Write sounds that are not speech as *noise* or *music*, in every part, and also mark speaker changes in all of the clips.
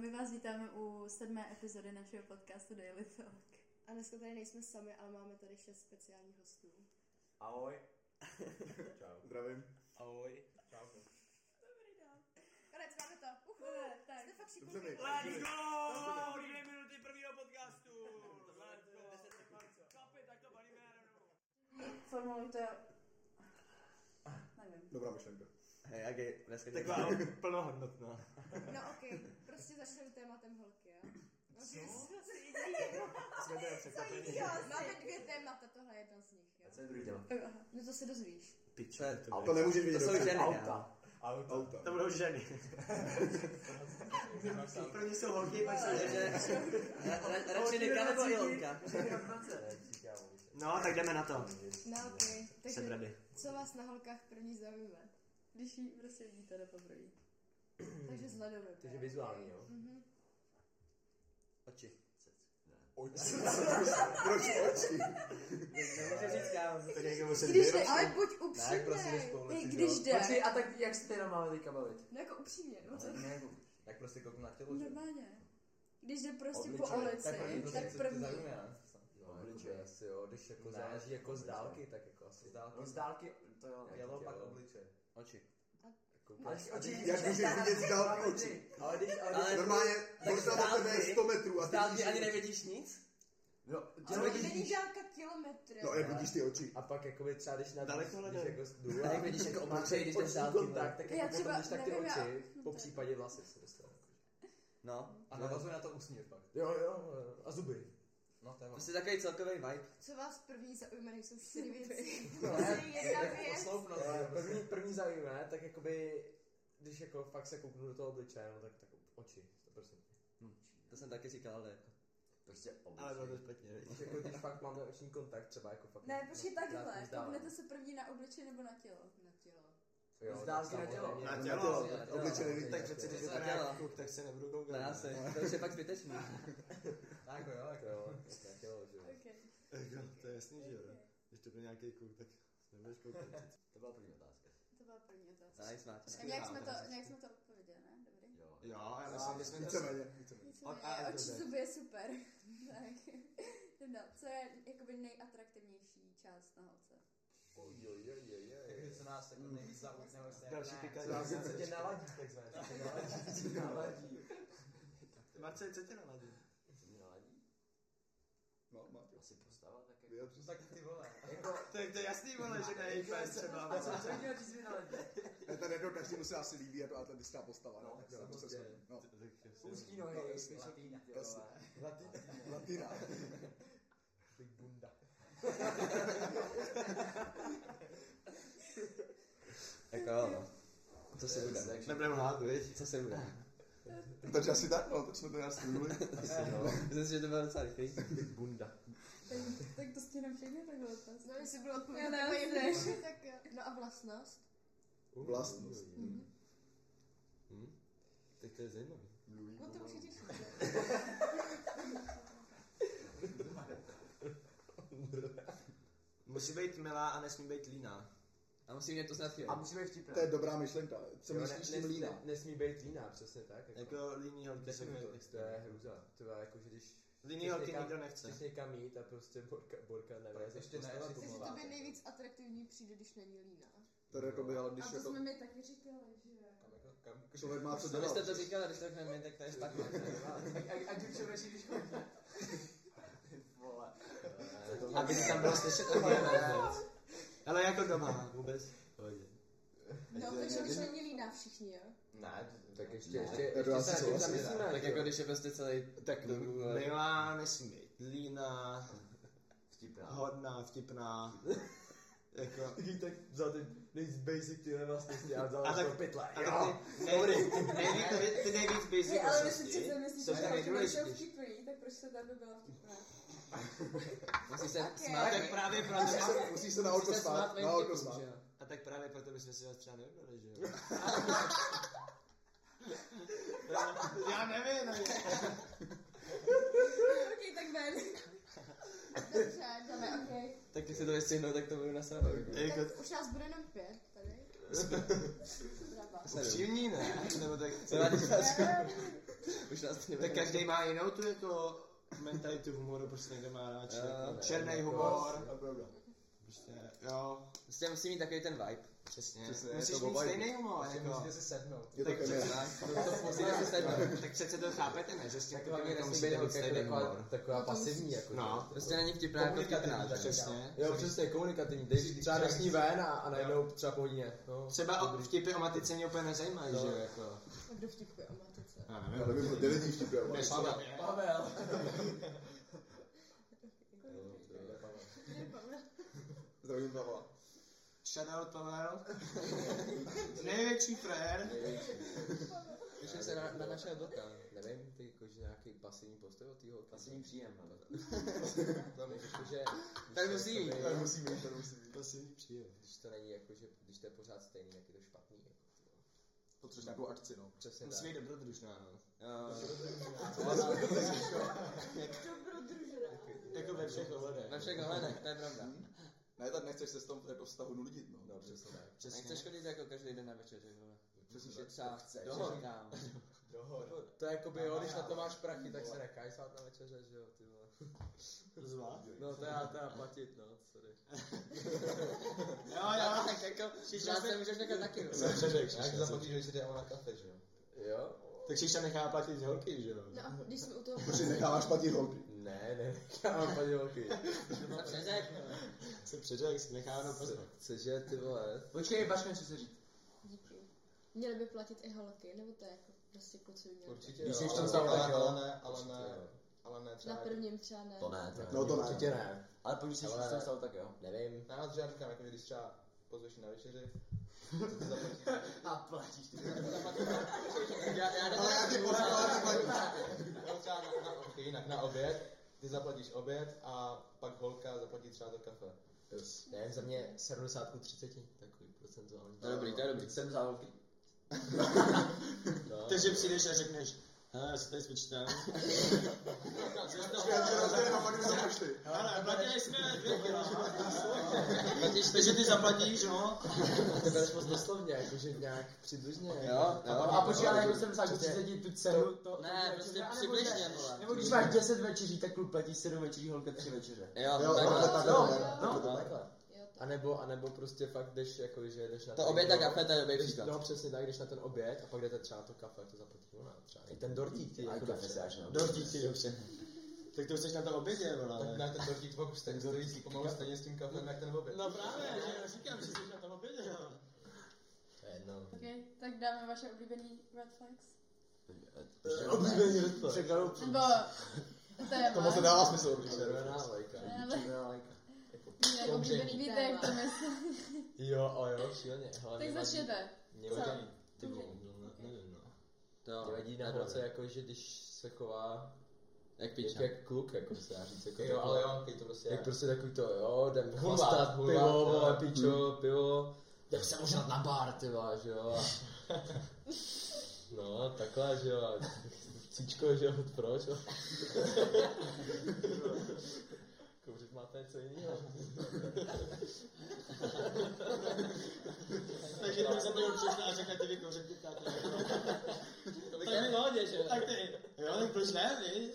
Speaker 1: My vás vítáme u sedmé epizody našeho podcastu Daily Talk.
Speaker 2: A dneska tady nejsme sami, ale máme tady šest speciálních hostů.
Speaker 3: *laughs* Ahoj.
Speaker 4: Čau.
Speaker 3: Zdravím.
Speaker 4: Ahoj.
Speaker 3: Čau.
Speaker 2: Dobrý den. Konec, máme to. Uhu,
Speaker 1: Ne, tak.
Speaker 2: Jste fakt šikovní.
Speaker 4: Dobře mi. Let's go! Dvě minuty prvního podcastu. Let's go. Chlapi, tak to balíme na rovnou.
Speaker 1: Formulujte... Nevím.
Speaker 3: Dobrá myšlenka.
Speaker 4: Hej, jak je dneska Taková
Speaker 5: No.
Speaker 4: *laughs* plnohodnotná.
Speaker 2: *laughs* No ok, prostě začneme tématem holky, jo? No, Co?
Speaker 4: Jsme teda překvapení.
Speaker 2: Máme dvě témata, tohle je jedno z nich, jo?
Speaker 3: Co je druhý dělat?
Speaker 2: No to se dozvíš.
Speaker 4: Piče, to,
Speaker 3: To nemůžeš vidět.
Speaker 4: To jsou
Speaker 3: dobře.
Speaker 4: ženy,
Speaker 3: Auta. Auta.
Speaker 4: To budou *laughs* ženy. První jsou holky, pak jsou ženy.
Speaker 5: Radši Nika nebo Ilonka.
Speaker 4: No, tak jdeme na to.
Speaker 2: No ok,
Speaker 4: Jsem ready.
Speaker 2: takže co vás na holkách první zaujme?
Speaker 1: Když ji prostě vidíte na poprvé.
Speaker 2: Takže Mhm. sledujeme.
Speaker 3: Takže vizuální, jo?
Speaker 5: Oči.
Speaker 3: Oči.
Speaker 5: Nemůžu říct kámo.
Speaker 4: Tak jak
Speaker 6: vlastně
Speaker 4: musím
Speaker 2: Když jde, ale buď upřímný.
Speaker 5: Tak prostě jdeš po ulici,
Speaker 1: I když
Speaker 5: jo.
Speaker 1: jde.
Speaker 3: Počkej, a tak jak se teda máme teďka bavit?
Speaker 2: No jako upřímně, no co?
Speaker 5: Ale ne, jako- Tak prostě kouknu na tělo, že?
Speaker 1: Normálně. Když jde prostě
Speaker 5: Obličej.
Speaker 1: po ulici,
Speaker 5: Tak první, prostě,
Speaker 1: tak
Speaker 5: co tě
Speaker 1: první.
Speaker 5: zaujme, ne?
Speaker 3: No,
Speaker 5: Obličej asi jo, když jako záleží jako z dálky, tak jako asi z dálky.
Speaker 3: No z dálky, to jo.
Speaker 5: Tělo, pak
Speaker 3: jo.
Speaker 5: obličej. Oči.
Speaker 3: Ale
Speaker 2: No,
Speaker 3: oči,
Speaker 5: Já
Speaker 3: když
Speaker 5: bych
Speaker 3: jdeš
Speaker 5: vidět
Speaker 3: tak,
Speaker 5: z
Speaker 3: tak
Speaker 5: dálky
Speaker 3: máme tři.
Speaker 5: Ale když,
Speaker 6: Ale normálně, možná od tebe je 100 metrů a
Speaker 5: Z
Speaker 6: ty
Speaker 5: dálky
Speaker 6: vidíš-
Speaker 5: ani nevidíš nic?
Speaker 3: No,
Speaker 2: Ale
Speaker 3: tělo
Speaker 2: to
Speaker 3: vidíš.
Speaker 2: není dálka kilometry.
Speaker 6: No, ale vidíš ty oči.
Speaker 5: A pak jakoby třeba když na
Speaker 4: Daleko
Speaker 5: když
Speaker 4: hledej.
Speaker 5: jako jdu Tak vidíš jako máš obličej, když jdeš oční dálky, kontakt, ne? tak
Speaker 1: Já
Speaker 5: jako
Speaker 1: třeba
Speaker 5: potom když tak ty
Speaker 1: nevím, já-
Speaker 5: oči,
Speaker 1: no
Speaker 5: po
Speaker 1: to je-
Speaker 5: případě vlasy se dostane.
Speaker 4: No,
Speaker 5: A navazuje na to úsměv pak.
Speaker 3: Jo, jo, jo.
Speaker 5: A zuby. No to je
Speaker 4: prostě takový celkový vibe.
Speaker 2: Co vás první zaujme, nejsou *laughs* čtyři věci. To je jedna
Speaker 3: prostě-
Speaker 2: věc.
Speaker 5: Posloupnost.
Speaker 4: Jo,
Speaker 5: prostě- První, první zajímavé, tak jakoby, když jako fakt se kouknu do toho obličeje, no tak, tak oči, to prostě.
Speaker 4: To jsem taky říkal, ale jako.
Speaker 3: Prostě
Speaker 4: Ale bylo to
Speaker 3: obličej.
Speaker 4: špatně.
Speaker 5: Když, jako, když fakt máme oční kontakt, třeba jako fakt.
Speaker 1: Ne, počkej
Speaker 5: krátkou
Speaker 1: takhle.
Speaker 5: vzdálenost.
Speaker 1: Kouknete se první na obličej nebo na tělo?
Speaker 2: Na tělo.
Speaker 5: Jo,
Speaker 3: Z
Speaker 5: tak
Speaker 3: dálky na
Speaker 5: samozřejmě.
Speaker 3: tělo.
Speaker 4: Na tělo,
Speaker 3: *laughs*
Speaker 5: na tělo.
Speaker 6: obličej nevidíš.
Speaker 4: Tak přeci, když
Speaker 5: Jo,
Speaker 4: je to
Speaker 5: tak
Speaker 4: nějak
Speaker 5: jo.
Speaker 4: kluk, tak se nebudu
Speaker 5: Ne, já
Speaker 4: koukat.
Speaker 5: se.
Speaker 4: To už je pak
Speaker 5: *laughs*
Speaker 4: zbytečný.
Speaker 5: Tak jo, tak jo, na tělo, že jo.
Speaker 1: Okay.
Speaker 4: Jako, to je jasný, že jo. Když to byl nějaký kluk, tak se nebudeš koukat.
Speaker 3: To byla první otázka.
Speaker 1: To byla první otázka.
Speaker 5: Nice, máte.
Speaker 1: A nějak jsme, to, nějak jsme to odpověděli, ne? Dobrý.
Speaker 3: Jo.
Speaker 4: Jo, já myslím, že jsme to...
Speaker 6: Víceméně.
Speaker 1: Nicméně,
Speaker 4: A- a-
Speaker 1: oči
Speaker 4: dobře.
Speaker 1: zuby je super. *laughs* tak. Jdem dál. Co je jakoby nejatraktivnější část na holce?
Speaker 5: Oj, oj, oj, oj, oj.
Speaker 4: Takže
Speaker 5: co nás tak nejvíc zaujme,
Speaker 4: Další
Speaker 5: Co
Speaker 4: pikají.
Speaker 5: nás co tě naladí, takzvaně. co tě naladí.
Speaker 3: Naladí.
Speaker 4: Marcel, co tě naladí?
Speaker 3: Co mě naladí?
Speaker 6: No, máte.
Speaker 3: Asi postava tak jako.
Speaker 6: Jo, přesně.
Speaker 5: Tak ty vole.
Speaker 4: To je, to je jasný, vole, že na jejich pes třeba.
Speaker 3: A co, co mě říct mě naladí?
Speaker 6: Ne, Ten jedno každému se asi líbí, je to atletická postava,
Speaker 3: No,
Speaker 6: ne? Tak jo, to se
Speaker 5: samozřejmě.
Speaker 6: shodneme. No,
Speaker 4: Jako-
Speaker 3: Úzký nohy.
Speaker 6: No, jasný, že-
Speaker 3: Latína. ty
Speaker 6: jasný.
Speaker 3: vole.
Speaker 6: latina.
Speaker 5: Ty bunda.
Speaker 4: Jako jo, no.
Speaker 5: To se bude.
Speaker 4: Nebudeme lhát, viď?
Speaker 5: Co se bude?
Speaker 4: *laughs*
Speaker 6: Takže asi tak, no, tak jsme to nějak strnuli.
Speaker 4: No.
Speaker 5: Myslím si, že to bylo docela rychlý. Bunda.
Speaker 1: Tak, tak to stihnem všechny takhle
Speaker 2: No,
Speaker 1: otázky.
Speaker 2: jestli bylo
Speaker 1: Já
Speaker 2: odpověď
Speaker 1: ne,
Speaker 2: takhle
Speaker 1: ne.
Speaker 2: jednoduše, tak jo. No a vlastnost?
Speaker 6: Vlastnost.
Speaker 4: Mhm.
Speaker 5: Mhm.
Speaker 4: Tak to je zajímavý.
Speaker 2: No to už je těžší.
Speaker 4: Musí být milá a nesmí být líná.
Speaker 5: A musí mě to snad chvíli.
Speaker 3: A musíme vtipné.
Speaker 6: To je dobrá myšlenka. Co myslíš tím lína?
Speaker 5: Nesmí být líná, přesně tak.
Speaker 4: Jako líný holky jsou
Speaker 5: Definuji
Speaker 4: mi
Speaker 5: to, to je hruza. To je jako, že když...
Speaker 4: Líný
Speaker 5: když
Speaker 4: holky
Speaker 5: někam-
Speaker 4: nikdo nechce.
Speaker 5: Když někam jít a prostě Borka, Borka nevím.
Speaker 3: ještě ne, ještě
Speaker 2: Takže
Speaker 3: Pomáháte.
Speaker 2: tobě nejvíc atraktivní přijde, když není líná.
Speaker 6: To je dobré, ale když
Speaker 2: A to
Speaker 6: jako
Speaker 2: jsme mi taky říkali, že...
Speaker 6: člověk má co
Speaker 5: No, vy
Speaker 6: dělat.
Speaker 5: jste to říkali, když tak nevím, tak to je špatně.
Speaker 3: Ať už převeří, když chodí. *laughs* Vole.
Speaker 4: Aby to tam bylo
Speaker 5: *laughs*
Speaker 4: slyšet Ale jako doma vůbec.
Speaker 2: No, takže když není líná všichni, jo?
Speaker 5: Ne, *laughs* tak ještě,
Speaker 6: Ne,
Speaker 5: ještě,
Speaker 6: to
Speaker 5: ještě
Speaker 6: asi
Speaker 5: se nad tím
Speaker 6: souhlasím,
Speaker 5: zamyslíme.
Speaker 6: ne?
Speaker 5: Tak jako když je prostě celý...
Speaker 4: Tak milá, nesmí být líná,
Speaker 3: Vtipná.
Speaker 4: hodná, vtipná. Jako...
Speaker 5: Taky tak vzal ty nejvíc basic tyhle vlastnosti a vzal
Speaker 4: A tak- jako
Speaker 5: pytle.
Speaker 4: A tak ty, nejví, nejví, ty, ty nejvíc prostě. basic
Speaker 1: Hej, ale vy si
Speaker 4: osobnosti
Speaker 1: přece myslíte,
Speaker 4: jsou
Speaker 1: že
Speaker 4: taky
Speaker 1: holky nejsou
Speaker 4: důležitý.
Speaker 1: vtipný, tak proč se tam by byla vtipná?
Speaker 5: Musí se
Speaker 2: Ok.
Speaker 5: smát.
Speaker 4: A tak právě proto,
Speaker 6: Musíš *laughs* se- Musíš se na
Speaker 5: musí
Speaker 6: auto
Speaker 5: se smát
Speaker 6: spát,
Speaker 5: mým
Speaker 6: na auto
Speaker 5: typům,
Speaker 6: spát.
Speaker 5: že jo.
Speaker 4: a tak právě proto bychom si vás třeba neubrali, že jo? Já nevím,
Speaker 2: Ok, tak ven. Dobře, jdeme, ok.
Speaker 5: Tak když se to vystihnou, tak to budu nasrat.
Speaker 4: jako
Speaker 2: Tak už nás bude jenom pět tady. Zdrava.
Speaker 4: upřímní, ne? Nebo tak
Speaker 5: Co na
Speaker 2: Eh,
Speaker 5: Už
Speaker 6: už nás to
Speaker 4: Tak každý má jinou tu jako mentalitu humoru, prostě někdo má radši
Speaker 7: Jo,
Speaker 4: jako
Speaker 7: ne,
Speaker 4: černý
Speaker 7: jako
Speaker 4: humor,
Speaker 6: To je pravda.
Speaker 4: prostě jo,
Speaker 7: Prostě musí mít takový ten vibe.
Speaker 4: přesně,
Speaker 6: Přesně, je
Speaker 4: musíš
Speaker 6: to
Speaker 4: mít
Speaker 6: obojí.
Speaker 4: stejný humor, jako.
Speaker 5: Musíte si sednout.
Speaker 6: Je to
Speaker 4: Tak přece,
Speaker 6: kamera.
Speaker 7: Musíte se sednout.
Speaker 4: tak přece to chápete, ne, že s tím
Speaker 5: Taková mě
Speaker 4: jako
Speaker 5: nesmí
Speaker 4: musíte mít
Speaker 5: být holka jako
Speaker 4: stejný
Speaker 5: taková,
Speaker 4: humor.
Speaker 5: taková pasivní. Jako,
Speaker 4: No,
Speaker 5: že?
Speaker 7: Prostě není vtipná jako vtipná.
Speaker 4: Komunikativní,
Speaker 7: že?
Speaker 4: přesně.
Speaker 5: Jo, přesně, komunikativní. Jdeš třeba jdeš s ní ven a, a najednou třeba po hodině. No,
Speaker 4: Třeba o-
Speaker 5: dobrý.
Speaker 4: vtipy o matice mě úplně nezajímají,
Speaker 5: No.
Speaker 4: že jo, jako.
Speaker 2: A kdo vtipuje o matice?
Speaker 4: Já
Speaker 6: Já nevím, kde vidíš ty pravda.
Speaker 4: Dnes to tak je.
Speaker 5: Pavel.
Speaker 6: Zdravím Pavla.
Speaker 4: Shoutout Pavel. Největší frajer.
Speaker 5: Ještě se na, na naše blka. Nevím, ty jakože nějaký pasivní postoj od té holky.
Speaker 7: Pasivní příjem,
Speaker 3: no,
Speaker 7: ale.
Speaker 5: Tam můžeš, že...
Speaker 4: Tak musí mít.
Speaker 6: Tak musí být, to musí být.
Speaker 4: Pasivní příjem.
Speaker 5: Když to není jako, že když to je pořád stejný, tak je to špatný. Jako.
Speaker 6: Potřebuješ nějakou akci, no.
Speaker 5: Přesně
Speaker 4: Musí být dobrodružná, no. Jo.
Speaker 2: Dobrodružená.
Speaker 4: Jako ve všech ohledech.
Speaker 7: Ve všech ohledech, to je pravda.
Speaker 6: Ne, tak nechceš se s tom jako vztahu nudit, no.
Speaker 5: No, přesně tak.
Speaker 7: Nechceš chodit jako každý den na večeři, vole.
Speaker 6: Přesně
Speaker 7: Musíš
Speaker 6: tak.
Speaker 7: jít třeba
Speaker 5: Chceš.
Speaker 7: do hor, kámo.
Speaker 5: *laughs* To je jako by, jo, když na to máš prachy, tak se nekáj sát na večeře, že jo, ty vole.
Speaker 4: Zvá?
Speaker 5: No, to já, to já platit, no, sorry.
Speaker 4: Jo, jo.
Speaker 7: Tak jako,
Speaker 4: Křišťan
Speaker 7: nás
Speaker 4: se-
Speaker 7: nemůžeš nechat taky, no.
Speaker 4: Co přežek,
Speaker 5: Jak
Speaker 4: Křišťan?
Speaker 5: zaplatíš, že si jde na kafe, že jo? Jo?
Speaker 4: Tak Křišťan nechá platit holky, že jo?
Speaker 2: No a když jsme u toho...
Speaker 6: Protože necháváš platit holky.
Speaker 5: Ne, ne, já mám paní holky.
Speaker 7: Co přeřek, no.
Speaker 4: Co přežek si nechá jenom
Speaker 5: Co-
Speaker 4: pozvat.
Speaker 5: Cože, ty vole?
Speaker 7: Počkej, Baška, co se říct.
Speaker 2: Díky. Měly by platit i holky, nebo to je jako prostě kluci by měli.
Speaker 5: Určitě
Speaker 4: Když
Speaker 5: jo,
Speaker 4: jsi v tom
Speaker 5: ale-
Speaker 4: stavu, tak jo.
Speaker 5: ale ne, ale
Speaker 4: Určitě
Speaker 5: ne,
Speaker 4: jo.
Speaker 5: ale ne třeba.
Speaker 2: Na prvním třeba ne.
Speaker 7: To ne, to ne.
Speaker 6: No to ne.
Speaker 5: Určitě ne.
Speaker 7: Ale pokud jsi
Speaker 5: Ale-
Speaker 7: v tom stavu, tak jo.
Speaker 5: Nevím. Já na to, že já říkám, jako, že když třeba pozveš na večeři, to ti zaplatí.
Speaker 4: A platíš ty.
Speaker 5: Já, já nevím.
Speaker 6: já tě pořád, ale já tě platím.
Speaker 5: No, třeba na, na, okay, jinak na oběd, ty zaplatíš oběd a pak holka zaplatí třeba to kafe. Yes. Ne, za mě 70 ku 30, takový procentuální.
Speaker 7: To je dobrý, to je dobrý. Jsem za holky.
Speaker 5: *laughs* No.
Speaker 4: Takže přijdeš a řekneš, hele, já se tady spočítám. Hele, platili jsme dvě kila.
Speaker 7: Platíš
Speaker 4: Takže ty zaplatíš, no?
Speaker 5: A to bereš moc doslovně, jakože nějak přibližně.
Speaker 7: Jo, jo.
Speaker 4: No
Speaker 5: A počkej, ale jako jsem
Speaker 4: Přesně.
Speaker 3: Prostě
Speaker 5: tu cenu, to...
Speaker 7: Ne, prostě přibližně, vole.
Speaker 4: Nebo když máš 10 večeří, tak klub platí 7 večeří, holka 3 večeře.
Speaker 7: Jo,
Speaker 6: Jo,
Speaker 7: takhle.
Speaker 6: takhle, takhle, ne.
Speaker 5: No,
Speaker 7: no.
Speaker 5: takhle.
Speaker 2: Jo,
Speaker 5: A
Speaker 2: tak.
Speaker 5: nebo, a nebo prostě fakt jdeš, jako, že jdeš na
Speaker 7: To
Speaker 5: ten-
Speaker 7: oběd a kafe, to je dobrý
Speaker 5: Jdeš-
Speaker 7: příklad.
Speaker 5: No přesně tak, jdeš na ten oběd a pak jdete třeba to kafe, to zaplatí ona třeba. I ten dortík, ty,
Speaker 7: Aj
Speaker 5: jako
Speaker 7: kafe se až no.
Speaker 4: Dortík ti dobře. Tak to chceš na tom obědě, vole.
Speaker 5: Tak ne, ten dortík pak už ten dortík pomalu stejně s tím kafem, jak ten oběd.
Speaker 4: No právě, že já říkám, že jsi na tom obědě, jo.
Speaker 5: To je jedno.
Speaker 1: Ok, tak dáme vaše oblíbený red flags.
Speaker 4: Oblíbený rytmus.
Speaker 5: Překladu
Speaker 1: Nebo téma.
Speaker 6: To moc nedává smysl.
Speaker 5: červená lajka. Jako-
Speaker 1: Ne, ale-
Speaker 2: Jinak oblíbený
Speaker 1: Víte, jak to
Speaker 2: téma.
Speaker 1: myslím.
Speaker 5: Jo, a jo, šíleně. Hele,
Speaker 1: Tak
Speaker 5: mě vadí-
Speaker 1: začněte.
Speaker 5: Mě
Speaker 1: Co?
Speaker 5: vadí,
Speaker 4: Ty vole, no, ne- nevím, no.
Speaker 7: To
Speaker 5: mě
Speaker 7: jo.
Speaker 5: vadí na holce, jako, že když se chová
Speaker 7: Jak
Speaker 5: jak,
Speaker 7: píča.
Speaker 5: jak kluk, jako se dá říct. Jako
Speaker 4: Jo,
Speaker 5: taková-
Speaker 4: ale jo, teď to prostě
Speaker 5: Jak prostě takový to, jo, jdem
Speaker 4: Hulvát,
Speaker 5: chlastat,
Speaker 4: hulvát,
Speaker 5: pivo,
Speaker 4: jo.
Speaker 5: vole, pičo, pivo. Jdem se možná na bar, ty vole, že jo. a- *laughs* No, takhle, že jo. a Cíčko, že jo, proč? jo? Kouřit máte něco jiného.
Speaker 4: Takže tam jsem byl přišla a řekla, ty vykouřet kukáte.
Speaker 7: To je v pohodě, že jo.
Speaker 4: Tak ty, jo, tak proč ne, vy?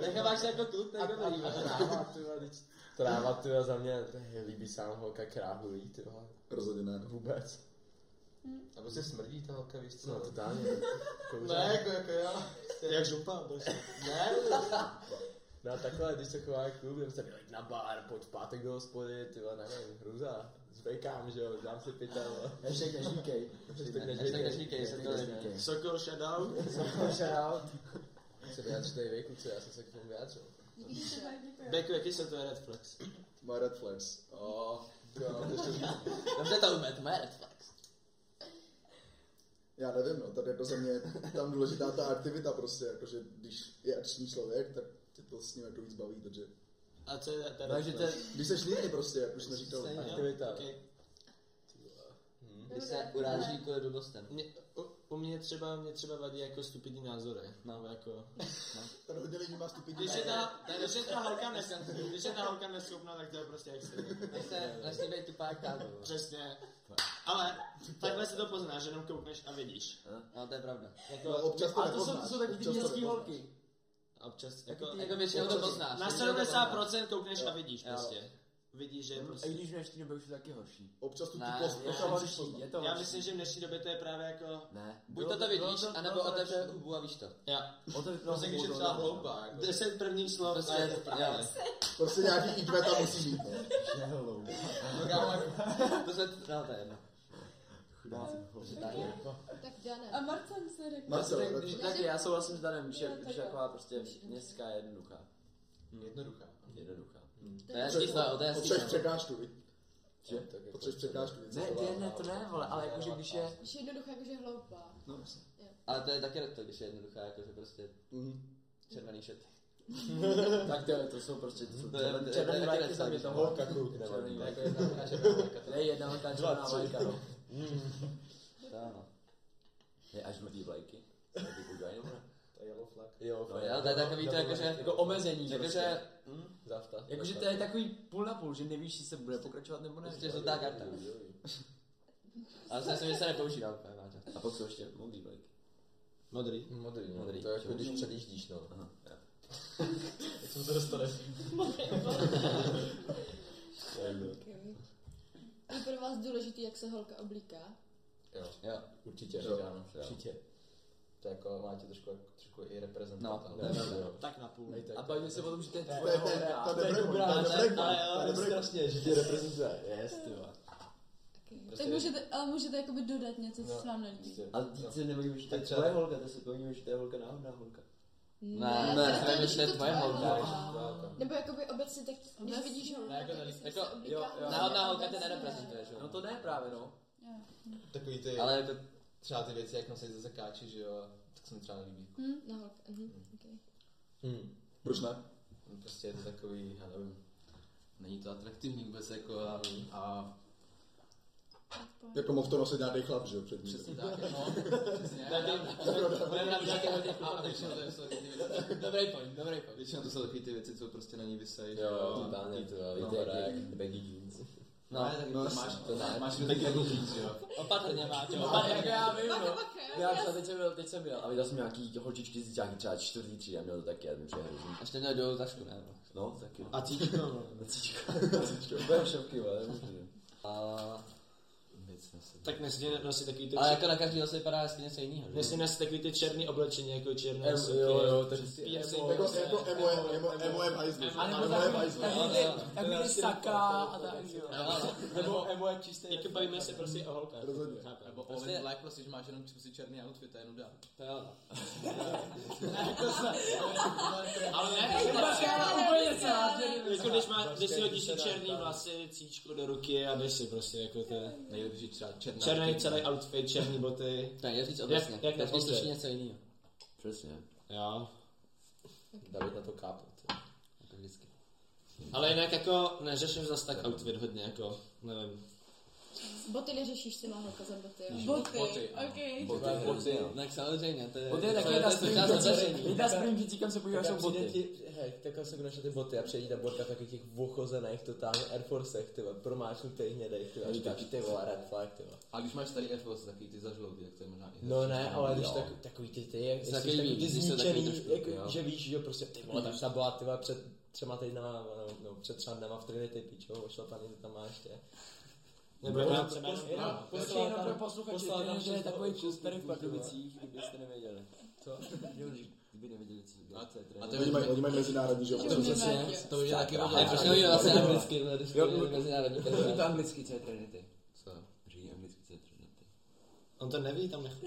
Speaker 7: Necháváš se jako kluk, to je dobrý. vole.
Speaker 5: Tráva, ty vole, teď- Tráva, ty vole, za mě to je- líbí sám holka kráhulí, ty vole.
Speaker 6: Rozhodně ne. no.
Speaker 5: Vůbec. A prostě smrdí ta holka, víš co? No, totálně.
Speaker 4: Ne, jako, jako jo. Jak župa, prostě.
Speaker 5: Ne. No a takhle, když se chová klub, jdem se pojď na bar, pojď v pátek do hospody, ty vole, nevím, hruza. Zvejkám, že jo, dám si pita, vole.
Speaker 7: Hashtag neříkej. Hashtag neříkej, jsem to neříkej.
Speaker 4: Sokol, shoutout.
Speaker 5: Shoutout. Se vyjadřte vy, kluci, já jsem se k tomu vyjádřil.
Speaker 4: Beku, jaký jsou tvoje red flags?
Speaker 6: Moje red flags.
Speaker 7: Oh, jo, dobře to umé, to má red flags.
Speaker 6: Já nevím, no, tady jako za mě je tam důležitá ta aktivita prostě, jakože když je akční člověk, tak tě to s ním jako víc baví, takže
Speaker 4: A co je ta red
Speaker 7: Takže to
Speaker 4: flag?
Speaker 7: je-
Speaker 6: když seš líný prostě, jak už jsme říkali.
Speaker 7: Stejně.
Speaker 5: Aktivita.
Speaker 4: Okay.
Speaker 7: když se uráží kvůli blbostem.
Speaker 4: Mě, u, u, mě třeba, mě třeba vadí jako stupidní názory, nebo jako...
Speaker 6: Tady hodně lidí má stupidní.
Speaker 4: Když je ta, když je ta holka, nes, když je ta holka neschopná, tak to je prostě extrémní.
Speaker 7: Když se vlastně být tupá kámo.
Speaker 4: Přesně. Ale takhle si to poznáš, jenom koukneš a vidíš.
Speaker 1: No, to je pravda.
Speaker 4: Jako,
Speaker 6: Ale občas to
Speaker 4: a to jsou, to
Speaker 6: nepoznáš,
Speaker 4: jsou takový ty
Speaker 6: občas to
Speaker 4: dětský
Speaker 6: nepoznáš.
Speaker 4: holky. A Občas, jako,
Speaker 1: Jako, jako většinou to
Speaker 4: občas-
Speaker 1: poznáš.
Speaker 4: na
Speaker 1: většinou to poznáš.
Speaker 4: 70% koukneš a vidíš
Speaker 1: Jo.
Speaker 4: prostě. Vidíš, že je
Speaker 3: A
Speaker 4: prostě...
Speaker 3: i když v té době už je to taky horší.
Speaker 6: Občas tu
Speaker 1: Ne, je
Speaker 6: tupost
Speaker 4: to
Speaker 6: prostě musíš
Speaker 3: horší,
Speaker 6: poznat.
Speaker 3: je to
Speaker 4: Já
Speaker 3: horší.
Speaker 4: myslím, že v dnešní době to je právě jako...
Speaker 3: Ne.
Speaker 1: Buď
Speaker 3: Bylo
Speaker 1: to to
Speaker 3: bylo
Speaker 1: vidíš, anebo
Speaker 3: bylo to
Speaker 1: otevře
Speaker 3: lepší.
Speaker 1: hubu a víš to. no.
Speaker 4: Já.
Speaker 3: Otevřel
Speaker 4: Prostě když je třeba hloupá, jako. 10 prvních slov
Speaker 1: Prostě,
Speaker 4: a je to právě.
Speaker 1: jo.
Speaker 6: Prostě nějaký IQ tam musí
Speaker 8: *laughs*
Speaker 6: mít, no.
Speaker 1: No, kámo, to se, no, to je jedno.
Speaker 2: Tak Danem.
Speaker 9: A Marcem se řekl.
Speaker 6: Marcel,
Speaker 3: Tak,
Speaker 6: tak-
Speaker 3: když, tak já souhlasím s Danem, když je,
Speaker 9: Jo, to
Speaker 3: když je
Speaker 9: jo.
Speaker 3: taková prostě městská jednoduchá.
Speaker 8: Jednoduchá.
Speaker 3: Jednoduchá. Hmm.
Speaker 1: To je jasný, to je- to je jasný.
Speaker 6: Potřebuješ překážku, viď?
Speaker 3: Že?
Speaker 8: Tak jako-
Speaker 6: Potřebuješ překážku, viď?
Speaker 3: Ne, ty ne, to ne, vole, ale jakože když je...
Speaker 2: Když je jednoduché, jakože hloupá.
Speaker 3: No,
Speaker 1: Ale to je taky to, když je jednoduchá, jako že prostě červený šet.
Speaker 3: tak to, je- to jsou prostě, to jsou
Speaker 1: To je- to je- to
Speaker 3: červený-
Speaker 1: je
Speaker 3: červený
Speaker 1: taky
Speaker 3: vlajky za mě
Speaker 1: nesnaží.
Speaker 3: to
Speaker 8: Holka kluk, nebo
Speaker 3: Červený vlajky.
Speaker 1: To
Speaker 3: To je jedna velká červená vlajka, *laughs* no.
Speaker 1: ano.
Speaker 3: Je až žlutý vlajky. To je no. ty kugaj, nebo ne?
Speaker 8: to je yellow flag.
Speaker 3: Jo,
Speaker 1: No, jo, to je takový to jakože,
Speaker 3: Jako omezení prostě.
Speaker 1: jakože, hm,
Speaker 8: Zafta.
Speaker 3: Jakože to je takový půl na půl, že nevíš, jestli se bude pokračovat nebo ne.
Speaker 1: prostě žlutá karta. *laughs* Ale to myslím, že se nepoužívá úplně, máte.
Speaker 3: A pak jsou ještě modrý vlajky.
Speaker 4: Modrý.
Speaker 8: Modrý, no.
Speaker 1: Modrý.
Speaker 8: To je jako když předjíždíš, no.
Speaker 3: Jak jsem se dostal?
Speaker 2: Okay. Je pro vás důležitý, jak se holka oblíká?
Speaker 8: Jo,
Speaker 1: Jo,
Speaker 8: určitě.
Speaker 1: Jo.
Speaker 8: Říkám, určitě. To jako má tě trošku, jako- trošku i reprezentovat.
Speaker 1: No,
Speaker 8: ale-
Speaker 1: to je pravda.
Speaker 8: Jo.
Speaker 4: Tak na půl.
Speaker 3: A bavíme se o tom, že to je
Speaker 6: To je
Speaker 3: tvoje
Speaker 6: ten,
Speaker 3: holka.
Speaker 6: to je dobrá, to je dobrá.
Speaker 4: Ale jo, strašně, že tě reprezentuje.
Speaker 3: Jest, ty vole.
Speaker 2: Okay.
Speaker 8: Prostě-
Speaker 2: Tak můžete, ale můžete jakoby dodat něco, co
Speaker 8: No.
Speaker 2: se vám nelíbí.
Speaker 8: Prostě-
Speaker 3: Ale ty si nebojíme, že to je
Speaker 8: třeba-
Speaker 3: tvoje holka, to si bojíme, že to je holka náhodná holka.
Speaker 1: Ne, ne,
Speaker 2: tak to je,
Speaker 1: ne,
Speaker 2: když
Speaker 1: to je tvoje holka.
Speaker 2: Nebo jakoby obecně, tak
Speaker 1: No,
Speaker 2: když
Speaker 9: Obecně.
Speaker 2: vidíš No, holku,
Speaker 3: Ne, jako
Speaker 2: tak
Speaker 3: ne-
Speaker 2: když
Speaker 1: jako-
Speaker 2: se oblíká,
Speaker 3: jo, jo.
Speaker 2: holka,
Speaker 1: náhodná
Speaker 2: tak
Speaker 1: holka tě
Speaker 2: obecně
Speaker 1: nereprezentuje, že
Speaker 3: No
Speaker 1: jo?
Speaker 3: to ne právě, no.
Speaker 9: Jo.
Speaker 8: Takový ty,
Speaker 1: Ale jako,
Speaker 8: třeba ty věci, jak nosí zase káči, že jo, tak se mi třeba nelíbí.
Speaker 2: Hm, na holka, mhm, okay.
Speaker 8: Hmm.
Speaker 6: Proč ne?
Speaker 8: Prostě je to takový, já nevím, není to atraktivní vůbec jako a, a
Speaker 6: Jako mohl to nosit nějaký chlap, že jo, před ním.
Speaker 8: přesně tak, no, přesně,
Speaker 1: *laughs*
Speaker 8: já většinou to jsou ty věci,
Speaker 1: dobrý point, dobrý point.
Speaker 8: většinou to jsou takový ty věci, co prostě na ní vysají, že
Speaker 3: Jo,
Speaker 8: jo,
Speaker 3: totálně, ty vole,
Speaker 8: no,
Speaker 3: víte, jak
Speaker 8: tak.
Speaker 3: je baggy *laughs* jeans.
Speaker 8: No, ale tak máš, máš, máš taky jako říct, že jo.
Speaker 1: Opatrně máte,
Speaker 3: Ale
Speaker 1: opatrně.
Speaker 3: jako já vím, no.
Speaker 2: okay.
Speaker 3: Já třeba teď jsem byl, teď jsem byl a viděl jsem nějaký holčičky z děláky třeba čtvrtý třídy a měl to taky, já vím, že je hrozný.
Speaker 1: Až ten měl dolů tašku, ne?
Speaker 3: No, taky.
Speaker 4: A cíčko,
Speaker 3: *laughs* Cíčko, no. cíčko, úplně v šoky, *laughs* ale
Speaker 1: A,
Speaker 4: Tak nesmí nosit takový ty
Speaker 1: ale
Speaker 4: čer...
Speaker 1: jako na každého se vypadá asi něco jiného, že?
Speaker 4: Nesmí nosit takový ty černý oblečení, jako černé soky.
Speaker 3: Jo, jo, takže
Speaker 4: piercingy.
Speaker 6: Jako, jako emo, emo, emo, emo, emo,
Speaker 4: A nebo
Speaker 6: emo, emo,
Speaker 4: takový-
Speaker 6: emo,
Speaker 4: takový ty- takový ty saka a tak, jo.
Speaker 1: Jo,
Speaker 4: Nebo emo jak čistý. Jako bavíme se prostě o holkách.
Speaker 6: Rozhodně.
Speaker 4: chápem.
Speaker 10: Nebo
Speaker 1: Prostě-
Speaker 10: prostě... all in black, prostě, že máš jenom prostě černý outfit, to je nuda.
Speaker 1: to jo.
Speaker 4: Ale ne, to máš úplně celá. Jako když, má, když si hodíš černý vlasy, cíčko do ruky a jdeš si prostě jako to je.
Speaker 10: Nejlepší třeba černá.
Speaker 4: Černý celý outfit, černý boty.
Speaker 1: To je říct obecně.
Speaker 4: jak na
Speaker 1: Každý
Speaker 4: fotce.
Speaker 1: slyší něco jiného.
Speaker 3: Přesně.
Speaker 4: Jo.
Speaker 8: David na to kápu.
Speaker 1: Jako vždycky.
Speaker 4: Ale jinak jako neřeším zas tak outfit hodně, jako nevím.
Speaker 2: Boty neřešíš si, má holka za boty, jo?
Speaker 9: Boty,
Speaker 10: Boty, ano.
Speaker 9: ok.
Speaker 3: Boty, boty, jo.
Speaker 1: No tak samozřejmě, to je...
Speaker 3: Boty je
Speaker 1: to
Speaker 3: taky jedna z
Speaker 1: to část
Speaker 3: prvních
Speaker 1: řešení.
Speaker 3: jedna z prvních věcí, kam se podíváš, jsou
Speaker 5: přijde
Speaker 3: boty.
Speaker 5: ti, hej, takhle se budou ty boty a přijde ti ta borka v takových těch ochozených totálně Air Forcech, ty vole, promáčnutej hnědej, ty vole, a říkáš, ty vole, red flag, ty vole.
Speaker 10: A když máš starý Air Force, takový ty zažloutý, tak to je možná i
Speaker 5: No ne, ale když
Speaker 10: Jo.
Speaker 5: tak, takový ty ty, jak jsi
Speaker 1: takový
Speaker 5: takový
Speaker 1: víš,
Speaker 5: ty
Speaker 1: když jsou takový
Speaker 5: zničený,
Speaker 1: trošku, jo.
Speaker 5: jako, že víš, že jo, prostě, ty vole, tak ta byla, ty vole, před třema týdnama, no, no před třema dnama v Trinity, pičo, ošlapaný, to tam máš, ty.
Speaker 4: Nebo já třeba jenom-
Speaker 5: Jenom-
Speaker 3: Počkej, jenom pro posluchače, že je takový kus tady v Pardubicích, kdybyste nevěděli. Co? Jo, kdyby nevěděli, co
Speaker 10: A-
Speaker 3: co je
Speaker 10: A
Speaker 3: trend.
Speaker 10: to
Speaker 6: Oni
Speaker 10: je
Speaker 6: mají, oni mají mezinárodní, že jo.
Speaker 9: To přesně.
Speaker 10: to by mě taky
Speaker 1: Ale
Speaker 10: hodilo.
Speaker 1: proč to udělal asi anglicky,
Speaker 8: no,
Speaker 1: to je vždycky
Speaker 3: Jo,
Speaker 1: mezinárodní
Speaker 3: Je
Speaker 1: *laughs*
Speaker 3: to
Speaker 1: festival.
Speaker 3: anglicky, co je Trinity.
Speaker 10: Co?
Speaker 3: Říkají anglicky, co je Trinity.
Speaker 4: On to neví, tam nechci.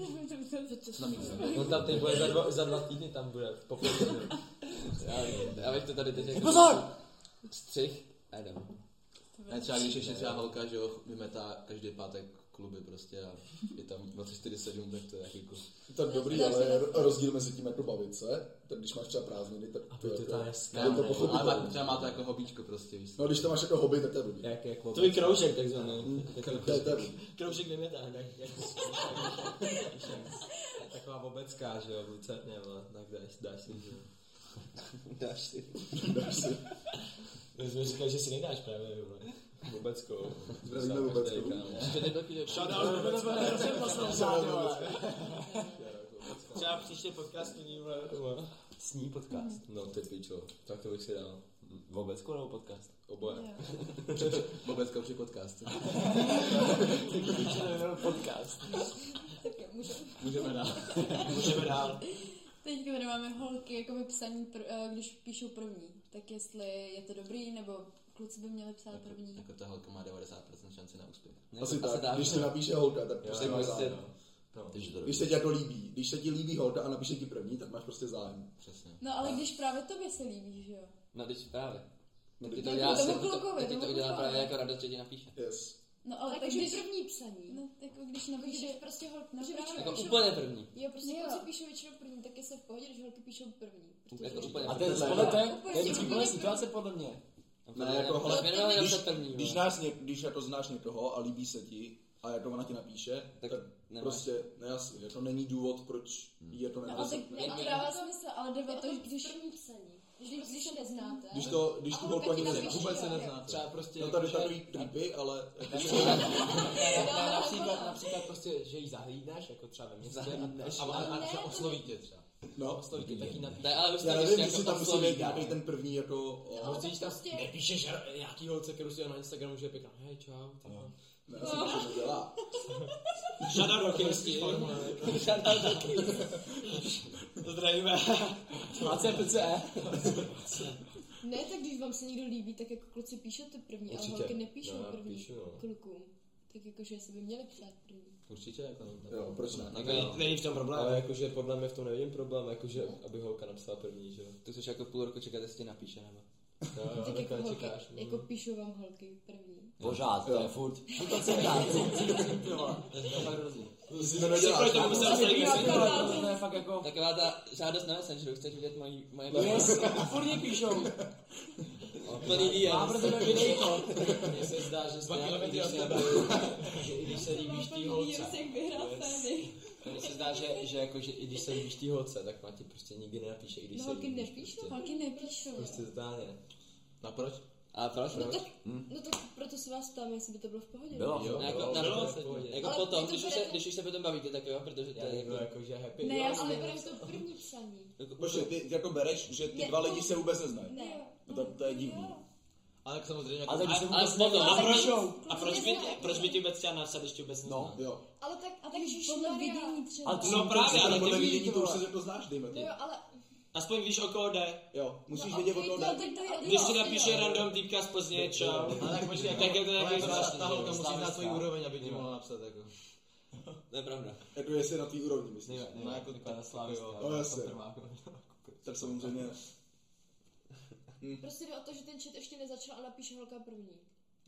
Speaker 5: No tam ty vole, za dva, za dva týdny tam bude, pokud
Speaker 1: Já- Já bych to tady teď jako...
Speaker 3: Pozor!
Speaker 1: Střih. A jdem.
Speaker 10: Ne, třeba když ještě třeba holka, že jo, vymetá každý pátek kluby prostě a je tam 24-7, tak to je taky jako...
Speaker 6: Tak dobrý, ale je rozdíl mezi tím jako bavit se, tak když máš třeba prázdniny, tak to je jako,
Speaker 10: Ne,
Speaker 6: je to
Speaker 10: ale tak
Speaker 6: pochopitelné.
Speaker 10: třeba má to jako hobíčko prostě, víš.
Speaker 6: No když to máš jako hobby, tak to je blbý.
Speaker 3: Jak, jak
Speaker 4: Tvůj kroužek
Speaker 5: Mm.
Speaker 4: takzvaný.
Speaker 6: To je to je
Speaker 5: *laughs*
Speaker 6: blbý.
Speaker 4: Kroužek nemětáhne.
Speaker 5: taková obecká, že jo, v Lucerně, vole, tak dáš, dáš si, že jo.
Speaker 11: *laughs* Dáš si.
Speaker 6: Dáš si.
Speaker 4: To jsme říkali, že si nedáš právě, vole. Vůbecko.
Speaker 6: Zdravíme vůbec.
Speaker 4: Shoutout, vůbec, jsem poslal sám, vole. Třeba příště podcast není, vole. vole.
Speaker 11: S ní podcast. No ty pičo, tak to bych si dal.
Speaker 5: Vůbecko nebo podcast?
Speaker 11: Oboje. Vůbec lepší podcast.
Speaker 5: Podcast.
Speaker 2: Tak jo, můžeme.
Speaker 4: Můžeme
Speaker 1: *laughs*
Speaker 4: dál. Můžeme dál.
Speaker 1: Teď tady máme holky, jakoby psaní, pr- eh, když píšou první, tak jestli je to dobrý, nebo kluci by měli psát první.
Speaker 11: Jako ta holka má 90% šance na úspěch.
Speaker 6: Asi tak, když to napíše holka, tak prostě máš zájem.
Speaker 11: Takže to
Speaker 6: Když se ti jako líbí, když se ti líbí holka a napíše ti první, tak máš prostě zájem.
Speaker 11: Přesně.
Speaker 1: No ale když právě tobě se líbí, že jo?
Speaker 8: No teď právě.
Speaker 6: No,
Speaker 8: Ty
Speaker 6: teď-
Speaker 8: to
Speaker 1: Tak
Speaker 8: udělá,
Speaker 1: tomu
Speaker 8: si-
Speaker 1: klukovi,
Speaker 8: ty to
Speaker 1: tomu
Speaker 8: udělá
Speaker 1: klukovi.
Speaker 8: právě jako radost, že ti napíše.
Speaker 6: Yes.
Speaker 1: No ale tak
Speaker 2: Takže
Speaker 1: když...
Speaker 2: první psaní.
Speaker 1: No, tak když napíše...
Speaker 2: Když prostě holky,
Speaker 1: No,
Speaker 2: že
Speaker 1: právě.
Speaker 2: většinou
Speaker 8: Jako
Speaker 2: píšou-
Speaker 8: úplně první.
Speaker 2: Jo, prostě
Speaker 1: Jo.
Speaker 2: kluci píšou většinou první, tak je se v pohodě, když holky píšou první. Protože
Speaker 8: Jako úplně
Speaker 5: A to je
Speaker 8: první.
Speaker 5: podle té,
Speaker 2: Úplně
Speaker 5: to je vždycky
Speaker 2: si
Speaker 5: podle
Speaker 2: úplně
Speaker 5: situace podle mě.
Speaker 8: Ne,
Speaker 6: jako
Speaker 8: jako
Speaker 6: hele,
Speaker 8: minimálně
Speaker 6: když-
Speaker 8: napsat první.
Speaker 6: Když,
Speaker 8: vole.
Speaker 6: nás něk, když jako znáš někoho a líbí se ti a jako ona ti napíše,
Speaker 8: Tak
Speaker 6: tak,
Speaker 8: nemáš.
Speaker 6: prostě nejasný. Jako není důvod, proč
Speaker 5: Hmm.
Speaker 6: jí je to
Speaker 1: No ale
Speaker 6: nenazvat.
Speaker 1: tak jako dává smysl, ale jde o to,
Speaker 2: když
Speaker 1: když...
Speaker 2: první psaní. Když, když se neznáte.
Speaker 6: Když, to, když tu
Speaker 2: A on
Speaker 6: holku
Speaker 2: taky
Speaker 6: ani
Speaker 2: napíše,
Speaker 6: neznaš.
Speaker 2: Vůbec se
Speaker 11: neznáte.
Speaker 5: Třeba prostě...
Speaker 6: No tady
Speaker 5: jakože-
Speaker 6: takový creepy, *laughs* ale jako,
Speaker 5: Ne, ne, No, například, například prostě, že jí zahlídneš, jako třeba ve městě.
Speaker 11: Zahlídneš.
Speaker 5: A, a, a
Speaker 2: Ne,
Speaker 5: třeba
Speaker 2: to
Speaker 5: osloví tě třeba.
Speaker 6: no.
Speaker 5: Osloví tě, tak jí napíš.
Speaker 8: Ne, ale už
Speaker 6: Já
Speaker 8: tak,
Speaker 6: nevím,
Speaker 8: když
Speaker 6: jestli
Speaker 8: jako
Speaker 6: tam musí
Speaker 8: osloví,
Speaker 6: být
Speaker 8: vole.
Speaker 6: dávej
Speaker 5: *laughs*
Speaker 6: ten první jako... o,
Speaker 5: Prostě, když tam
Speaker 2: prostě-
Speaker 5: nepíšeš nějaký holce, kterou si na Instagramu, že je pěkná, hej, čau. tak.
Speaker 6: Ne, já jsem to nedělá.
Speaker 4: Shoutout do Kirsti.
Speaker 8: Shoutout do
Speaker 4: Zdravíme. ACPCE.
Speaker 2: Ne, tak když vám se někdo líbí, tak jako kluci píšete první,
Speaker 11: Určitě.
Speaker 2: ale holky nepíšou
Speaker 11: No, já
Speaker 2: první
Speaker 11: píšu, no.
Speaker 2: klukům. Tak jakože se by měli psát první.
Speaker 11: Určitě jako no, tak-
Speaker 6: Jo, proč ne?
Speaker 11: Na, na,
Speaker 4: Není v tom problém.
Speaker 5: Ale jakože podle mě v tom nevidím problém, jakože
Speaker 2: No.
Speaker 5: aby holka napsala první, že jo. No,
Speaker 8: To chceš jako půl roku čekat, jestli ti napíše, nebo?
Speaker 5: Jo,
Speaker 2: *laughs*
Speaker 5: jo,
Speaker 2: tak jako,
Speaker 5: takhle
Speaker 2: holky,
Speaker 5: čekáš, mm.
Speaker 2: jako píšou vám holky první.
Speaker 5: Pořád, to je furt. Furt to chci dát, chci, chci, chci, ty vole. *laughs* To je fakt hrozný.
Speaker 6: Musí to nedělá.
Speaker 4: Proč to
Speaker 5: To
Speaker 4: musel se
Speaker 5: je fakt hrozný, to je fakt jako...
Speaker 8: Taková ta žádost na Messengeru, chceš vidět moji, moje Jako
Speaker 5: Yes, a furt mě
Speaker 8: *laughs*
Speaker 5: píšou.
Speaker 8: Plný
Speaker 5: Mám
Speaker 8: DM.
Speaker 5: brzdo videjko. *laughs*
Speaker 4: Mně se zdá, že jste
Speaker 5: Dva
Speaker 4: nějaký,
Speaker 5: kilometry
Speaker 4: když
Speaker 5: od
Speaker 4: se,
Speaker 5: *laughs*
Speaker 4: že i když se líbíš té holce. Mně se zdá, že, že, jako, že i když se líbíš té holce, tak má ti prostě nikdy nenapíše, i když
Speaker 2: No
Speaker 5: se
Speaker 2: holky
Speaker 5: líbíš
Speaker 2: nepíšou,
Speaker 5: Prostě,
Speaker 1: Holky nepíšou.
Speaker 5: prostě totálně.
Speaker 11: na
Speaker 5: No,
Speaker 11: proč?
Speaker 8: A proč?
Speaker 2: No tak, no tak proto se vás ptám, jestli by to bylo v pohodě.
Speaker 5: Bylo.
Speaker 11: Jo,
Speaker 8: No, jako,
Speaker 11: jo,
Speaker 8: na,
Speaker 11: jo.
Speaker 8: jako
Speaker 2: Ale
Speaker 8: potom,
Speaker 2: je to
Speaker 8: když už, se,
Speaker 2: bude-
Speaker 8: když už se potom bavíte, tak jo, protože to
Speaker 5: Já
Speaker 8: je
Speaker 5: bych
Speaker 8: jako,
Speaker 5: byl jako, že happy.
Speaker 1: Ne,
Speaker 5: jo,
Speaker 1: já-
Speaker 2: Ale
Speaker 1: ale-
Speaker 2: bereš to první psaní.
Speaker 6: Bože, ty jako bereš, že ty dva lidi se vůbec neznají.
Speaker 2: Ne.
Speaker 6: No to, to je divný.
Speaker 11: Ale tak samozřejmě jako...
Speaker 5: Ale tak když se
Speaker 8: ale
Speaker 5: vůbec
Speaker 8: potom,
Speaker 5: nedělá.
Speaker 8: a proč,
Speaker 4: A proč by, tě- proč by ti vůbec chtěla napsat, když tě vůbec
Speaker 5: No.
Speaker 4: nezná?
Speaker 6: Jo.
Speaker 2: Ale tak,
Speaker 1: A tak
Speaker 2: Ježiš,
Speaker 1: podle
Speaker 2: Maria.
Speaker 1: vidění
Speaker 5: Ale
Speaker 1: třeba.
Speaker 5: to
Speaker 4: No právě, ale
Speaker 6: podle
Speaker 4: ty
Speaker 6: vidění
Speaker 4: vidíš,
Speaker 6: to už
Speaker 4: vole.
Speaker 6: se to znáš, dejme
Speaker 2: No
Speaker 6: tomu.
Speaker 2: jo, ale...
Speaker 4: Aspoň víš, o koho jde.
Speaker 6: Jo, musíš
Speaker 2: no,
Speaker 6: vědět o
Speaker 2: okej,
Speaker 6: toho
Speaker 2: no,
Speaker 6: dát.
Speaker 2: tak to je
Speaker 4: Když ti
Speaker 2: jo,
Speaker 4: napíše
Speaker 2: jo.
Speaker 4: random týpka z Plzně, čau.
Speaker 11: Ale No, tak počkej,
Speaker 4: Tak je to
Speaker 11: ale
Speaker 4: nějaký
Speaker 11: jako ta,
Speaker 4: zvláštní,
Speaker 11: ta
Speaker 4: že jo,
Speaker 11: holka musí znát
Speaker 5: slaviská.
Speaker 11: svoji úroveň, aby ti mohla napsat jako.
Speaker 8: to je pravda.
Speaker 6: Jako jestli na tvý úrovni, myslíš?
Speaker 5: Nejme,
Speaker 11: No,
Speaker 5: nejme,
Speaker 11: jako
Speaker 5: jako taková
Speaker 11: tak-
Speaker 5: slavistka.
Speaker 11: jako
Speaker 6: jo. No, jasně. Tak samozřejmě.
Speaker 2: Prostě jde o to, že ten chat ještě nezačal a napíše holka první.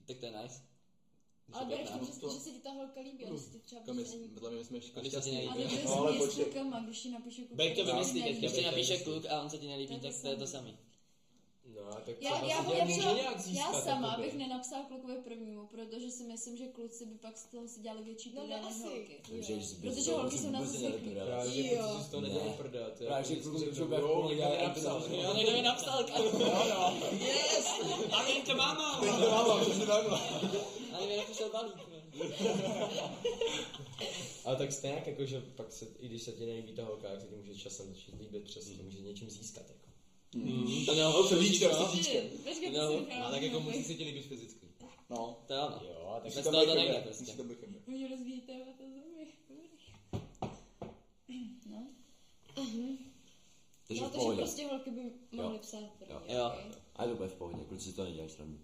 Speaker 8: Tak to je nice.
Speaker 2: Ale bereš to,
Speaker 8: pěkná.
Speaker 2: že, že se ti ta holka líbí, ale že ti třeba
Speaker 11: Jako my,
Speaker 2: prostě ani...
Speaker 11: podle mě my jsme ško-
Speaker 8: Když se ti
Speaker 11: šťastní.
Speaker 1: A
Speaker 8: nejde.
Speaker 1: to je
Speaker 6: ale
Speaker 1: no, s
Speaker 6: počkej.
Speaker 1: klukama, když ti napíšu kluka.
Speaker 4: Bejk to vymyslí teď,
Speaker 8: Když ti
Speaker 4: to
Speaker 8: napíše
Speaker 4: vymyslí.
Speaker 8: kluk a on se ti nelíbí, tak to je to samý.
Speaker 5: No, tak
Speaker 1: Já,
Speaker 5: třeba
Speaker 1: já,
Speaker 5: se tě
Speaker 1: já,
Speaker 5: může
Speaker 1: třeba,
Speaker 5: nějak získat,
Speaker 1: já sama
Speaker 5: jakoby.
Speaker 1: bych nenapsala klukovi prvnímu, protože si myslím, že kluci by pak z toho si dělali větší
Speaker 2: No,
Speaker 1: prdel
Speaker 2: no,
Speaker 1: než
Speaker 2: asi.
Speaker 1: holky.
Speaker 5: Takže
Speaker 2: Jo.
Speaker 5: jsi-
Speaker 1: Protože holky jsou na to zvyklí.
Speaker 5: Právě, že
Speaker 1: Jo.
Speaker 5: kluci si z toho nedělají
Speaker 12: Ne.
Speaker 5: prdel. to je
Speaker 12: Právě,
Speaker 5: jako
Speaker 12: že
Speaker 5: nic,
Speaker 12: kluci
Speaker 5: řeknou,
Speaker 12: třeba
Speaker 5: "Jo,
Speaker 12: jako dělají prdel."
Speaker 5: někdo mi napsal, že
Speaker 4: Jo,
Speaker 5: jo,
Speaker 4: někdo mi napsal, kámo.
Speaker 5: jo, no.
Speaker 4: Yes! A vím, to máma!
Speaker 8: Ale mi napíšel balík. no. ne?
Speaker 5: Ale tak stejně jak jako, že pak se, i když se ti nelíbí ta holka, tak se ti může časem začít líbit, přesně, může něčím získat, jako.
Speaker 8: To měl ho
Speaker 6: Srdíčka,
Speaker 8: no.
Speaker 6: srdíčka.
Speaker 2: Počkej,
Speaker 8: No,
Speaker 2: to jsem
Speaker 11: A tak jako musí se ti líbit fyzicky.
Speaker 6: No.
Speaker 8: To jo, no.
Speaker 5: Jo, tak
Speaker 8: Bez toho to
Speaker 6: Musí
Speaker 8: nejde prostě.
Speaker 6: to být chemie.
Speaker 1: Mě rozvíjí témata zuby. No.
Speaker 5: Takže
Speaker 2: No,
Speaker 5: v
Speaker 2: takže
Speaker 5: pohodě.
Speaker 2: prostě holky by mohly psát první.
Speaker 8: Jo.
Speaker 2: okej.
Speaker 5: A je to bude v pohodě, kluci si to nedělají srandu.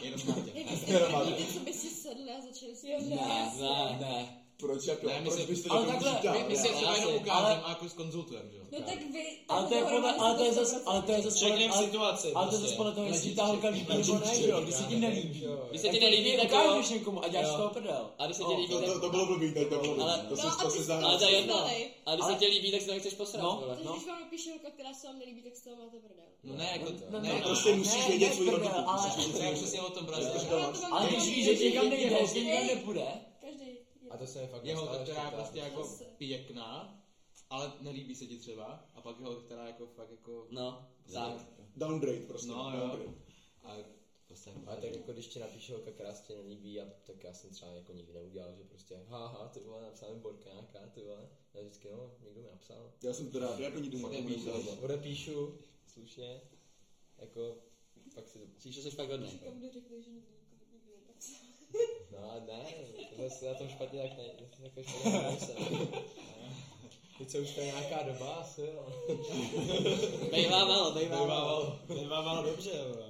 Speaker 11: Jenom na tě.
Speaker 2: Vy byste první, ty, co by si sedli a začali si
Speaker 1: Jo,
Speaker 5: Ne, ne, ne.
Speaker 6: Proč jako?
Speaker 11: Ne, my
Speaker 6: Proč
Speaker 11: si-
Speaker 6: byste
Speaker 5: ale
Speaker 6: někomu
Speaker 5: takhle,
Speaker 6: říkal?
Speaker 5: my- my
Speaker 11: My si je třeba jenom
Speaker 5: Ale-
Speaker 11: ukážeme a jako skonzultujeme, že jo.
Speaker 1: No tak vy...
Speaker 5: Ale to je podle, ale to je zase, ale to je zase, podle-
Speaker 4: Řekneme
Speaker 5: ale-
Speaker 4: situaci.
Speaker 5: ale to jako je
Speaker 4: prostě.
Speaker 5: zase podle toho, jestli ta holka líbí nebo ne, že jo, když se ti nelíbí.
Speaker 8: Když se ti nelíbí, tak jo.
Speaker 5: ukážeš někomu a děláš
Speaker 8: Jo.
Speaker 5: z toho prdel.
Speaker 8: A když se
Speaker 5: No,
Speaker 8: ti líbí,
Speaker 6: To, to,
Speaker 8: tak...
Speaker 6: to bylo blbý, tak to bylo blbý.
Speaker 8: Ale-
Speaker 6: To
Speaker 2: No,
Speaker 6: si, to
Speaker 2: aby
Speaker 6: si
Speaker 2: si-
Speaker 6: zahrál.
Speaker 8: Ale to je jedno.
Speaker 2: Dělej.
Speaker 8: A když se
Speaker 5: Ale-
Speaker 8: ti líbí, tak se nechceš posrat,
Speaker 5: No.
Speaker 8: vole.
Speaker 2: Takže
Speaker 5: No.
Speaker 2: když vám napíše holka, která se vám nelíbí, tak z toho máte prdel.
Speaker 11: No ne, jako
Speaker 5: No,
Speaker 11: ne,
Speaker 5: no,
Speaker 11: no,
Speaker 6: Prostě musíš
Speaker 5: Ne,
Speaker 6: vědět
Speaker 5: ne,
Speaker 6: svůj
Speaker 5: prdel,
Speaker 6: rodinu.
Speaker 5: ale-
Speaker 11: to je přesně o tom právě.
Speaker 2: Ale to vám
Speaker 5: Ale když
Speaker 2: každý-
Speaker 5: víš, že ti někam
Speaker 2: každý-
Speaker 5: nejde, že nikam nepůjde,
Speaker 2: Každý.
Speaker 5: to se je fakt
Speaker 11: Je holka,
Speaker 5: nestalo,
Speaker 11: která je
Speaker 5: že to-
Speaker 11: prostě jako
Speaker 2: Zase.
Speaker 11: pěkná,
Speaker 6: ale nelíbí se ti třeba, a pak jeho, která jako fakt jako...
Speaker 5: No, tak.
Speaker 6: Downgrade prostě. No, jo. A prostě...
Speaker 5: Ale tak jako když ti napíše holka, která se ti nelíbí, a tak já jsem třeba jako nikdy neudělal, že prostě haha, ty vole, napsal mi Borka nějaká, ty vole. Já vždycky, no, někdo mi napsal.
Speaker 6: Já jsem to rád, jako nikdy mu nevíš, ale...
Speaker 5: Odepíšu, slušně, jako, pak si, příště jsi fakt hodný.
Speaker 13: Komu řekli, že nikdy nikomu nikdy nepatří.
Speaker 5: *laughs* No a ne, to se na tom špatně tak ne, jako špatně nejsem. Teď se už to je nějaká doba asi, jo.
Speaker 8: no,
Speaker 5: Bejvávalo, bejvávalo. Bejvávalo dobře, jo.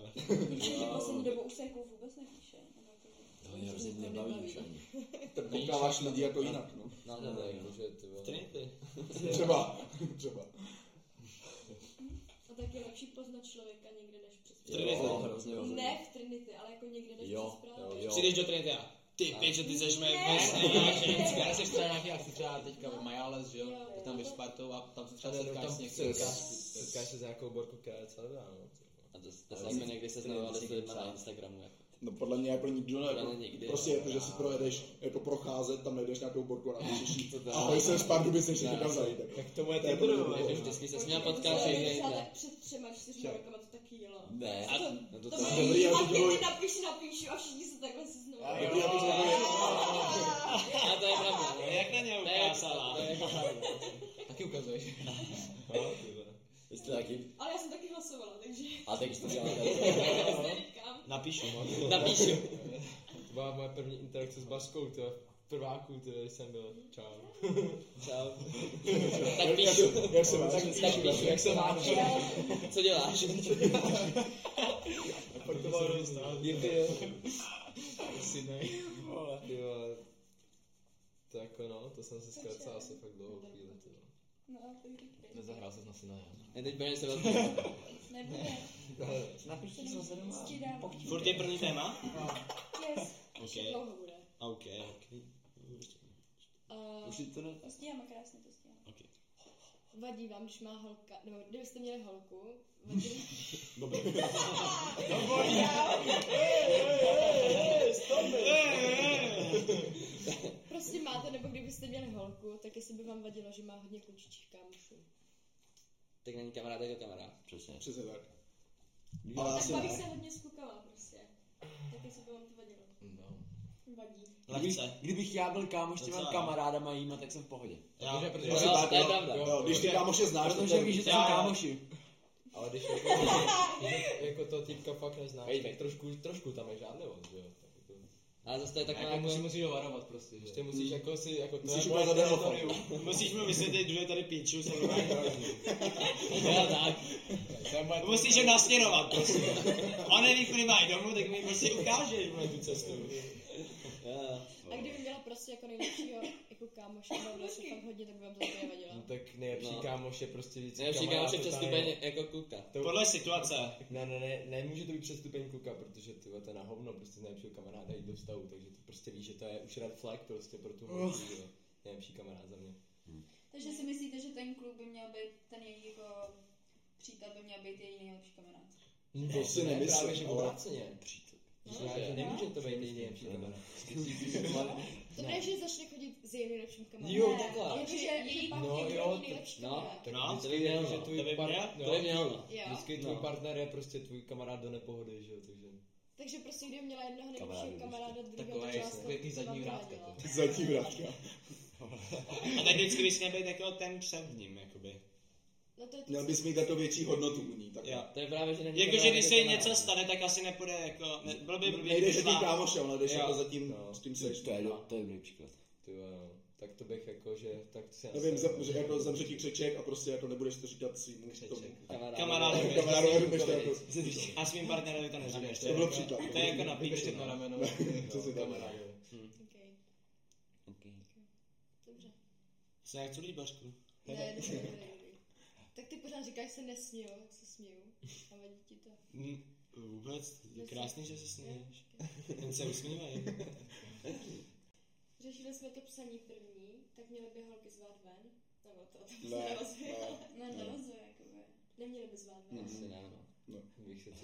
Speaker 13: Myslím, že poslední dobou už se jako vůbec nepíše. Nebo jako-
Speaker 6: To mě hrozně
Speaker 13: Nikdo
Speaker 6: nebaví
Speaker 13: nebaví.
Speaker 6: už ani. Tak potkáváš lidi jako jinak, no.
Speaker 5: No, no, no, jakože ty vole.
Speaker 14: Trinity.
Speaker 6: Třeba, třeba.
Speaker 13: A tak je lepší poznat člověka někde než přes
Speaker 14: Trinity. Hrozně velmi.
Speaker 13: Ne v Trinity, ale jako někde než
Speaker 14: Jo,
Speaker 13: přes právě.
Speaker 14: Jo. Přijdeš do Trinity a ty piče, ty seš mé vesná ženská. Já jsem třeba nějaký, jak jsem třeba teďka v Majales, že jo, tak tam ve Spartou a tam se třeba setkáš s někým.
Speaker 5: Setkáš se s nějakou borku, která je celá dobrá, no.
Speaker 8: A to, to samé někdy se znamenali s lidmi na Instagramu. Jako.
Speaker 6: No podle mě jako nikdo ne,
Speaker 8: Podle
Speaker 6: jako,
Speaker 8: mě nikdy,
Speaker 6: prostě
Speaker 8: no.
Speaker 6: jako, že si projedeš, jako procházet, tam najdeš nějakou borku a napíšeš jí, ahoj, jsem z Pardubice, že tam zajde.
Speaker 5: Tak tomu je
Speaker 6: To je
Speaker 5: taky
Speaker 6: dobré,
Speaker 5: dobré.
Speaker 8: Že vždycky se s ním
Speaker 13: To
Speaker 8: potkáš
Speaker 13: jsem
Speaker 8: jiný
Speaker 13: napsala
Speaker 8: dne.
Speaker 13: tak před třema, čtyřma rokama to taky jelo.
Speaker 8: Ne.
Speaker 13: A to,
Speaker 8: No
Speaker 13: to, to
Speaker 8: to tam.
Speaker 13: bylo
Speaker 6: dobrý, já
Speaker 13: a ty
Speaker 6: to dělám.
Speaker 13: napíšu, napíšu a všichni se takhle se znovu.
Speaker 6: Dobrý, abych
Speaker 8: A to je pravda. no.
Speaker 14: Jak na ně
Speaker 8: To je-
Speaker 14: ukázala?
Speaker 8: to je pravda.
Speaker 14: Taky ukazuješ.
Speaker 8: Vy jste taky...
Speaker 13: Ale já jsem taky hlasovala, takže
Speaker 8: A tak jste dělali.
Speaker 13: *laughs* já se říkám.
Speaker 14: Napíšu, no.
Speaker 8: Napíšu.
Speaker 5: To byla moje první interakce s Baskou, to je v prváku, to jsem byl. Čau.
Speaker 8: Čau. Tak píšu.
Speaker 6: jak se
Speaker 5: *laughs*
Speaker 6: máš,
Speaker 8: Tak, tak píšu. Jak se máš? Co děláš?
Speaker 6: pak to bylo růst.
Speaker 5: *laughs* Díky, jo. Asi ne. Vole, ty vole. To jako no, to jsem si zkracal asi fakt dlouhou chvíli, ty vole.
Speaker 13: No a ty říkej.
Speaker 14: Nezahrál se na syna,
Speaker 8: Ne, teď budeme se vás...
Speaker 13: Nebude.
Speaker 14: Napište,
Speaker 13: co se doma.
Speaker 14: Furt je první téma?
Speaker 13: Yes.
Speaker 14: OK.
Speaker 13: Dlouho bude.
Speaker 14: OK.
Speaker 2: Uh,
Speaker 8: Už to ne...
Speaker 13: To stíháme krásně, to stíháme.
Speaker 2: Vadí vám, když má holka, nebo kdybyste měli holku, vadí, *laughs* prostě máte, nebo kdybyste měli holku, tak jestli by vám vadilo, že má hodně klučičích kámošů.
Speaker 8: Tak není kamarád, jako kamarád.
Speaker 14: Přesně.
Speaker 6: Přesně tak.
Speaker 13: Ale
Speaker 6: Ale
Speaker 13: tak
Speaker 6: asi
Speaker 13: baví
Speaker 6: ne.
Speaker 13: se hodně s klukama prostě. Tak jestli by vám to vadilo. Vadí.
Speaker 14: Lehce.
Speaker 8: Kdybych já byl kámoš,
Speaker 14: těma
Speaker 8: kamarádama jíma, tak jsem v pohodě.
Speaker 14: Já,
Speaker 8: Jo,
Speaker 14: protože,
Speaker 8: to je
Speaker 6: jo,
Speaker 8: pravda.
Speaker 6: jo, Když ty kámoše znáš, tak-
Speaker 14: to jsou
Speaker 8: kámoši.
Speaker 5: Ale když jako, když jako to týpka fakt neznáš,
Speaker 8: Hej,
Speaker 5: tak
Speaker 8: hej.
Speaker 5: trošku, trošku tam je žádlivost, že jo. Tak jako,
Speaker 8: Ale zase to je taková
Speaker 14: jako
Speaker 8: jako...
Speaker 14: musí, musíš ho varovat prostě.
Speaker 5: když
Speaker 14: Že?
Speaker 5: ty musíš jako si, jako to
Speaker 6: Musíš
Speaker 5: je
Speaker 6: ukázat
Speaker 5: moje
Speaker 6: ten
Speaker 5: teritorium.
Speaker 14: Musíš mu vysvětlit, kdo je tady píču, jsem
Speaker 8: Jo, tak.
Speaker 5: To je moje
Speaker 14: Musíš ho nasměrovat prostě. On neví, kudy mají domů, tak mi prostě ukáže.
Speaker 5: teritorium, tu cestu.
Speaker 8: Jo, jo.
Speaker 2: A kdyby
Speaker 5: No.
Speaker 2: měla prostě jako nejlepšího jako kámoše, bavilo se fakt hodně, tak by vám to také vadilo.
Speaker 5: No tak nejlepší
Speaker 8: No.
Speaker 5: kámoš je prostě vždycky
Speaker 8: Nejlepší kámoš je
Speaker 5: to
Speaker 8: přes
Speaker 5: tam je-
Speaker 8: stupeň jako kuka.
Speaker 5: To,
Speaker 14: Podle situace.
Speaker 5: ne, ne, ne, nemůže to být přes stupeň kluka, protože ty vole, to je na hovno, prostě z nejlepšího kamaráda jít do vztahu, takže to prostě víš, že to je už red flag prostě pro tu holku, že jo. nejlepší kamarád za mě.
Speaker 2: Takže si myslíte, že ten kluk by měl být, ten její jako přítel by měl být její nejlepší kamarád.
Speaker 6: To si nemyslím,
Speaker 5: Právě, že
Speaker 6: ale-
Speaker 5: obráceně. Že právě, že nemůže to být její nejlepší kamarád.
Speaker 2: To ne, že začne chodit s jejím nejlepším kamarádem.
Speaker 5: Jo,
Speaker 2: Ne,
Speaker 5: takhle.
Speaker 2: Jakože její pak
Speaker 5: No,
Speaker 2: no,
Speaker 5: jo,
Speaker 2: jo,
Speaker 5: to-
Speaker 2: nejlepší
Speaker 8: no.
Speaker 2: kamarád.
Speaker 5: Tak
Speaker 14: No,
Speaker 5: vždycky
Speaker 8: to by mělo,
Speaker 5: je, že
Speaker 8: no.
Speaker 5: tvůj
Speaker 14: To by
Speaker 5: par-
Speaker 14: mělo.
Speaker 5: no,
Speaker 8: To je mělo, no.
Speaker 2: Jo.
Speaker 5: Vždycky tvůj
Speaker 8: No.
Speaker 5: partner je prostě tvůj kamarád do nepohody, že jo, takže...
Speaker 2: Takže prostě kdyby měla jednoho nejlepšího
Speaker 8: Kamarádi,
Speaker 2: kamaráda, druhého
Speaker 14: Taková
Speaker 2: by
Speaker 14: je,
Speaker 5: jako-
Speaker 2: vás to-
Speaker 14: takový
Speaker 2: to vám
Speaker 14: zadní
Speaker 2: to
Speaker 14: vrátka.
Speaker 2: vadilo.
Speaker 14: to.
Speaker 6: Zatím vrátka.
Speaker 14: A tak vždycky bys měl být jako ten před ním, jakoby.
Speaker 2: No to je to,
Speaker 6: Měl bys mít jako větší hodnotu u ní, tak
Speaker 14: Jo.
Speaker 8: To je právě, že není
Speaker 14: Jakože
Speaker 8: kamarád,
Speaker 14: když se
Speaker 8: jako
Speaker 14: jí něco
Speaker 8: kamarád.
Speaker 14: stane, tak asi nepůjde jako, ne, byl by blbý.
Speaker 6: Nejdeš za
Speaker 14: kdyby
Speaker 6: tím
Speaker 14: byla-
Speaker 6: kámošem, ale jdeš
Speaker 14: Jo.
Speaker 6: jako za tím,
Speaker 5: No.
Speaker 6: s tím seš.
Speaker 8: To je, do- to je dobrý příklad.
Speaker 5: Ty jo, no. Tak to bych jako, že... Tak to si
Speaker 6: Nevím,
Speaker 5: asi-
Speaker 6: zem- že jako zemře ti křeček a prostě jako nebudeš to říkat svým tomu.
Speaker 8: Kamarád.
Speaker 14: Kamarádovi.
Speaker 6: Kamarádovi budeš to jako...
Speaker 14: A svým partnerovi to neříkáš.
Speaker 6: To bylo příklad.
Speaker 14: To je jako na píču,
Speaker 6: *laughs*
Speaker 14: no.
Speaker 5: rameno. *laughs*
Speaker 6: Přesně tak.
Speaker 2: okay.
Speaker 8: Okay.
Speaker 2: Dobře.
Speaker 14: Se jak co líbařku.
Speaker 2: Ne, dobře, dobře, dobrý. Tak ty pořád říkáš, že se nesmíju, tak se směju. A vadí ti to.
Speaker 14: Hm, Vůbec, je krásný, že se směješ. Ten se usmívej.
Speaker 2: Řešili jsme to psaní první, tak měly by holky zvát ven. Nebo to, to se
Speaker 6: Ne,
Speaker 2: nerozvíjí.
Speaker 6: ne.
Speaker 14: No.
Speaker 2: Ne, nerozvíjí, jakoby. Neměly by zvát ven.
Speaker 8: Asi ne, no.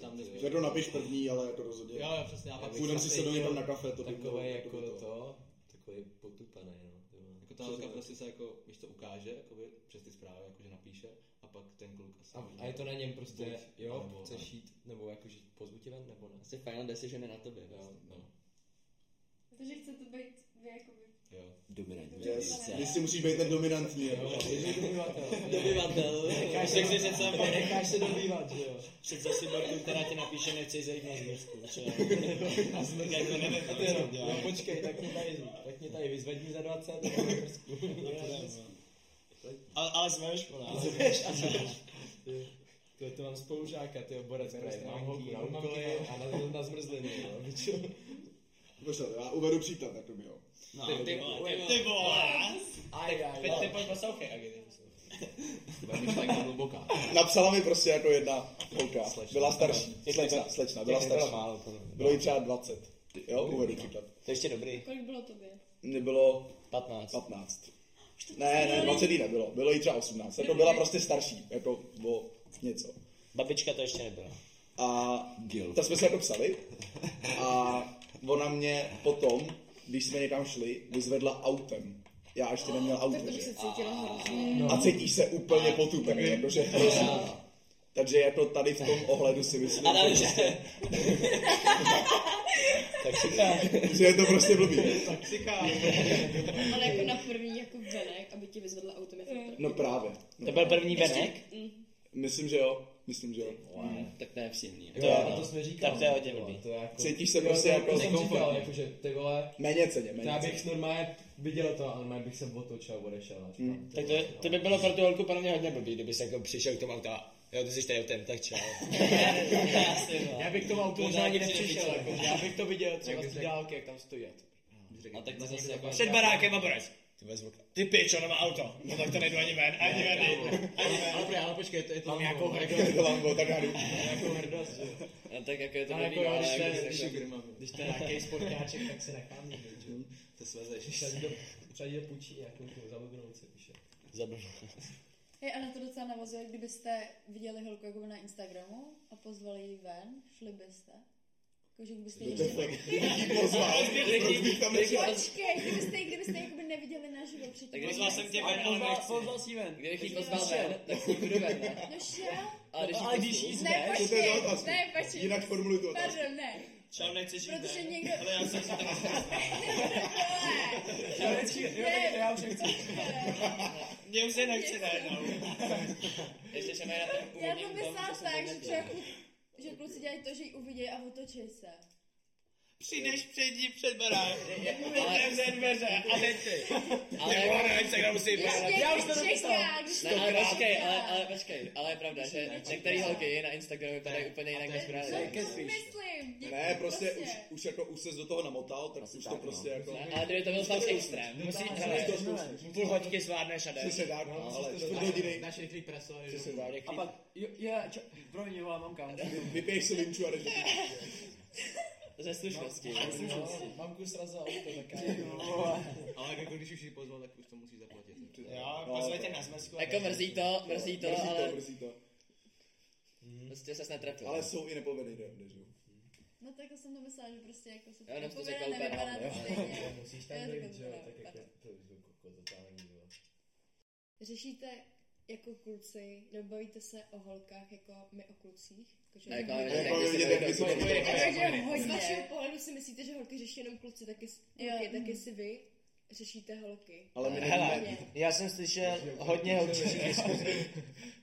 Speaker 14: Tam nesmíš.
Speaker 6: Jako napiš první, ale jako rozhodně.
Speaker 14: Jo, jo, přesně. A pak
Speaker 6: Půjdem si se do někam na kafe, to by bylo.
Speaker 5: Takový jako
Speaker 6: by bylo-
Speaker 5: to, takový potupaný, no. ty vole.
Speaker 14: Jako
Speaker 15: ta holka prostě se jako, když to ukáže, jakoby, přes ty zprávy, jakože napíše, a pak ten kluk asi...
Speaker 5: A, a je to na něm prostě,
Speaker 15: Buď,
Speaker 5: jo,
Speaker 15: nebo-
Speaker 5: chceš jít, nebo jakože pozvu tě ven, nebo ne.
Speaker 8: Asi final decision je na tobě.
Speaker 5: Jo, no,
Speaker 2: Protože chcete být vy jakoby...
Speaker 15: jo.
Speaker 14: Dominantní.
Speaker 2: Yes.
Speaker 14: pozice.
Speaker 15: Jestli musíš být ten dominantní, jo.
Speaker 5: *laughs*
Speaker 8: Dobyvatel.
Speaker 5: Necháš se přece sám, necháš se dobývat, že jo.
Speaker 14: Před zase Bartu, která tě napíše, nechceš zajít na zvěřku.
Speaker 5: A smrk jako nevím, co to jenom dělá. Počkej, tak mě tady, tak mě tady vyzvedni za 20. *laughs*
Speaker 14: Ale, ale jsme ve škole. ale-
Speaker 5: To, to mám spolužáka, ty borec,
Speaker 14: Bereš
Speaker 5: prej, mám
Speaker 14: ranky,
Speaker 5: holku na
Speaker 14: mám
Speaker 5: úkoly a na, na zmrzlinu, jo, víš jo.
Speaker 6: Počkej, já uvedu příklad, tak to mi jo.
Speaker 14: No, ty, ty, vole, ty vole. Aj, aj, aj. Ty pojď poslouchej, jak je to.
Speaker 15: Myšlenka hluboká.
Speaker 6: Napsala mi prostě jako jedna holka. Byla starší. Slečna, slečna, byla starší.
Speaker 5: málo, to
Speaker 6: Bylo jí třeba 20. Jo, uvedu příklad.
Speaker 14: To ještě dobrý.
Speaker 2: Kolik bylo tobě?
Speaker 6: Mně bylo
Speaker 14: 15.
Speaker 6: 15. Ne, ne, 20 jí nebylo. Bylo jí třeba 18. Jako byla prostě starší, jako o něco.
Speaker 14: Babička to ještě nebyla.
Speaker 6: A tak jsme se jako psali. A ona mě potom, když jsme někam šli, vyzvedla autem. Já ještě neměl auto.
Speaker 2: Tak to bych
Speaker 6: že?
Speaker 2: se cítila hrozně.
Speaker 6: A cítíš se úplně potupený, jakože hrozný. Takže jako tady v tom ohledu si myslím, že, *laughs* prostě, že je to prostě blbý.
Speaker 2: Ale jako na první jako venek, aby ti vyzvedla autem. Mm.
Speaker 6: No právě. No.
Speaker 14: To byl první venek?
Speaker 6: Myslím, že jo. Myslím, že jo.
Speaker 14: Tak to je příjemný.
Speaker 5: Jo,
Speaker 14: je-
Speaker 5: a to jsme říkali.
Speaker 14: Tak to je hodně blbý.
Speaker 5: To je jako...
Speaker 6: Cítíš se
Speaker 5: Jo,
Speaker 6: prostě
Speaker 5: to je-
Speaker 6: jako
Speaker 5: To jsem říkal,
Speaker 6: nekomfortně.
Speaker 5: jakože ty vole,
Speaker 6: Méně ceně,
Speaker 5: to já
Speaker 6: méně ceně.
Speaker 5: bych normálně viděl to, ale normálně bych se otočil a odešel. až
Speaker 6: Hm.
Speaker 5: tam.
Speaker 14: Tak to, to by bylo pro tu holku podle mě hodně blbý, kdyby se jako přišel k tomu autu a jo, ty jsi tady ten, tak
Speaker 5: *laughs*
Speaker 14: čau.
Speaker 5: Já bych k tomu autu možná ani nepřišel, jako. já bych to viděl třeba
Speaker 14: Jak
Speaker 5: z
Speaker 14: bys
Speaker 5: té
Speaker 14: řekl?
Speaker 5: dálky, jak No, tam stojí.
Speaker 14: A tak to zase jako...
Speaker 5: Před
Speaker 14: barákem a borec. Ty bez okna. Ty pič, ona má auto. No tak to nejdu ani ven, ani ven.
Speaker 5: Ale dobré, ale počkej, to je to *laughs* nějakou
Speaker 6: To Lambo, tak já jdu.
Speaker 5: Nějakou hrdost, že jo.
Speaker 14: A tak jako je to
Speaker 5: Ale
Speaker 14: blbý,
Speaker 5: jako jo,
Speaker 14: ale
Speaker 5: když to
Speaker 14: jako
Speaker 5: je-
Speaker 14: bys
Speaker 5: když-
Speaker 14: jako-
Speaker 5: Když to je nějaký sportáček, tak se nechám jít, že jo.
Speaker 15: To svezeš.
Speaker 5: Přijde do, přijde do půjčí nějakou tu zamluvnou si píše.
Speaker 14: Zabrnu.
Speaker 1: Hej, a na to docela navazuje, kdybyste viděli holku jako na Instagramu a pozvali ji ven, šli byste. Jakože kdybyste ji ještě...
Speaker 6: Pozval, proč bych tam nešel?
Speaker 1: Počkej, kdybyste ji kdybyste ji jakoby neviděli naživo předtím.
Speaker 14: Tak pozval jsem tě ven, ale nechci.
Speaker 5: Pozval si ven.
Speaker 14: Kdybych jí pozval ven, tak si budu ven,
Speaker 8: *laughs*
Speaker 14: ne?
Speaker 1: No šel?
Speaker 14: Ale když jí
Speaker 5: Ale když
Speaker 14: pozvu-
Speaker 5: jí
Speaker 1: Ne,
Speaker 5: zveš,
Speaker 6: to je
Speaker 1: počkej,
Speaker 6: za otázku.
Speaker 1: ne, počkej.
Speaker 6: Jinak formuluj tu otázku.
Speaker 1: Pardon, ne.
Speaker 14: Čau, nechci žít,
Speaker 1: Protože
Speaker 14: ne?
Speaker 1: někdo...
Speaker 14: Ale já jsem si tam...
Speaker 5: já nechci, jo, tak já už nechci.
Speaker 14: Mě už se nechci no. najednou. Ještě se mají na tom
Speaker 1: Já
Speaker 14: původním
Speaker 1: to
Speaker 14: tom,
Speaker 1: myslel
Speaker 14: co jsem
Speaker 1: tak,
Speaker 14: tam
Speaker 1: že
Speaker 14: nebyl.
Speaker 1: třeba klu- že kluci dělají to, že ji uvidí a otočí se.
Speaker 14: Přijdeš před ní před barák. Ale ze dveře. A teď ty. Ale na Instagramu si
Speaker 1: Ještě
Speaker 5: já už to
Speaker 1: čeká, když
Speaker 14: ne, ale počkej, ale, ale počkej, ale je pravda, že některé holky na Instagramu vypadají úplně jinak než
Speaker 1: No,
Speaker 14: právě.
Speaker 1: to myslím. děkuji,
Speaker 6: Ne, prostě už, už jako už ses do toho namotal, tak už to
Speaker 5: no.
Speaker 14: tak,
Speaker 6: prostě jako...
Speaker 14: Ale kdyby to byl fakt extrém, musí jít půl hoďky zvládneš a
Speaker 6: Co
Speaker 14: jdeš.
Speaker 6: se dá, no, ale čtvrt hodiny,
Speaker 5: Dáš rychlý preso, že
Speaker 6: se
Speaker 5: jo.
Speaker 6: dá.
Speaker 5: A pak, jo, já, čo, promiň, volá mamka.
Speaker 6: Vypiješ si linču a jdeš do píči.
Speaker 14: Ze slušnosti.
Speaker 5: Mám kus razu auto, tak
Speaker 15: Ale jako když už ji pozval, tak už to musí zaplatit.
Speaker 14: Jo,
Speaker 6: pozvěte
Speaker 14: na zmrzku. Jako mrzí to,
Speaker 6: Mhm.
Speaker 14: mrzí to,
Speaker 6: Mrzí to,
Speaker 14: ale
Speaker 6: mrzí to.
Speaker 14: prostě ses netrefil.
Speaker 6: Ale jsou i nepovedený rande, že jo.
Speaker 1: No tak jsem to myslela, že prostě jako se
Speaker 14: Já
Speaker 1: to
Speaker 14: nevím, co
Speaker 1: nepovede,
Speaker 14: řekla úplně
Speaker 1: nevypadá
Speaker 14: dávno,
Speaker 1: to
Speaker 14: jo.
Speaker 1: stejně.
Speaker 5: Musíš
Speaker 1: tam
Speaker 5: tam
Speaker 1: Já
Speaker 5: dojít,
Speaker 1: dojít,
Speaker 5: že
Speaker 1: že jo,
Speaker 5: jo,
Speaker 1: to tak
Speaker 5: tak jak
Speaker 1: jako
Speaker 5: to koko totální, že jo.
Speaker 1: Řešíte jako kluci, nebo bavíte se o holkách jako my o klucích? Jakože-
Speaker 14: Ne, jako ale
Speaker 6: Ne,
Speaker 14: tak
Speaker 6: jako
Speaker 14: když se
Speaker 6: vidět, jak
Speaker 14: bavíme-
Speaker 6: vy se bavíte.
Speaker 14: bavíme-
Speaker 1: Jakože
Speaker 14: bavíme-
Speaker 1: hodně.
Speaker 2: Z vašeho pohledu si myslíte, že holky řeší jenom kluci, taky, s-
Speaker 1: Jo.
Speaker 2: kluky, taky si vy
Speaker 1: Řešíte holky.
Speaker 6: Ale my nevíme.
Speaker 1: Hele.
Speaker 14: Já jsem slyšel hodně určitých diskuzí.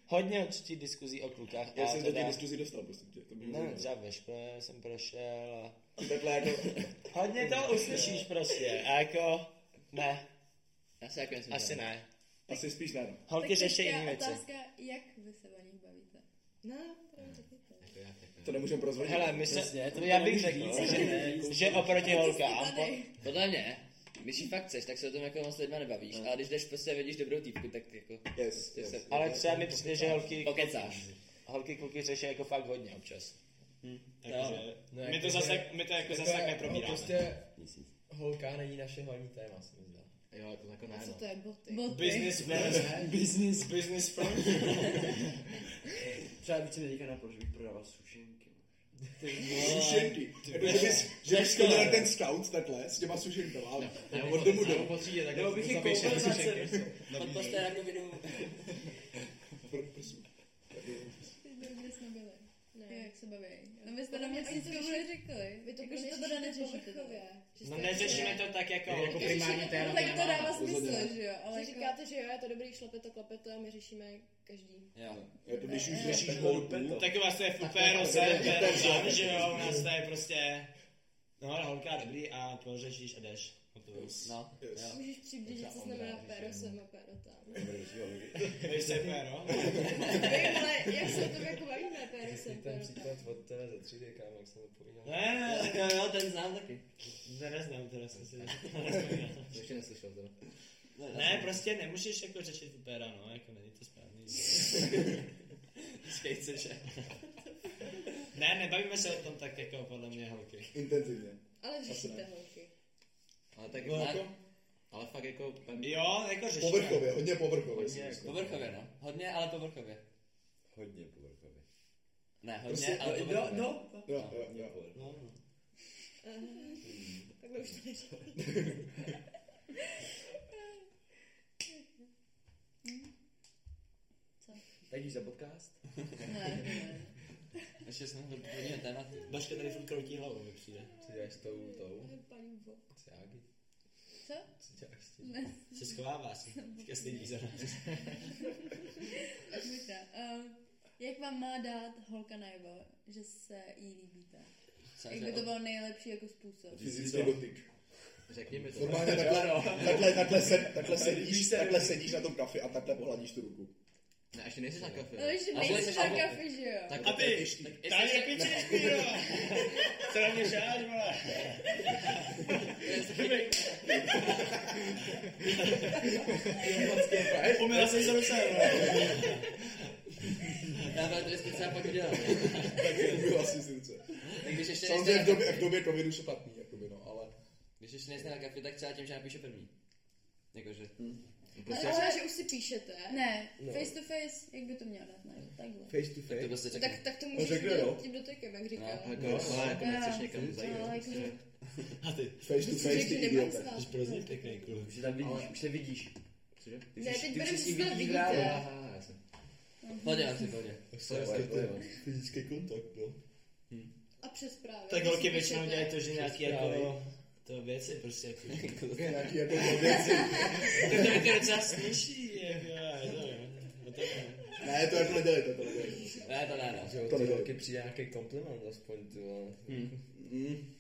Speaker 14: Hodně určitých diskuzí o klukách.
Speaker 6: Já
Speaker 14: a
Speaker 6: jsem do
Speaker 14: teda-
Speaker 6: těch diskuzí dostal, prosím tě. To by mě
Speaker 14: Nevím,
Speaker 6: zajímalo.
Speaker 14: třeba ve škole jsem prošel a...
Speaker 6: Takhle jako...
Speaker 5: *laughs*
Speaker 14: Hodně to uslyšíš prostě. A jako... Ne. Já se jako Asi ne.
Speaker 6: Asi spíš ne. no.
Speaker 14: Holky
Speaker 1: Tak
Speaker 14: řeší
Speaker 1: teďka
Speaker 14: jiné věci.
Speaker 1: otázka, jak vy se o nich bavíte?
Speaker 2: No,
Speaker 6: To nemůžeme prozvodit.
Speaker 14: Hele, my se, já bych řekl, že, že oproti holkám, po,
Speaker 1: Tady.
Speaker 14: podle mě, když ji fakt chceš, tak se o tom jako moc s lidma nebavíš, ale když jdeš prostě a vidíš dobrou týpku, tak ty jako,
Speaker 6: Yes,
Speaker 14: ty
Speaker 6: yes.
Speaker 14: se
Speaker 16: Ale třeba mi přijde, že holky,
Speaker 14: pokecáš.
Speaker 16: holky kluky řeší jako fakt hodně občas.
Speaker 14: No.
Speaker 5: No, jako že-
Speaker 14: my to jako
Speaker 5: No, prostě holka není naše hlavní téma, si mi zdá.
Speaker 15: Jo, jako, jako ne,
Speaker 2: co
Speaker 15: no.
Speaker 2: to je boty?
Speaker 1: Boty.
Speaker 5: Ne,
Speaker 14: business,
Speaker 15: *laughs*
Speaker 5: *laughs*
Speaker 14: business friend.
Speaker 5: Třeba víc mi teďka napadlo, že bych prodával sušenky.
Speaker 6: Sušenky.
Speaker 14: ty
Speaker 6: Jako kdyby jsi-
Speaker 14: vole.
Speaker 6: Že
Speaker 14: Tak
Speaker 6: bys
Speaker 14: skvěle.
Speaker 6: měl ten scout takhle s těma sušenkama, ale
Speaker 14: nebo-
Speaker 6: od domu
Speaker 14: nebo
Speaker 6: do.
Speaker 14: po třídě takhle Nebo bych jim zabiješ koupil všechny zase, sušenky. prostě. Od postele jako kdyby-
Speaker 6: Pr- Prosím.
Speaker 1: Kde jsme byli? Ne. Jak se baví? No vy
Speaker 2: my
Speaker 1: jste na mě vždycky mluvili, řekli.
Speaker 2: Vy to
Speaker 1: Jako, že
Speaker 2: prostě
Speaker 1: to teda neřešíte.
Speaker 2: povrchově.
Speaker 1: Že
Speaker 14: No
Speaker 1: jste-
Speaker 14: neřešíme to tak jako, jako primární téma.
Speaker 1: Tak to dává
Speaker 6: Rozhodně.
Speaker 1: smysl, že jo?
Speaker 2: Ale jako-
Speaker 1: Ale jako-
Speaker 2: že říkáte, že jo, je to dobrý šlepeto, klepeto a my řešíme každý.
Speaker 6: Já to když už
Speaker 14: Ne.
Speaker 6: řešíš holku.
Speaker 14: Tak vlastně u vás to je
Speaker 6: Tak
Speaker 14: fupéro,
Speaker 6: to
Speaker 14: se,
Speaker 6: je
Speaker 14: to je
Speaker 6: fupéro, že?
Speaker 14: fun, že jo, u nás to je prostě... No, ale holka je dobrý a pořešíš a jdeš. Hotovo. No,
Speaker 2: Jo. Můžeš přiblížit, co znamená péro sem a péro tam.
Speaker 14: Víš, co je péro?
Speaker 2: Vím, No, ale jak se o tom jako bavíme, péro sem,
Speaker 5: Ten
Speaker 2: péro tam.
Speaker 5: příklad od tebe ze třídy, kámo, jak jsem ho povídal.
Speaker 14: Ne, ne, ne, jo, ten znám taky. Ten neznám, teda jsem si
Speaker 5: To ještě neslyšel teda.
Speaker 14: Ne, prostě nemůžeš jako řešit fupéra, no, jako není to správný. Skejce, že? Ne, nebavíme se o tom tak jako podle mě holky.
Speaker 6: Intenzivně.
Speaker 2: Ale řešíte holky.
Speaker 5: Ale tak
Speaker 14: No,
Speaker 5: ne,
Speaker 14: jako-
Speaker 5: ale fakt jako...
Speaker 14: Jo, jako řešíme.
Speaker 6: Povrchově, hodně jako- povrchově. si
Speaker 5: Hodně,
Speaker 6: myslím.
Speaker 8: Povrchově, no. Hodně, ale povrchově.
Speaker 5: Hodně povrchově.
Speaker 8: Ne, hodně,
Speaker 6: Prostě-
Speaker 8: ale
Speaker 6: no,
Speaker 8: povrchově.
Speaker 6: no, no, jo, jo,
Speaker 5: Hodně
Speaker 6: jo.
Speaker 5: povrchově.
Speaker 2: Ehm, No, Takhle už to neříkám.
Speaker 5: Tak jdeš za podcast?
Speaker 8: Ještě jsme do prvního tématu.
Speaker 14: Baška tady furt kroutí hlavou, mi přijde.
Speaker 5: Co děláš s tou, tou?
Speaker 2: Paní Bůh.
Speaker 5: S Jágy?
Speaker 1: Co?
Speaker 5: Co děláš s tím?
Speaker 1: Ne.
Speaker 14: Se schovává se. Teďka stydí za nás.
Speaker 1: Možná. Ehm, jak vám má dát holka najevo, že se jí líbíte? Jak by to byl nejlepší jako způsob?
Speaker 6: Fyzický dotyk.
Speaker 5: Řekni mi to.
Speaker 6: Normálně takhle, takhle, takhle, se, takhle, sedíš, takhle sedíš na tom kafi a takhle pohladíš tu ruku.
Speaker 5: Ne, ještě nejsi na kafe.
Speaker 1: No, ještě nejsi na kafe, že jo?
Speaker 5: Tak
Speaker 14: A ty, tady je pičeš, píro! Co na mě žáš, vole?
Speaker 6: Hej,
Speaker 14: Pomila jsem se ruce, vole.
Speaker 8: Já to vždycky třeba pak udělám.
Speaker 6: Byl asi z ruce.
Speaker 8: Tak když ještě
Speaker 6: Samozřejmě v
Speaker 8: nejste-
Speaker 6: době, v době covidu špatný, jakoby, no, ale...
Speaker 8: Když ještě nejste na kafi, tak třeba tím, že napíše první. Jakože.
Speaker 1: Prostě-
Speaker 2: Ale že už si píšete.
Speaker 1: Ne,
Speaker 8: No.
Speaker 1: face to face, jak by to mělo dát najevo? Takhle.
Speaker 5: Face to
Speaker 8: Tak to prostě
Speaker 2: Tak,
Speaker 8: řekne.
Speaker 2: tak to
Speaker 6: No,
Speaker 2: můžeš
Speaker 6: řekne,
Speaker 2: udělat
Speaker 6: no.
Speaker 2: tím dotekem, jak říkal.
Speaker 5: No, jako, ale jako nechceš
Speaker 1: Jo.
Speaker 5: někam zajít.
Speaker 1: Ale jako,
Speaker 5: prostě.
Speaker 1: jakože-
Speaker 14: A ty,
Speaker 6: Face to face, ty idiote.
Speaker 14: jsi pro zlý pěkný jako kluk.
Speaker 5: Už se tam vidíš, už se vidíš. Cože? Ty
Speaker 2: Ne,
Speaker 5: už-
Speaker 2: teď
Speaker 5: ty už
Speaker 2: budem
Speaker 5: si s ní
Speaker 2: spát,
Speaker 5: vidíš
Speaker 2: vidíte.
Speaker 5: ráno. Aha, já jsem-
Speaker 8: Pohodě, Nancy, pohodě.
Speaker 6: Prostě
Speaker 5: Sorry, sorry,
Speaker 6: no.
Speaker 5: sorry.
Speaker 14: jako- Fyzický kontakt, no.
Speaker 2: A přes právě.
Speaker 14: Tak holky většinou dělají to, že
Speaker 5: Přes
Speaker 14: nějaký
Speaker 5: právě.
Speaker 14: jako to věci prostě jako.
Speaker 5: *laughs*
Speaker 6: Nějaký jako věci.
Speaker 14: Tak to mi ty docela směší, jako, ale to jo. No to jo.
Speaker 6: Ne, to jako nedělejte, to nedělejte.
Speaker 8: Ne, to ne, no.
Speaker 5: Že
Speaker 6: To
Speaker 5: od té
Speaker 6: nebylo.
Speaker 5: holky přijde nějaký kompliment aspoň, ty vole.
Speaker 6: Mm.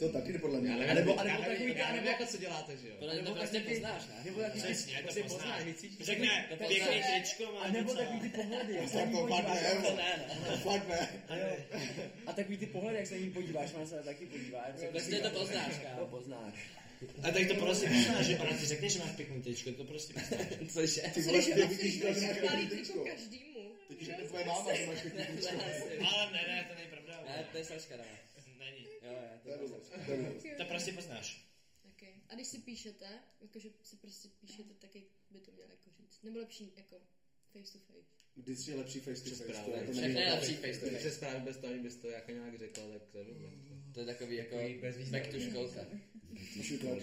Speaker 6: To taky jde podle mě.
Speaker 5: Já nevím,
Speaker 6: A nebo,
Speaker 5: já
Speaker 6: a nebo
Speaker 5: nevím,
Speaker 6: takový
Speaker 5: já
Speaker 6: ká,
Speaker 5: nevím,
Speaker 6: nebo...
Speaker 5: jako co děláte, že jo?
Speaker 8: Podle mě to
Speaker 5: Nebo
Speaker 8: prostě
Speaker 5: takový ty-
Speaker 8: poznáš, ne?
Speaker 5: Nebo takový,
Speaker 14: Přesně, to
Speaker 5: prostě
Speaker 14: Jako poznáš.
Speaker 5: poznáš, vycítíš.
Speaker 14: Řekne,
Speaker 8: To poznáš.
Speaker 14: pěkný tričko má
Speaker 5: A nebo
Speaker 14: něco.
Speaker 5: takový ty pohledy, jak se na
Speaker 6: Tak
Speaker 5: ní
Speaker 6: to fakt
Speaker 5: podíváš.
Speaker 6: ne,
Speaker 8: To
Speaker 6: vole.
Speaker 8: ne, no.
Speaker 6: Fakt ne.
Speaker 5: A jo. A takový ty pohledy, jak se na ní podíváš, máš se na taky podívat.
Speaker 8: Prostě to poznáš,
Speaker 5: To
Speaker 8: kámo.
Speaker 5: poznáš.
Speaker 14: A tak to prostě poznáš, že ona ti řekne, že máš pěkný tričko, to prostě poznáš.
Speaker 8: Cože?
Speaker 6: Ty vole,
Speaker 2: Když
Speaker 6: ty vidíš,
Speaker 2: ona
Speaker 6: že
Speaker 2: si
Speaker 6: máš
Speaker 2: chválí
Speaker 6: takový
Speaker 2: tričko
Speaker 6: tričko.
Speaker 2: každému.
Speaker 6: Ty ti řekne tvoje máma, že máš takový tričko.
Speaker 14: *laughs* Ale ne, ne, to není pravda.
Speaker 8: Ne,
Speaker 14: vole.
Speaker 8: to je sračka, ne.
Speaker 14: Není.
Speaker 8: Jo, jo, to
Speaker 6: To je
Speaker 8: je
Speaker 6: blbost,
Speaker 8: sračka.
Speaker 6: to je blbost.
Speaker 14: To prostě poznáš.
Speaker 2: Okay. A když si píšete, jakože si prostě píšete tak, jak by to měl jako říct. Nebo lepší jako face to face.
Speaker 6: *laughs* Vždycky je lepší face to
Speaker 5: Přes
Speaker 6: face,
Speaker 5: právě.
Speaker 6: to je to
Speaker 8: Všechno
Speaker 6: není.
Speaker 8: je lepší face to face.
Speaker 5: Přes právě bez toho, bys to jako nějak řekla, tak to je dobré.
Speaker 8: To je takový jako
Speaker 5: Takový bezvýznamný.
Speaker 8: back to školka.
Speaker 6: Šutlák.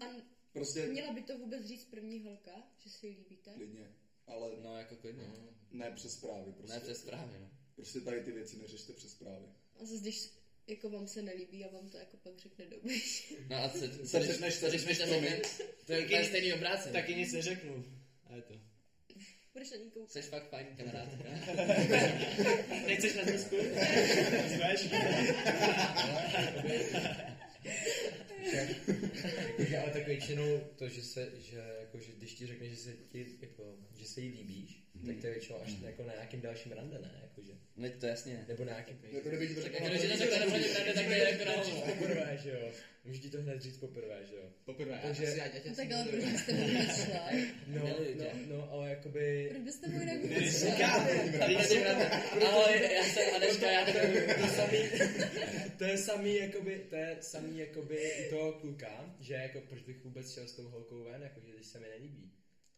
Speaker 2: A n-
Speaker 6: Prostě
Speaker 2: měla by to vůbec říct první holka, že si ji líbíte?
Speaker 6: klidně. Ale
Speaker 8: No, jako klidně. no.
Speaker 6: ne přes zprávy,
Speaker 8: Ne, to
Speaker 6: prostě.
Speaker 8: je správně, no.
Speaker 6: Prostě tady ty věci neřešte přes zprávy.
Speaker 2: A zase když jako vám se nelíbí a vám to jako pak řekne dobrý. *laughs*
Speaker 8: No a co, co,
Speaker 6: Co
Speaker 8: co,
Speaker 6: řekneš,
Speaker 8: co když mi to řekne? To je úplně stejný obrácený.
Speaker 14: Taky nic neřeknu. A je to.
Speaker 2: Budeš na ní koukat.
Speaker 8: Jseš fakt fajn kamarád.
Speaker 14: Nechceš na zesku? Zveš?
Speaker 5: ale tak většinou to, že se, že jako, že když ti řekne, že se ti, jako, že se jí líbíš, tak to je většinou až jako na nějakým dalším rande, ne? Jakože,
Speaker 8: Ne, No, to jasně.
Speaker 5: nebo na nějakým...
Speaker 6: Jako kdyby ti to řekla
Speaker 8: Jako když je to takhle napadne pravda, tak to je jako na hovno.
Speaker 5: Poprvé, že jo. Můžu ti to hned říct poprvé, že jo.
Speaker 17: Poprvé,
Speaker 5: Takže-
Speaker 17: asi já- já tě
Speaker 1: No
Speaker 17: asi
Speaker 1: tak ale
Speaker 17: nebudu-
Speaker 1: proč byste
Speaker 17: *laughs*
Speaker 1: mu nešla?
Speaker 5: No,
Speaker 8: Miluju
Speaker 5: no,
Speaker 8: tě.
Speaker 5: no, ale jakoby...
Speaker 1: Proč byste mu jinak nešla?
Speaker 8: Tady nejsem ráda. Ahoj, já jsem Aneška, já takový.
Speaker 5: to samý, to je samý, jakoby, to je samý, jakoby, u toho kluka, že jako, proč bych vůbec šel s tou holkou ven, jako, že když se mi nelíbí.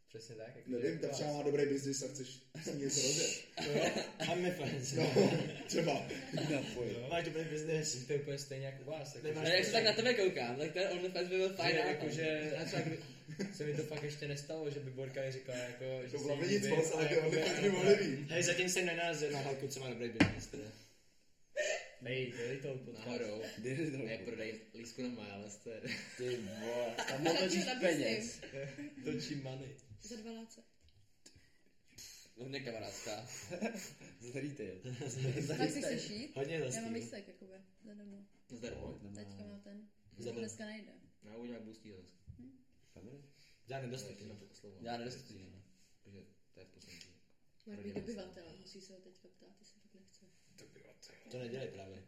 Speaker 5: Přesně tak. Jako
Speaker 6: Nevím, tak třeba má dobrý biznis a chceš s ní něco rozjet.
Speaker 5: A my fans.
Speaker 6: No,
Speaker 14: *laughs*
Speaker 6: třeba. Na
Speaker 5: Máš dobrý biznes. To je úplně stejně jako u vás. Jako,
Speaker 8: Nemáš jak se tak na tebe koukám, tak ten OnlyFans by byl fajn jako-
Speaker 5: Fajn,
Speaker 8: nápad.
Speaker 5: jakože, a třeba kdy- se mi to fakt ještě nestalo, že by Borka mi říkala, jako, že
Speaker 6: To
Speaker 5: si
Speaker 6: byla
Speaker 5: jí
Speaker 6: vidět
Speaker 5: líbím, jako,
Speaker 6: moc, ale
Speaker 5: a
Speaker 6: ty
Speaker 5: jakoby-
Speaker 6: OnlyFans by mohly být.
Speaker 14: Hej, zatím jsem nenáz na holku, co má dobrý business teda.
Speaker 5: Hej, dej to podcast.
Speaker 8: Nahodou.
Speaker 5: Dej to.
Speaker 8: Neprodej lísku na miles, to je...
Speaker 5: Ty vole,
Speaker 8: tam netočíš
Speaker 17: *laughs*
Speaker 8: peněz.
Speaker 5: Točím money.
Speaker 2: Za 12.
Speaker 8: Hodně kamarádská.
Speaker 5: Zdarýte je.
Speaker 2: Tak si chceš jít?
Speaker 5: Hodně
Speaker 2: Já mám
Speaker 5: zastím.
Speaker 2: lístek, jakoby, zadarmo.
Speaker 8: Zdarmo.
Speaker 2: Teďka mám ten.
Speaker 8: Zadarmo.
Speaker 2: Zadarmo. Dneska nejde.
Speaker 8: Já uvidím, jak budu stíhat.
Speaker 2: Hm.
Speaker 8: Já nedostatím
Speaker 14: no.
Speaker 8: na to slovo. Já nedostatím. Takže to je v podstatě.
Speaker 2: Máš být dobyvatel, musí se ho teďka ptát, jestli tak nechce.
Speaker 14: To nedělej právě.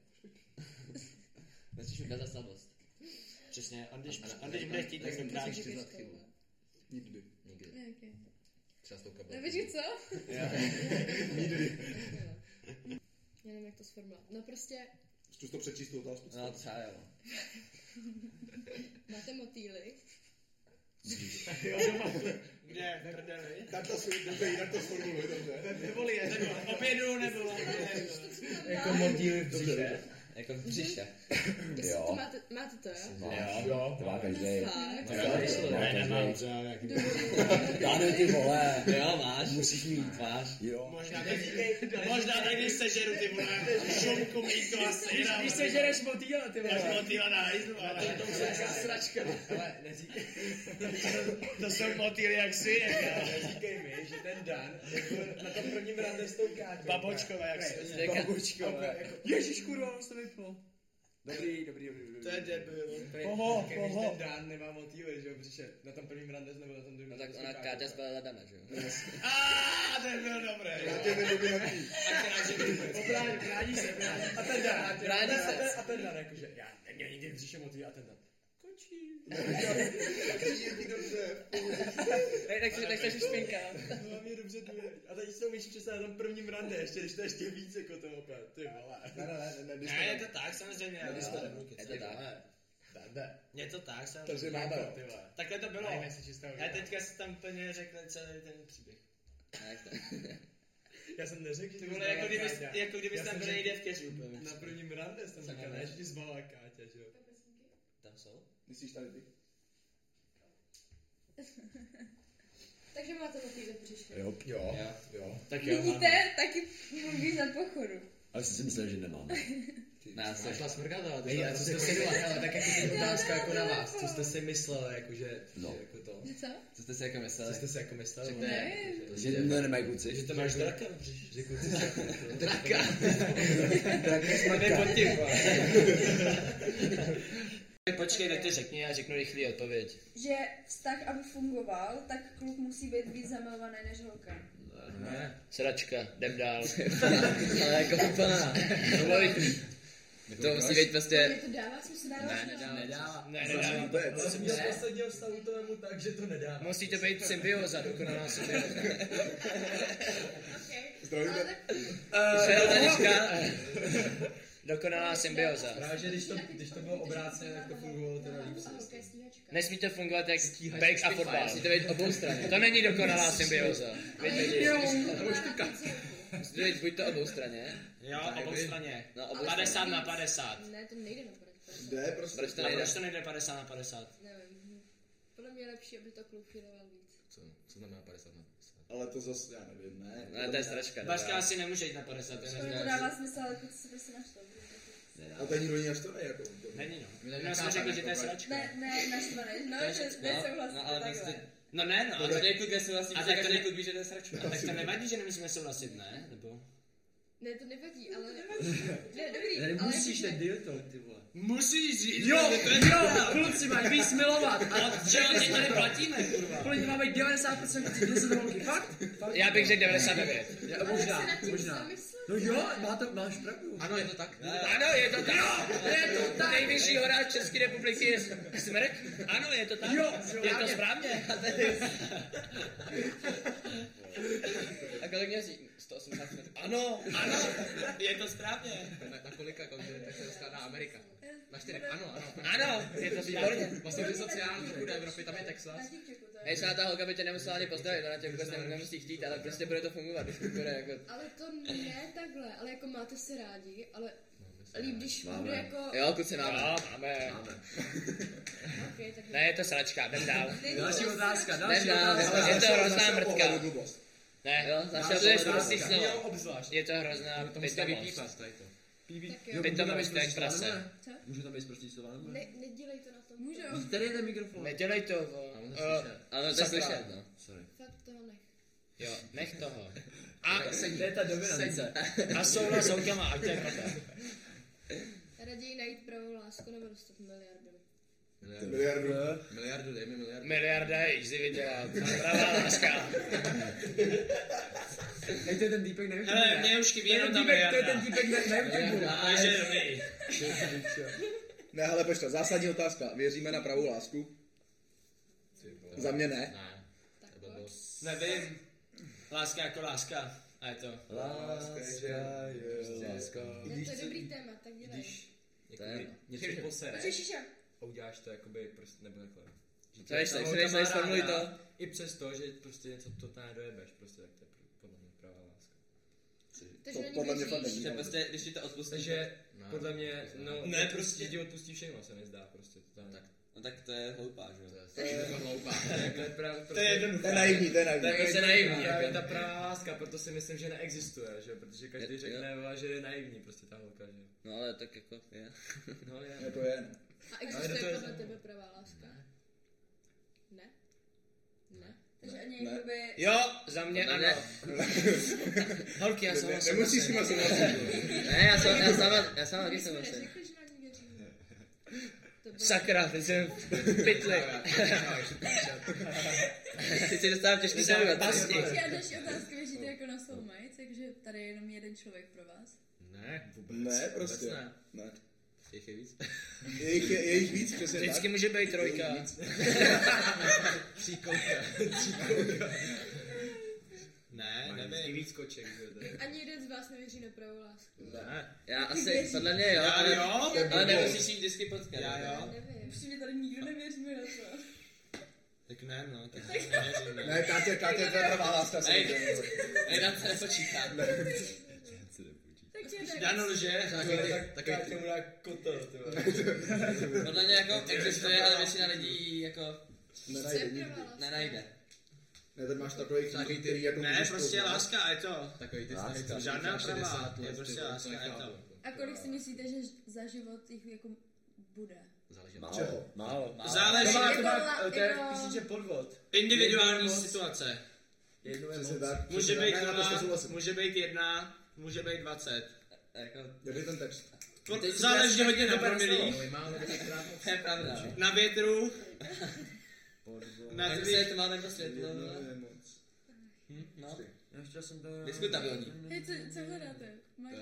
Speaker 8: Nechceš ukázat slabost.
Speaker 14: Přesně, on když,
Speaker 8: A- a-
Speaker 14: on když bude chtít, tak
Speaker 8: nejsem
Speaker 14: dokáže.
Speaker 8: prostě přiznat chybu.
Speaker 6: Nikdy.
Speaker 8: Nikdy.
Speaker 2: Ne, ok.
Speaker 8: Třeba s tou kabelkou.
Speaker 2: Nevíš, co? *laughs*
Speaker 8: Já.
Speaker 2: Já nevím, jak to sformulovat. No prostě,
Speaker 6: Zkus to přečíst tu otázku.
Speaker 8: No třeba jo.
Speaker 2: máte motýly.
Speaker 14: Jo, doma. Kde? V Prdeli?
Speaker 6: Tak to svůj, tak to jinak to sformuluj, dobře.
Speaker 14: Neboli je, tak obědu nebo
Speaker 8: Jako motýl v břiše. Jako v břiše.
Speaker 2: To máte, máte to, jo?
Speaker 8: Jo, to má každý.
Speaker 2: Fakt?
Speaker 8: To má každý.
Speaker 14: Ne, nemám,
Speaker 8: třeba nějaký. Já ne, ty vole. Jo, máš. Musíš mít. Máš. Jo.
Speaker 14: Možná tak, možná tak, když sežeru ty vole, šunku, mýto a sejra.
Speaker 5: Když se žereš motýla, ty vole.
Speaker 14: Až motýla na hajzlu, ale
Speaker 5: To už je nějaká sračka. Ale neříkej.
Speaker 14: to jsou motýly jak si.
Speaker 5: Neříkej mi, že ten Dan jako na tom prvním rande s tou Káťou.
Speaker 14: Babočkové, jak se-
Speaker 5: Ne, Babočkové. Ježíš kurva, on se vypnul. Dobrý, dobrý, dobrý, dobrý.
Speaker 14: To je debil.
Speaker 5: Prej-
Speaker 14: Poho,
Speaker 5: Když
Speaker 14: poho.
Speaker 5: ten Dan nemá motýly, že jo, přišel na tom prvním rande nebo na tom druhém.
Speaker 8: No tak ona Káťa spadla Dana, že jo?
Speaker 14: A ten byl dobrý.
Speaker 5: Obrání, brání se, brání. A ten Dan,
Speaker 8: Brání
Speaker 5: a ten-
Speaker 8: se.
Speaker 5: a ten- A ten Dan, jakože, já neměl nikdy v břiše motýl, a ten Dan. Kočí.
Speaker 8: Tak- tak si- tak se špinká.
Speaker 5: No hlavně dobře důvěř. A teď jsou myš přesně na tom prvním rande, ještě když to ještě víc jako toho opět. Ty vole.
Speaker 14: Ne, ne, ne, ne, když Ne, to- je to tak, samozřejmě, Ne, ale- když to ne, kluky, co
Speaker 5: Je to
Speaker 14: ty
Speaker 5: tak.
Speaker 14: vole.
Speaker 5: Dande.
Speaker 14: Je to tak, jsem
Speaker 5: Takže máme.
Speaker 14: Takhle to bylo.
Speaker 5: Najme si čistého
Speaker 14: A
Speaker 5: vína.
Speaker 14: teďka si tam plně řekl celý ten příběh.
Speaker 5: Já jsem neřekl, že
Speaker 14: Ty
Speaker 5: tě
Speaker 14: vole,
Speaker 5: zbala
Speaker 14: jako kdyby-
Speaker 5: Káťa.
Speaker 14: jako kdyby
Speaker 5: Já
Speaker 14: jsi tam
Speaker 5: jsem
Speaker 14: byl
Speaker 5: řekl-
Speaker 14: někde v keři úplně.
Speaker 5: Na prvním rande jsem
Speaker 14: Sakra,
Speaker 5: říkal,
Speaker 14: ne?
Speaker 5: ne, že tě zbala Káťa, že jo.
Speaker 14: Tam jsou?
Speaker 6: Myslíš tady ty?
Speaker 2: Takže máte motýly v břiše.
Speaker 18: Jo, jo, jo.
Speaker 2: Tak Vidíte, taky mluví na pochodu.
Speaker 18: Ale jsem si myslel, že nemám.
Speaker 8: Ne, já jsem
Speaker 5: šla smrkat, ale
Speaker 8: Hej, a
Speaker 5: co jste si dělali, ale tak jako teď otázka jako na vás, co jste si mysleli, jako že,
Speaker 8: No.
Speaker 5: že jako to.
Speaker 2: Že co?
Speaker 8: Co jste si jako mysleli?
Speaker 5: Co jste si jako mysleli?
Speaker 8: Že to
Speaker 5: no?
Speaker 8: je-
Speaker 5: Jako,
Speaker 8: že to nemají kluci.
Speaker 5: Že to máš draka v břiši. Že kluci jsou jako to. Draka!
Speaker 14: Draka smrka.
Speaker 5: Nebo ty,
Speaker 14: Počkej, tak ty řekni, já řeknu rychlý odpověď.
Speaker 19: Že vztah, aby fungoval, tak kluk musí být víc zamilovaný než holka.
Speaker 14: Ne. Sračka, jdem
Speaker 5: *laughs*
Speaker 14: dál.
Speaker 8: Ale jako úplná.
Speaker 14: To bylo
Speaker 8: To musí být
Speaker 19: Mně
Speaker 8: prostě...
Speaker 19: to dává smysl, dává
Speaker 8: Ne,
Speaker 19: smysl.
Speaker 8: nedává.
Speaker 5: Nedává.
Speaker 14: Ne, nedává.
Speaker 5: Já jsem měl z posledního vztahu to vemu tak, že to nedává.
Speaker 14: Musí to být symbioza, dokonalá symbioza.
Speaker 5: Zdravíme.
Speaker 14: Eh, Dokonalá symbioza.
Speaker 5: Právě, že když to, když to bylo obrácené, tak to fungovalo teda líp. si myslím.
Speaker 14: Nesmí to fungovat jak back a fotbal.
Speaker 8: Musí to být obou strany.
Speaker 14: To není dokonalá symbioza.
Speaker 8: Nebo štuka. Musí to být buď to obou straně.
Speaker 14: Jo,
Speaker 8: Tak
Speaker 14: obou
Speaker 8: jakoby-
Speaker 14: straně.
Speaker 8: No, obou
Speaker 14: 50
Speaker 8: straně.
Speaker 14: na 50.
Speaker 2: Ne, to nejde na pochodu.
Speaker 6: Jde, prostě.
Speaker 8: Proč to
Speaker 14: A
Speaker 8: nejde?
Speaker 14: proč to nejde 50 na 50?
Speaker 2: Nevím. Podle mě je lepší, aby to kluk filoval víc.
Speaker 8: Co, co znamená 50 na
Speaker 6: Ale to zase, já nevím, ne.
Speaker 8: Ne, No, to je straška.
Speaker 14: Baška asi nemůže jít na 50. to je
Speaker 19: Skoro to
Speaker 14: nezdravé.
Speaker 19: dává smysl, ale kluci se prostě naštvou.
Speaker 6: A ten nikdo není až to ne, jako.
Speaker 14: Není no.
Speaker 6: My tady
Speaker 14: No, jsme
Speaker 6: nechápeme,
Speaker 14: řekli, že to je
Speaker 6: jako,
Speaker 14: sračka.
Speaker 19: Ne, ne, naštvaný, no, že nesouhlasí,
Speaker 14: no, ale prostě...
Speaker 19: takhle.
Speaker 14: No ne, no,
Speaker 8: No,
Speaker 14: ale
Speaker 8: každý kluk nesouhlasí, protože každý kluk ví, že to je sračka.
Speaker 14: A tak to nevadí, že nemusíme souhlasit, ne? Nebo...
Speaker 2: Ne, to nevadí, ale... Ne, dobrý,
Speaker 14: Ne,
Speaker 2: ale... jako-
Speaker 14: musíš,
Speaker 2: jakože-
Speaker 14: ne, ty vole. Musíš říct,
Speaker 5: Jo,
Speaker 14: že to je
Speaker 5: jo,
Speaker 14: pravda.
Speaker 5: kluci mají víc milovat.
Speaker 14: *laughs* A že jo, tě tady platíme, kurva.
Speaker 5: Podle mě máme 90% kluci, kde se holky, fakt?
Speaker 14: Já bych řekl 99.
Speaker 5: Já, možná, možná. No jo, má to, máš pravdu.
Speaker 8: Ano, je to tak.
Speaker 14: Ano, je to tak.
Speaker 5: Jo,
Speaker 14: je to tak. Nejvyšší hora České republiky je smrt. Ano, je to tak.
Speaker 5: Jo,
Speaker 14: je to
Speaker 5: správně.
Speaker 14: správně.
Speaker 8: A kolik měří? 180 metrů. Ano,
Speaker 14: ano, je to správně.
Speaker 8: Na, na kolika kontinentech se rozkládá Amerika? Na čtyřech, ano, ano. Ano, je to výborně. Vlastně ze sociální chuda Evropy, tam je Texas. Hej, třeba ta holka by tě nemusela ani pozdravit, ona tě vůbec nem- nemusí chtít, ale prostě bude to fungovat, když to bude jako...
Speaker 2: Ale to ne takhle, ale jako máte se rádi, ale líp, když bude jako...
Speaker 8: Jo, kluci máme.
Speaker 2: Jo,
Speaker 8: máme.
Speaker 2: okay, tak
Speaker 8: Ne, je to sračka, jdem dál.
Speaker 2: Další otázka,
Speaker 8: Jdem
Speaker 2: další
Speaker 8: dál,
Speaker 2: otázka.
Speaker 8: je to
Speaker 2: Další
Speaker 8: hrozná
Speaker 2: otázka.
Speaker 8: mrtka. Ne, jo,
Speaker 2: Další
Speaker 8: začal to je
Speaker 2: otázka.
Speaker 8: prostě
Speaker 2: Jo,
Speaker 8: snow. Je to hrozná
Speaker 3: To musíte vypípat,
Speaker 8: pitomost.
Speaker 3: tady to.
Speaker 8: Jo, Pitomost, to je prase.
Speaker 2: Co?
Speaker 3: Můžu tam být prostě slova, nebo ne?
Speaker 2: Ne, nedělej to na tom. Můžu.
Speaker 3: Víš, Tady je ten mikrofon.
Speaker 8: Nedělej to, vole.
Speaker 3: Ano,
Speaker 8: Eh, ano, to je
Speaker 3: Sakra.
Speaker 8: slyšet, no.
Speaker 3: Sorry.
Speaker 2: Fakt toho nech.
Speaker 8: Jo, nech toho.
Speaker 14: A
Speaker 8: sedí.
Speaker 14: To je ta dominance. A souhlas s holkama, a to je pravda.
Speaker 2: Raději najít pravou lásku nebo dostat miliardu.
Speaker 8: Miliardu. Miliardu, dej mi miliardu. Miliarda je easy vydělat. Pravá láska.
Speaker 14: Teď to je ten týpek, nevím,
Speaker 8: Hele, mně už chybí jenom ta
Speaker 14: To je
Speaker 8: miliarda.
Speaker 14: ten týpek, ne- nevím, jak bude.
Speaker 8: Miliarda, ale že dobrý.
Speaker 20: Ne, ale počkej, zásadní otázka. Věříme na pravou lásku? Za mě ne.
Speaker 14: Nevím. Láska jako láska. A je to.
Speaker 8: Láska
Speaker 21: Prostě
Speaker 8: je láska.
Speaker 2: Ne, to je dobrý téma, tak dělej.
Speaker 5: Jako
Speaker 3: Jakoby
Speaker 8: Chyba.
Speaker 3: něco
Speaker 2: Počkej,
Speaker 3: posereš
Speaker 2: šiša.
Speaker 3: a uděláš to jakoby prostě, nebo takhle. Že
Speaker 8: To je
Speaker 3: tě
Speaker 8: sex,
Speaker 3: ta
Speaker 8: to je
Speaker 3: holka
Speaker 8: sex,
Speaker 3: má
Speaker 8: formuluj
Speaker 3: ráda,
Speaker 8: to.
Speaker 3: I přes to, že prostě něco totálně dojebeš, prostě tak to je pro- podle mě pravá láska.
Speaker 2: Takže To na ní podle mě fakt věříš? není.
Speaker 3: Že prostě, když ti to odpustí. Takže
Speaker 22: Ne.
Speaker 3: podle mě, no,
Speaker 22: Ne, prostě.
Speaker 3: Ti ti odpustí všechno, se mi zdá prostě. Tak.
Speaker 22: No tak to je hloupá, že jo?
Speaker 3: To je hloupá.
Speaker 22: To je jednoduché.
Speaker 3: To je
Speaker 22: prostě
Speaker 3: naivní. Právě
Speaker 22: jako.
Speaker 3: ta pravá láska, proto si myslím, že neexistuje, že jo, protože každý
Speaker 8: Je-
Speaker 3: řekne, vole, že je naivní prostě ta holka, že jo.
Speaker 8: No ale tak jako je.
Speaker 3: No ale
Speaker 8: Jako je.
Speaker 2: A
Speaker 3: Ale to
Speaker 2: existuje
Speaker 3: je-
Speaker 2: podle tebe pravá láska? Ne? Ne?
Speaker 23: Takže ani jakoby...
Speaker 14: Jo, za mě
Speaker 8: Podle
Speaker 14: ano.
Speaker 8: *laughs*
Speaker 14: Holky, já sama
Speaker 8: Nemusíš si moc Ne, já sama, já sama, já sama taky
Speaker 2: jsem
Speaker 8: souhlasím.
Speaker 2: Neřekli, že na ní věříme. To bylo-
Speaker 8: Sakra, teď jsem v *laughs* pytli. Teď si dostávám těžký
Speaker 2: Dostávám
Speaker 8: téma.
Speaker 2: otázky.
Speaker 1: Já další otázku věříte jako na soulmate, takže tady je jenom jeden člověk pro vás.
Speaker 8: Ne, vůbec.
Speaker 20: Ne, prostě.
Speaker 8: Vůbec ne.
Speaker 20: Ne.
Speaker 8: Jich je víc.
Speaker 20: Jejich je- je jich víc, přesně
Speaker 8: Vždycky
Speaker 20: tak.
Speaker 8: může být trojka.
Speaker 20: Je jich víc.
Speaker 8: Tříkolka.
Speaker 3: Ne, nevím. víc koček, že jo. to je.
Speaker 2: Ani jeden z vás nevěří na pravou lásku.
Speaker 3: Ne.
Speaker 8: Já asi, podle mě jo,
Speaker 3: Já
Speaker 8: ale,
Speaker 3: jo?
Speaker 8: ale nemusíš jít vždycky potkat.
Speaker 3: Já
Speaker 8: ne?
Speaker 3: jo.
Speaker 23: Upřímně tady nikdo nevěříme na to.
Speaker 3: Tak ne, no,
Speaker 8: *laughs*
Speaker 3: tak
Speaker 23: Tak-
Speaker 3: nevěřím,
Speaker 20: Ne, Katě, Katě, to je pravá láska.
Speaker 3: Ej,
Speaker 20: samozřejmě.
Speaker 3: ej, na to nepočítám.
Speaker 23: Takže
Speaker 3: Když Dano lže, tak já tomu dá kotel, ty vole.
Speaker 8: Podle mě jako existuje, ale většina lidí jako...
Speaker 20: Nenajde nikdy.
Speaker 8: Nenajde.
Speaker 20: Ne, tady máš takový knížky, který jako
Speaker 14: Ne,
Speaker 20: můžeš
Speaker 14: prostě
Speaker 20: poznat.
Speaker 14: láska, a je to.
Speaker 22: Takový
Speaker 20: ty snahy, co
Speaker 14: Žádná
Speaker 20: říkáš 60
Speaker 14: pravá,
Speaker 20: let,
Speaker 14: je
Speaker 20: ty
Speaker 14: prostě
Speaker 20: vole, to
Speaker 14: láska, a je
Speaker 20: nechápu.
Speaker 14: to.
Speaker 1: A kolik si myslíte, že za život jich jako bude?
Speaker 22: Záleží
Speaker 20: Málo.
Speaker 22: Málo.
Speaker 14: Záleží.
Speaker 1: To má- to má-
Speaker 14: Jako-
Speaker 1: to je, myslím, že
Speaker 3: podvod.
Speaker 14: Individuální situace.
Speaker 3: Jedno je
Speaker 20: Přesně
Speaker 3: moc.
Speaker 20: tak,
Speaker 14: Může
Speaker 20: přesně tak.
Speaker 14: být
Speaker 20: Ne, naprosto
Speaker 14: nula,
Speaker 20: souhlasím.
Speaker 14: může být jedna, může být dvacet.
Speaker 20: Jaký ten text?
Speaker 14: To- Záleží hodně na promilích,
Speaker 8: To je pravda.
Speaker 14: na větru, na
Speaker 8: Jak
Speaker 14: dvě-
Speaker 8: se to máme prostě světlo, no. Hm, No. Diskutabilní.
Speaker 1: Hej, co, co hledáte? Máš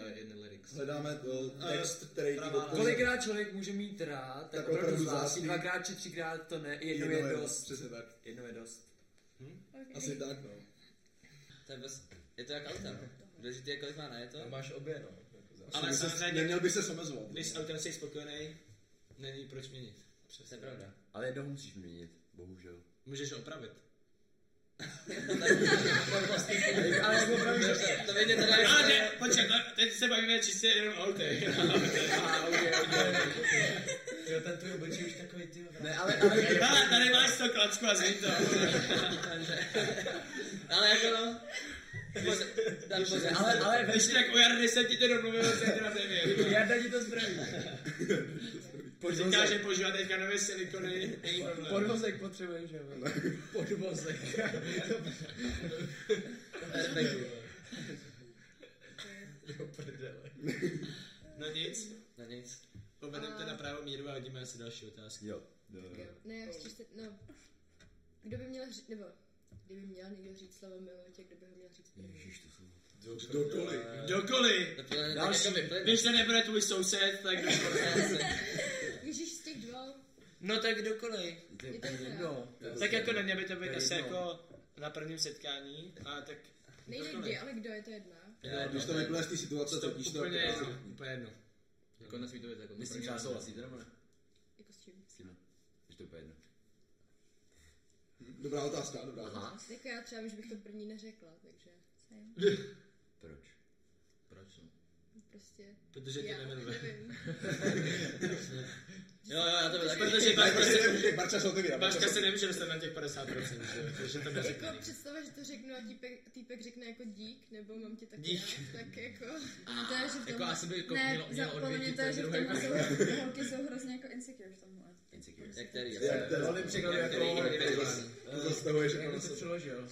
Speaker 20: Hledáme to,
Speaker 14: Eh,
Speaker 20: text, který ti doplní.
Speaker 21: Kolikrát člověk může mít rád, tak
Speaker 20: Tak opravdu
Speaker 21: opravdu zvláštní,
Speaker 20: zásadní.
Speaker 21: dvakrát či třikrát to ne, jednou
Speaker 20: Jedno
Speaker 21: je
Speaker 20: je
Speaker 21: dost.
Speaker 20: dost, přesně tak.
Speaker 21: Jednou je dost.
Speaker 20: Asi tak, no.
Speaker 8: To je, bez, je to jak autem. Důležitý je, kolik má na je to?
Speaker 22: Máš obě, no.
Speaker 14: ale samozřejmě...
Speaker 20: neměl by se omezovat.
Speaker 14: Když s autem jsi spokojený, není proč měnit. Přesně pravda.
Speaker 22: Ale jednoho musíš měnit, bohužel.
Speaker 14: Můžeš opravit.
Speaker 22: Ale jak opravíš,
Speaker 8: to vidět teda
Speaker 14: Ale ne, počkej, to- teď se bavíme čistě jenom o autech. *laughs* Ah,
Speaker 21: Jo, ten tvůj obličej už takový ty...
Speaker 20: Ne,
Speaker 14: Hele, tady máš to klacku a zvíj to.
Speaker 8: Ale jako no. Tam pozor.
Speaker 14: ale, ale ještě tak u Jarny jsem ti to domluvil, jsem teda nevím.
Speaker 21: Jarda ti to zdraví.
Speaker 14: Říká, že používá teďka nové silikony, není problém.
Speaker 21: Podvozek potřebuješ, jo. Podvozek.
Speaker 14: Do prdele. No nic.
Speaker 8: No nic.
Speaker 14: Povedeme to na pravou míru a hodíme asi další otázky.
Speaker 22: Jo.
Speaker 2: Ne, já chci se, no. Kdo by měl říct, nebo kdyby měl někdo říct slovo milujete, kdo by ho měl říct první?
Speaker 22: Ježíš, to jsou...
Speaker 20: Dokoliv.
Speaker 14: Dokoliv.
Speaker 8: tak
Speaker 14: Další.
Speaker 8: jako vyplyne.
Speaker 14: Když to nebude tvůj soused, tak
Speaker 2: Ježíš z těch dvou.
Speaker 14: No tak kdokoliv.
Speaker 2: Je to jedno.
Speaker 14: Tak jako na mě by to
Speaker 8: To
Speaker 14: být
Speaker 8: je
Speaker 14: asi
Speaker 8: jedno.
Speaker 14: jako na prvním setkání, a tak...
Speaker 2: Nejde
Speaker 14: kdokoliv.
Speaker 2: kdy, ale kdo je to jedná?
Speaker 20: Jo, když to vyplne z té situace, tak víš to.
Speaker 14: Úplně
Speaker 20: tak-
Speaker 14: jedno, úplně jedno.
Speaker 24: Jako nesmí to být jako...
Speaker 8: Myslím, že souhlasíte, nebo ne?
Speaker 2: Jako s čím?
Speaker 8: S tím. Že to je úplně jedno.
Speaker 6: Dobrá otázka, dobrá
Speaker 8: Aha.
Speaker 2: Jako já třeba, že bych to první neřekla, takže... Same.
Speaker 8: Proč? Proč no?
Speaker 2: Prostě...
Speaker 8: Protože tě
Speaker 2: já
Speaker 8: nejmenuje.
Speaker 2: nevím.
Speaker 8: Jo, jo, já to
Speaker 14: tak,
Speaker 8: tak.
Speaker 14: jako protože Barča
Speaker 6: prostě-
Speaker 14: se,
Speaker 8: Barča se otevírá.
Speaker 14: Barča se nemůže dostat na těch 50%, že, jo, takže to neřekne.
Speaker 2: Jako představa, že to řeknu a týpek, týpek řekne jako dík, nebo mám tě taky
Speaker 14: Dík.
Speaker 2: rád, tak jako...
Speaker 1: No to je, že v
Speaker 8: Jako
Speaker 1: tom-
Speaker 8: asi by jako
Speaker 1: ne,
Speaker 8: mělo-
Speaker 1: za-
Speaker 8: mělo
Speaker 1: podle mě
Speaker 8: odvětit
Speaker 1: to je,
Speaker 8: ten
Speaker 1: že v
Speaker 8: druhý
Speaker 1: tomhle
Speaker 8: kruh.
Speaker 1: *laughs* jsou- holky jsou hrozně jako insecure v tomhle.
Speaker 2: Prostě
Speaker 5: Jak který?
Speaker 8: Jak který?
Speaker 5: Velmi překladuje
Speaker 8: Jak který?
Speaker 5: jako-
Speaker 8: Jak který?
Speaker 5: Eh,
Speaker 8: Zastavuješ
Speaker 5: jak
Speaker 8: jako
Speaker 5: to
Speaker 8: na
Speaker 5: přeložil.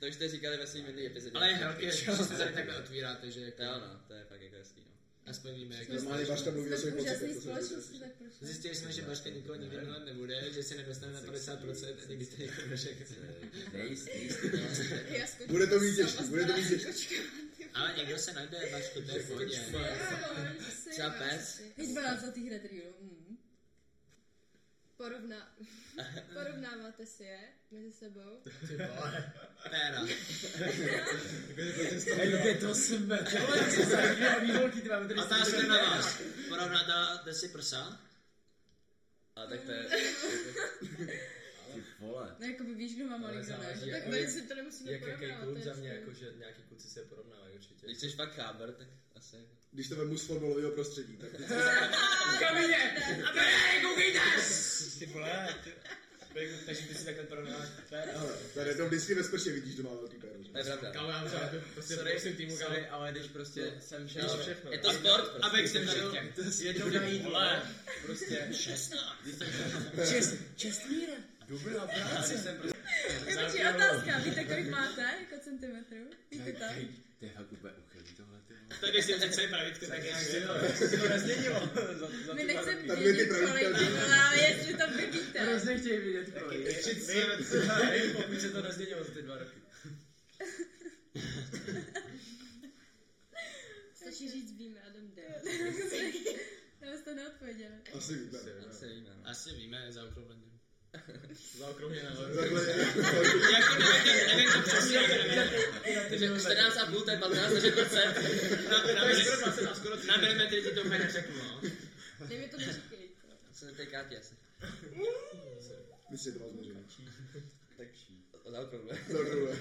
Speaker 5: To už jste říkali ve svým minulý epizodě.
Speaker 14: Ale je helky,
Speaker 5: Pič.
Speaker 14: že se tady takhle otvírá, takže jako...
Speaker 5: Jo, no, to je fakt jako hezký, no.
Speaker 14: Aspoň víme, jak
Speaker 5: Normálně Bašta mluví o svých Jsme v úžasný pocitech, to se
Speaker 1: společnosti, tak
Speaker 2: prostě
Speaker 1: proč ne?
Speaker 14: Zjistili jsme, že Baška nikoho nikdy milovat nebude, že se nedostane na 50% a nikdy to někdo neřekne.
Speaker 8: Nejistý,
Speaker 2: Já skočím
Speaker 14: Bude to
Speaker 2: sama
Speaker 14: výtěžky,
Speaker 2: z
Speaker 14: bude to
Speaker 2: baráku,
Speaker 14: výtěžky.
Speaker 2: kočka.
Speaker 14: Ale někdo se najde, Bašku, to je v pohodě.
Speaker 2: Třeba pes. Hej, 12 zlatých retrieverů. Mm. Porovna... Porovnáváte si je mezi sebou.
Speaker 14: Ty vole. Péra.
Speaker 25: Hej, to jsme. Tohle jsou dvě výholky, ty máme tady
Speaker 14: Otázka na vás. Porovnáte si prsa?
Speaker 8: A tak to je... Ty vole.
Speaker 2: No jako by víš, kdo má malý, kdo ne.
Speaker 5: záleží,
Speaker 2: že? Tak
Speaker 5: ale
Speaker 2: tady
Speaker 5: jak-
Speaker 2: si to nemusíme
Speaker 5: Jak jaký
Speaker 2: porovnávat. to
Speaker 5: kluk
Speaker 2: je
Speaker 5: za mě,
Speaker 2: jasný.
Speaker 5: jako že nějaký kluci se porovnávají určitě.
Speaker 8: Když jsi fakt chábr, tak asi...
Speaker 6: Když to vemu z fotbalového prostředí, tak...
Speaker 14: Kamině! A brej, koukejte!
Speaker 25: Ty vole, ty-
Speaker 14: Jako-
Speaker 25: Bejku, takže ty si takhle porovnáváš péra.
Speaker 6: Ale tady to vždycky ve sprše vidíš, kdo má velký péro. že?
Speaker 25: To je pravda. Kámo,
Speaker 14: Eh,
Speaker 25: já myslím, jako prostě prosím týmu, kámo.
Speaker 5: sorry, ale když prostě jsem
Speaker 25: Víš prostě
Speaker 5: šel...
Speaker 25: všechno,
Speaker 5: Je to
Speaker 25: jo.
Speaker 5: sport,
Speaker 25: A
Speaker 5: abych
Speaker 25: abych
Speaker 5: jsem
Speaker 25: jsem
Speaker 5: šel
Speaker 25: dal
Speaker 5: jednou na jídlo.
Speaker 25: Vole.
Speaker 5: Prostě...
Speaker 14: Šestnáct.
Speaker 25: Čest, čestmíra.
Speaker 5: Dobrá práce. Když jsem prostě...
Speaker 1: Takže otázka, víte, kolik máte jako centimetrů? Víte to?
Speaker 8: To je fakt úplně uchylý tohle, ty vole.
Speaker 14: Tady si přece pravidko tak nějak
Speaker 1: My nechceme
Speaker 8: Tak
Speaker 14: by ty
Speaker 1: vědět, kolik
Speaker 14: pravidla
Speaker 1: je, vole, ale jestli to vy víte.
Speaker 25: Hrozně chtějí vidět kolik.
Speaker 14: Ještě
Speaker 25: Vím,
Speaker 14: co-
Speaker 25: vím, pokud se to nezměnilo za ty dva roky.
Speaker 2: Stačí říct víme a jdem dál. Já vás to neodpověděla.
Speaker 6: *laughs*
Speaker 14: Asi víme. Asi víme,
Speaker 25: *laughs*
Speaker 14: zaokrouhleně.
Speaker 25: Zaokrouhleně nahoru. *laughs*
Speaker 14: *laughs* Jako nevím, nevím, to přesně, ale
Speaker 8: Takže 14,5, to je 15, takže to je...
Speaker 14: Na milimetry ti to úplně neřeknu, no.
Speaker 2: Dej mi to neříkejte.
Speaker 8: Jsem teď Káti asi.
Speaker 6: Myslím, že to vás můžeme.
Speaker 8: Tak zaokrouhle.
Speaker 6: Zaokrouhle.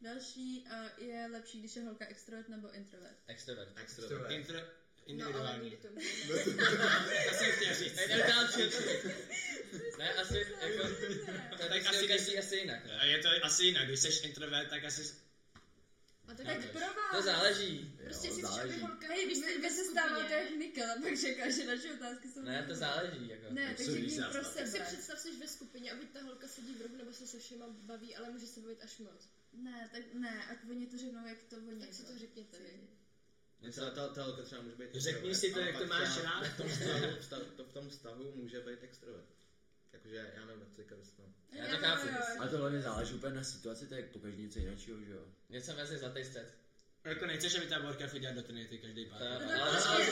Speaker 26: Další a je lepší, když je holka extrovert nebo introvert.
Speaker 8: Extrovert.
Speaker 14: Extrovert. Intro...
Speaker 26: No, ale nikdy
Speaker 14: Individuální.
Speaker 26: to
Speaker 14: *laughs* To jsem chtěl říct.
Speaker 8: Jdem dál, Ne, asi jako... To tak asi každý asi jinak.
Speaker 14: A Eh, je to asi jinak, když jsi introvert, tak asi...
Speaker 2: A tak,
Speaker 14: Tak
Speaker 2: tak pro vás.
Speaker 8: To záleží.
Speaker 2: Prostě
Speaker 8: Jo,
Speaker 2: si
Speaker 8: záleží.
Speaker 2: všude holka.
Speaker 1: Hej, když teďka se stáváte jak Nikel, a pak říká, že naše otázky jsou...
Speaker 8: Ne, to záleží, jako.
Speaker 1: Ne, takže jediný pro
Speaker 2: Tak si
Speaker 1: sebe.
Speaker 2: představ, jsi ve skupině a buď ta holka sedí v rohu, nebo se se všema baví, ale může se bavit až moc.
Speaker 26: Ne, tak ne, ať oni to řeknou, jak to oni.
Speaker 2: Tak si to řekněte vy.
Speaker 8: Třeba ta, ta holka třeba může být
Speaker 14: Řekni
Speaker 8: extrovert,
Speaker 14: si to,
Speaker 8: ale
Speaker 14: jak
Speaker 8: pak
Speaker 14: to máš
Speaker 8: třeba
Speaker 14: rád.
Speaker 8: V tom vztahu, vztahu, to v tom vztahu může být extrovert. Jakože já nevím, jak to dostanu.
Speaker 1: Já to chápu.
Speaker 3: A to hlavně záleží úplně na situaci, to je pokaždé něco jiného, že jo?
Speaker 8: Něco mezi zlatý střed.
Speaker 14: Jako nechceš, aby ta borka chodila do trinity každý pár.
Speaker 5: Eh,
Speaker 8: No, ale- ale- ale- ale-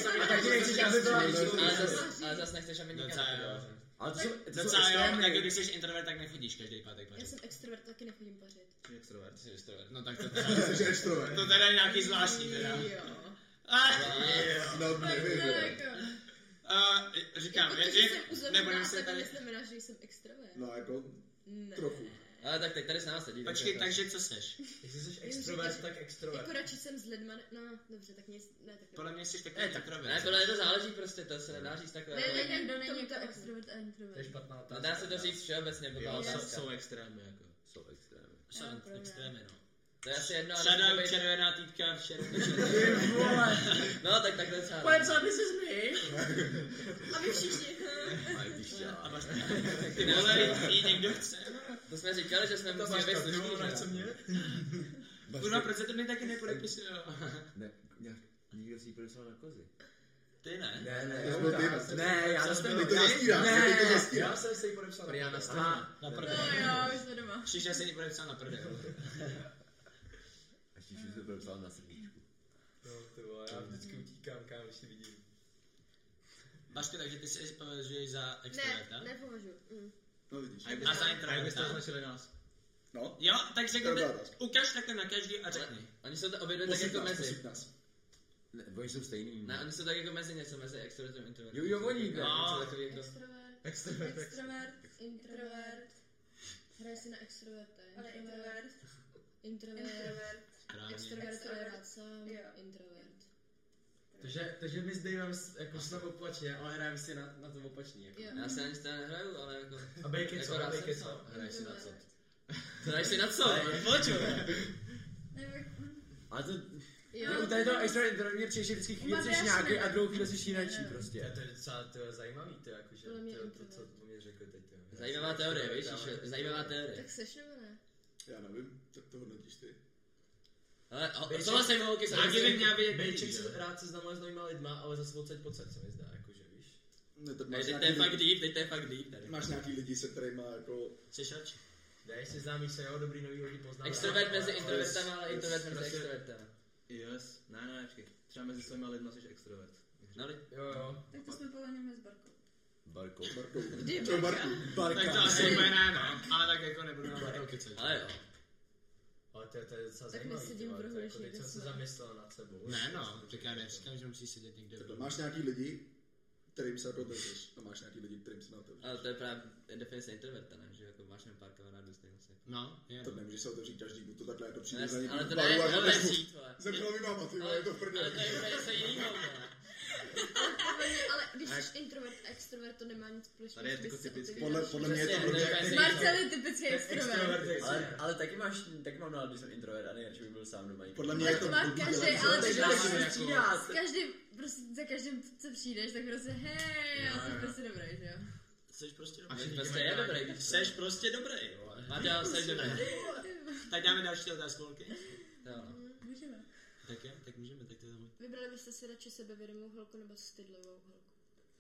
Speaker 8: ale- ale zas- ale zas nechceš, aby nikam
Speaker 14: Docela
Speaker 8: nechodila.
Speaker 14: jo.
Speaker 3: Ale to jsou- to jsou
Speaker 14: Docela jo,
Speaker 3: extrémy.
Speaker 14: tak když jsi introvert, tak nechodíš každý pátek
Speaker 2: Já
Speaker 14: pařit.
Speaker 2: jsem extrovert, taky nechodím pařit.
Speaker 8: Jsi extrovert.
Speaker 14: Jsi extrovert. No tak to teda...
Speaker 6: Jsi extrovert.
Speaker 14: To teda je nějaký zvláštní teda.
Speaker 2: Jo.
Speaker 14: Ah,
Speaker 6: No, nevím, jo.
Speaker 14: A říkám,
Speaker 2: Protože
Speaker 14: je, je,
Speaker 2: jsem uzavřená,
Speaker 14: nebudem se
Speaker 2: tak to
Speaker 14: tady...
Speaker 2: neznamená, že jsem extrovert.
Speaker 6: No, jako...
Speaker 2: Ne.
Speaker 6: Trochu.
Speaker 8: Ale tak teď tady s námi sedí.
Speaker 14: Počkej, takže co seš?
Speaker 5: Jestli jsi
Speaker 2: extrovert,
Speaker 5: tak
Speaker 2: Jako radši jsem s lidma, ne- no dobře, tak nic, ne, tak
Speaker 14: Podle mě jsi
Speaker 8: Ne,
Speaker 14: takový
Speaker 8: tak
Speaker 14: introvert.
Speaker 8: ne, podle mě to záleží prostě, to se nedá říct takhle.
Speaker 26: Ne,
Speaker 8: jako-
Speaker 26: ne, ne, to
Speaker 2: To
Speaker 26: není
Speaker 2: mi
Speaker 26: to
Speaker 2: to-
Speaker 26: extrovert a introvert.
Speaker 5: To je špatná
Speaker 8: No,
Speaker 5: otázka.
Speaker 8: dá se to říct všeobecně, podle
Speaker 5: Jo,
Speaker 8: otázka.
Speaker 5: jsou, jsou extrémy, jako. Jsou extrémy.
Speaker 14: Jsou
Speaker 26: No,
Speaker 14: extrémy, no.
Speaker 8: To je asi jedno, ale
Speaker 14: Šada
Speaker 8: může být-
Speaker 14: červená týpka v červené. *laughs*
Speaker 8: No, tak takhle třeba.
Speaker 14: ty se zmyj?
Speaker 2: A vy všichni.
Speaker 8: A když
Speaker 14: *laughs* A máš Ty vole, i někdo chce.
Speaker 8: To jsme říkali, že jsme museli být slušní, že?
Speaker 14: mě? Kurva, proč se to mi taky nepodepisuje?
Speaker 3: Ne, nějak- nikdo si ji podepsal na kozy.
Speaker 14: Ty ne.
Speaker 3: Ne, ne,
Speaker 14: To
Speaker 3: já
Speaker 14: byl
Speaker 3: jsem-
Speaker 14: ty, vlastně.
Speaker 3: ne, já
Speaker 14: Zas
Speaker 3: jsem byl-
Speaker 14: byl ty.
Speaker 3: já-
Speaker 14: Zastíráš,
Speaker 3: ne,
Speaker 14: ty to zastíráš.
Speaker 3: já jsem se jí podepsal na
Speaker 14: Prý já
Speaker 3: kozy.
Speaker 14: na stranu.
Speaker 3: Aha.
Speaker 14: Na
Speaker 3: Ne.
Speaker 14: prdel.
Speaker 26: jo, už jsme doma.
Speaker 14: Příště se ji podepsal na prdel.
Speaker 3: A ještě jsem se podepsal na srdíčku.
Speaker 5: No, ty vole, já vždycky utíkám, kam, když ti vidím.
Speaker 14: Baško, takže ty se považuješ za extroverta?
Speaker 2: Ne, nepovažuji. Mm.
Speaker 6: No vidíš.
Speaker 14: A za introverta?
Speaker 5: označili nás?
Speaker 6: No.
Speaker 14: Jo, tak
Speaker 8: Dobrá
Speaker 14: řekněte,
Speaker 8: otázka.
Speaker 14: ukaž takhle na každý a řekni.
Speaker 8: Oni jsou to obě dvě tak jako mezi.
Speaker 27: Ne, oni jsou stejný.
Speaker 8: Ne, oni jsou tak jako mezi něco, mezi extrovertem a introvertem.
Speaker 27: Jo, jo, oni, ne.
Speaker 8: no.
Speaker 27: Něco takový jako-
Speaker 8: Extrovert.
Speaker 27: Extrovert.
Speaker 2: Extrovert, introvert. Hraje si na extroverta.
Speaker 23: Ale
Speaker 2: Introvert.
Speaker 23: Introvert.
Speaker 27: Správně.
Speaker 2: Extrovert ale
Speaker 23: Extrovert.
Speaker 2: rád sám. Introvert.
Speaker 21: Takže, takže my zde jdeme s- jako jsme opačně, ale hrajeme si na, na to opačný. Jako.
Speaker 2: Jo.
Speaker 8: Já se na nic teda nehraju, ale jako...
Speaker 21: A bejky co,
Speaker 8: rád
Speaker 21: a bejky
Speaker 8: jsem
Speaker 21: co?
Speaker 8: sám. Hraješ si na co?
Speaker 2: Introvert.
Speaker 8: Hraješ si na co?
Speaker 21: Ale-
Speaker 8: Poču!
Speaker 27: Ale to...
Speaker 21: Jo.
Speaker 27: Jo, tady to extra introvert mě přijde, že vždycky chvíli
Speaker 21: Mám
Speaker 27: jsi
Speaker 21: jasný.
Speaker 27: nějaký a druhou chvíli jsi jináčí
Speaker 8: To
Speaker 27: prostě.
Speaker 8: je- to
Speaker 27: je docela to zajímavý, to jakože,
Speaker 2: Podle mě to-
Speaker 27: to, co po mě řekl teď.
Speaker 8: Zajímavá teorie, víš, že? Zajímavá teorie.
Speaker 2: Tak seš nebo ne?
Speaker 6: Já nevím, tak to hodnotíš ty.
Speaker 8: Ale o- tohle jsem mohl
Speaker 6: Já kdybych měl vědět
Speaker 21: Bejček
Speaker 6: víc,
Speaker 21: se
Speaker 6: jo.
Speaker 21: rád seznamuje s novýma lidma, ale zase odsaď pocať se mi zdá, jakože víš.
Speaker 6: Ne, tak
Speaker 8: Teď to je fakt deep, teď to je fakt deep tady.
Speaker 6: Máš nějaký lidi, se kterými jako...
Speaker 21: Jsi radši. Dej si známí se, jo, dobrý nový lidi poznáme.
Speaker 8: Extrovert
Speaker 21: Ale-
Speaker 8: mezi
Speaker 21: ale-
Speaker 8: introvertama, ale
Speaker 21: ale-
Speaker 8: introvert mezi
Speaker 21: prostě-
Speaker 8: extrovertama.
Speaker 22: Yes, ne, ne, počkej. Třeba mezi svýma lidma jsi extrovert.
Speaker 8: No,
Speaker 21: jo, jo.
Speaker 23: Tak to jsme podle mě my s Barkou.
Speaker 22: Barko.
Speaker 6: Barko.
Speaker 23: Kdy Barka?
Speaker 21: Barka. Tak to asi úplně ne, no. Ale tak jako nebudu na Barku kecet.
Speaker 8: Ale jo.
Speaker 21: Ale to je, to je docela
Speaker 2: Tak
Speaker 21: zajímavý,
Speaker 2: nesedím
Speaker 21: ty vole,
Speaker 2: v rohu,
Speaker 21: to je
Speaker 2: ještě
Speaker 21: jako teď jsem se
Speaker 2: jsme.
Speaker 21: zamyslel nad sebou.
Speaker 14: Ne, no, tak já neříkám, že musíš sedět někde.
Speaker 6: Máš nějaký lidi, kterým se otevřeš a máš nějaký lidi, kterým se neotevřeš.
Speaker 8: Ale to je právě definice introverta, ne? Že jako máš jen pár kamarádů, stejně se.
Speaker 14: No,
Speaker 6: To nemůžeš se otevřít každému, to takhle jako přijde
Speaker 8: Ale-
Speaker 6: za někým
Speaker 8: ale to
Speaker 6: v baru
Speaker 8: ne-
Speaker 6: a
Speaker 8: to
Speaker 6: řekneš mu,
Speaker 8: nevzít, vole.
Speaker 6: Zemřel mi máma, ty vole, je to v prdeli.
Speaker 8: Ale to je úplně něco jiného, vole.
Speaker 2: Podle mě, ale když
Speaker 6: Ne.
Speaker 2: jsi introvert a extrovert, to nemá nic společného.
Speaker 6: Tady je
Speaker 2: s
Speaker 6: jako
Speaker 2: bys se
Speaker 6: typický-
Speaker 2: otevřel.
Speaker 6: Podle- podle mě je to
Speaker 2: Přesně,
Speaker 6: blbý,
Speaker 2: je
Speaker 6: jak
Speaker 2: typický
Speaker 6: nejsem.
Speaker 2: Marcel je typický extrovert.
Speaker 14: jako-
Speaker 27: Ale, ale taky máš, taky mám rád, když jsem introvert a nejradši bych byl sám doma.
Speaker 6: Podle mě je
Speaker 8: jako
Speaker 6: to
Speaker 2: Má
Speaker 6: blbý,
Speaker 2: každý, ale
Speaker 27: Takže
Speaker 2: ty
Speaker 27: já
Speaker 2: prostě
Speaker 27: jsem
Speaker 2: s
Speaker 27: jako-
Speaker 2: každým- s každým, prostě za každým, co přijdeš, tak prostě hej, já
Speaker 14: Jo,
Speaker 2: jsem
Speaker 14: jo.
Speaker 2: prostě dobrý, že jo.
Speaker 14: Jsi prostě
Speaker 8: A
Speaker 14: dobrý.
Speaker 8: všichni mají rádi.
Speaker 14: Jsi prostě dobrý, vole.
Speaker 8: Matěj, jsi dobrý.
Speaker 14: Tak dáme další otázku, holky.
Speaker 6: No.
Speaker 8: Jo.
Speaker 2: Můžeme.
Speaker 14: Tak jo, tak můžeme, tak to je tam.
Speaker 2: Vybrali byste si radši sebevědomou holku nebo stydlivou holku?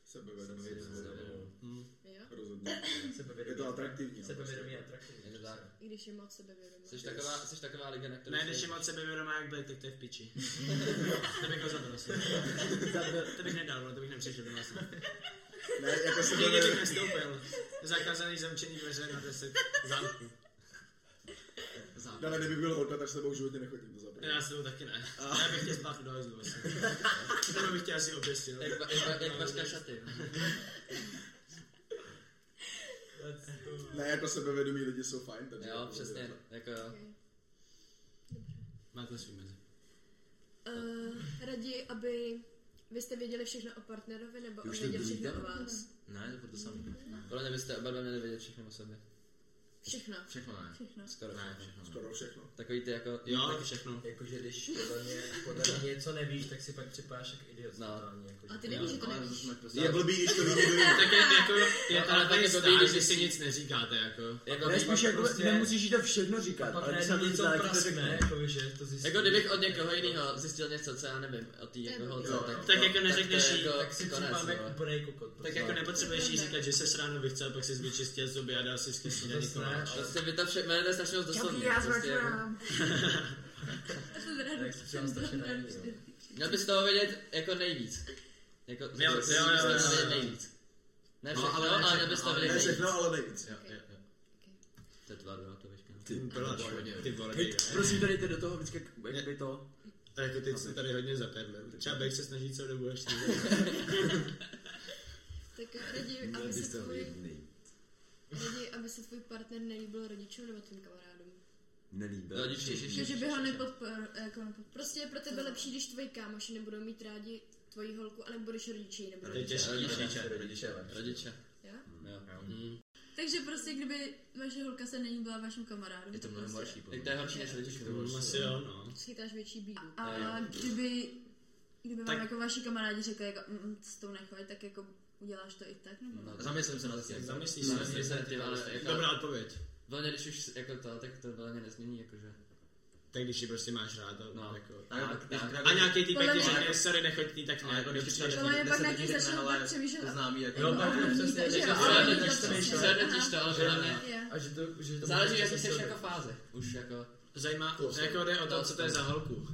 Speaker 6: Sebevědomí. Sebevědomí.
Speaker 14: Hm.
Speaker 2: Jo?
Speaker 6: Rozhodně. Je to atraktivní. no,
Speaker 21: Sebevědomí
Speaker 6: prostě.
Speaker 21: a atraktivní.
Speaker 8: Je to tak.
Speaker 2: I když je moc sebevědomá.
Speaker 8: Jsi taková, jsi taková liga, na kterou
Speaker 14: Ne,
Speaker 8: se-
Speaker 14: když je moc sebevědomá, jak byli, tak to je v piči. to bych ho zabil. asi. to bych nedal, vole, to bych nepřežil doma.
Speaker 6: Ne, jako si
Speaker 14: Nikdy bych nestoupil. Zakázaný zamčený dveře na 10 zámků.
Speaker 6: No, ale kdyby byl holka, tak s tebou v životě nechodím, to zaprvé.
Speaker 14: Já s tebou taky ne. Já bych tě spáchl do hajzlu asi. Nebo bych tě asi oběstil.
Speaker 8: Jak ba- jak ba- jak baška šaty.
Speaker 6: Ne, jako sebevědomí lidi jsou fajn, takže...
Speaker 8: Jo, přesně, jako jo.
Speaker 14: Máte svý mezi.
Speaker 2: Uh, raději, aby vy jste věděli všechno o partnerovi, nebo
Speaker 8: Vy
Speaker 2: on
Speaker 8: už
Speaker 2: věděl
Speaker 8: to
Speaker 2: všechno o
Speaker 8: víte?
Speaker 2: vás?
Speaker 8: Ne, to proto samý. Podle mě byste oba dva měli vědět všechno o sobě.
Speaker 2: Všechno.
Speaker 8: Všechno ne.
Speaker 2: Všechno.
Speaker 8: Skoro ne, všechno.
Speaker 6: Skoro všechno.
Speaker 8: Takový ty jako,
Speaker 21: Jo.
Speaker 8: taky všechno.
Speaker 21: Jakože když podle mě, podle mě něco nevíš, tak si pak připadáš jak idiot. No. Totálně, jakože.
Speaker 2: A ty nevíš, že to Ale nevíš. jsme
Speaker 8: Je blbý, když to vidí druhý.
Speaker 14: Tak je, *laughs* jako, je
Speaker 8: No,
Speaker 14: to
Speaker 8: ale
Speaker 14: ale
Speaker 8: tak je
Speaker 14: taky
Speaker 8: blbý,
Speaker 14: blbý,
Speaker 8: když
Speaker 14: když si
Speaker 8: si-
Speaker 14: nic neříkáte, jako.
Speaker 8: Jako
Speaker 27: Ne,
Speaker 8: když
Speaker 27: spíš
Speaker 8: pak
Speaker 27: jako
Speaker 8: prostě-
Speaker 27: nemusíš jí to všechno říkat,
Speaker 8: pak
Speaker 27: ale když
Speaker 8: najednou
Speaker 27: jsem
Speaker 8: něco
Speaker 27: něco tak to
Speaker 8: praskne,
Speaker 27: řekne.
Speaker 21: Jako, že to zjistíš.
Speaker 8: Jako kdybych od někoho jiného zjistil něco, co já nevím, o té jako holce, tak,
Speaker 14: tak jako
Speaker 8: to-
Speaker 14: neřekneš
Speaker 8: to je
Speaker 14: jí,
Speaker 8: jako
Speaker 14: tak si
Speaker 8: konec,
Speaker 14: připadám
Speaker 8: no.
Speaker 14: jako úplnej kokot. Tak jako nepotřebuješ jí říkat, že se ráno vychcel, pak si vyčistil zuby a dal si skysněný koláč.
Speaker 8: Prostě vy to vše, jmenujete strašně moc doslovně. prostě jako- Měl bys toho vědět jako nejvíc. Jako,
Speaker 14: Jo, jo, jo, jo, jo, jo.
Speaker 8: nejvíc. Ne
Speaker 14: No,
Speaker 8: všechno,
Speaker 14: ale ne
Speaker 8: ale, ale
Speaker 14: všechno,
Speaker 8: měl bys toho
Speaker 14: ale
Speaker 8: vědět
Speaker 14: ne
Speaker 8: nejvíc.
Speaker 14: všechno, ale
Speaker 6: nejvíc.
Speaker 8: Jo, jo, jo. To je tvá druhá to vyška.
Speaker 14: Ty byla ty vole,
Speaker 27: Hej,
Speaker 14: ty-
Speaker 27: prosím, tady jde do toho vždycky, jak- jak by to...
Speaker 14: A jako teď se tady hodně zapedlil. Třeba bych se snaží celou dobu ještě.
Speaker 2: Tak eh, raději, aby se tvůj, raději, aby se tvůj partner nelíbil rodičům nebo tvým kamarádům.
Speaker 27: Nelíbil.
Speaker 8: Rodiče, ježiš.
Speaker 2: Že by ho nepodpor, jako nepodpor. Prostě je pro tebe lepší, když tvoji kámoši nebudou mít rádi tvoji holku, anebo když rodiče ji nebudou mít rádi.
Speaker 8: rodiče, rodiče, rodiče.
Speaker 2: Jo?
Speaker 8: Jo. Mm.
Speaker 2: Takže prostě, kdyby vaše holka se není byla vaším kamarádem,
Speaker 8: Je to mnohem
Speaker 2: prostě
Speaker 8: horší. podle mě. Tak to je horší než rodiče.
Speaker 14: Mm, asi jo, no.
Speaker 2: Schytáš větší bídu.
Speaker 8: Jo,
Speaker 2: A
Speaker 8: jo.
Speaker 2: kdyby, kdyby vám
Speaker 8: Tak-
Speaker 2: jako vaši kamarádi řekli, jako, "Mm, mm, s tou nechoď, tak jako uděláš to i tak, nebo?
Speaker 8: No, zamyslím se na tím.
Speaker 14: Zamyslíš No, se.
Speaker 8: Zamyslím se na tím, ale jako...
Speaker 14: Dobrá odpověď.
Speaker 8: Velmi, když už jako to, tak to velmi nezmění, jakože.
Speaker 14: Tak když ji prostě máš rád, to no. jako...
Speaker 8: Tak, tak.
Speaker 14: A nějaký týpek
Speaker 8: Podle
Speaker 14: ti
Speaker 8: mě-
Speaker 14: řekne, sorry, nechoď ty, tak ne, jako
Speaker 8: když
Speaker 14: nepřijde.
Speaker 8: přijde-
Speaker 2: Podle mě pak nad tím začnou tak přemýšlet.
Speaker 27: to známý, jako-
Speaker 14: Jo, tak
Speaker 27: Jo,
Speaker 14: přesně,
Speaker 27: jo,
Speaker 14: že
Speaker 27: jo,
Speaker 14: to
Speaker 27: jo,
Speaker 14: známý,
Speaker 27: jo,
Speaker 14: tak
Speaker 27: jo,
Speaker 14: to
Speaker 27: jo,
Speaker 14: nejsou.
Speaker 27: jo,
Speaker 8: Zvedneš to, ale podle mě...
Speaker 2: Jo.
Speaker 27: A že to, že to
Speaker 8: Záleží,
Speaker 27: může
Speaker 8: jaký
Speaker 27: být
Speaker 8: jsi
Speaker 27: dobrý.
Speaker 8: jako fáze. Už jako...
Speaker 14: Zajímá,
Speaker 8: Plus.
Speaker 14: jako jde o to, co to je za holku.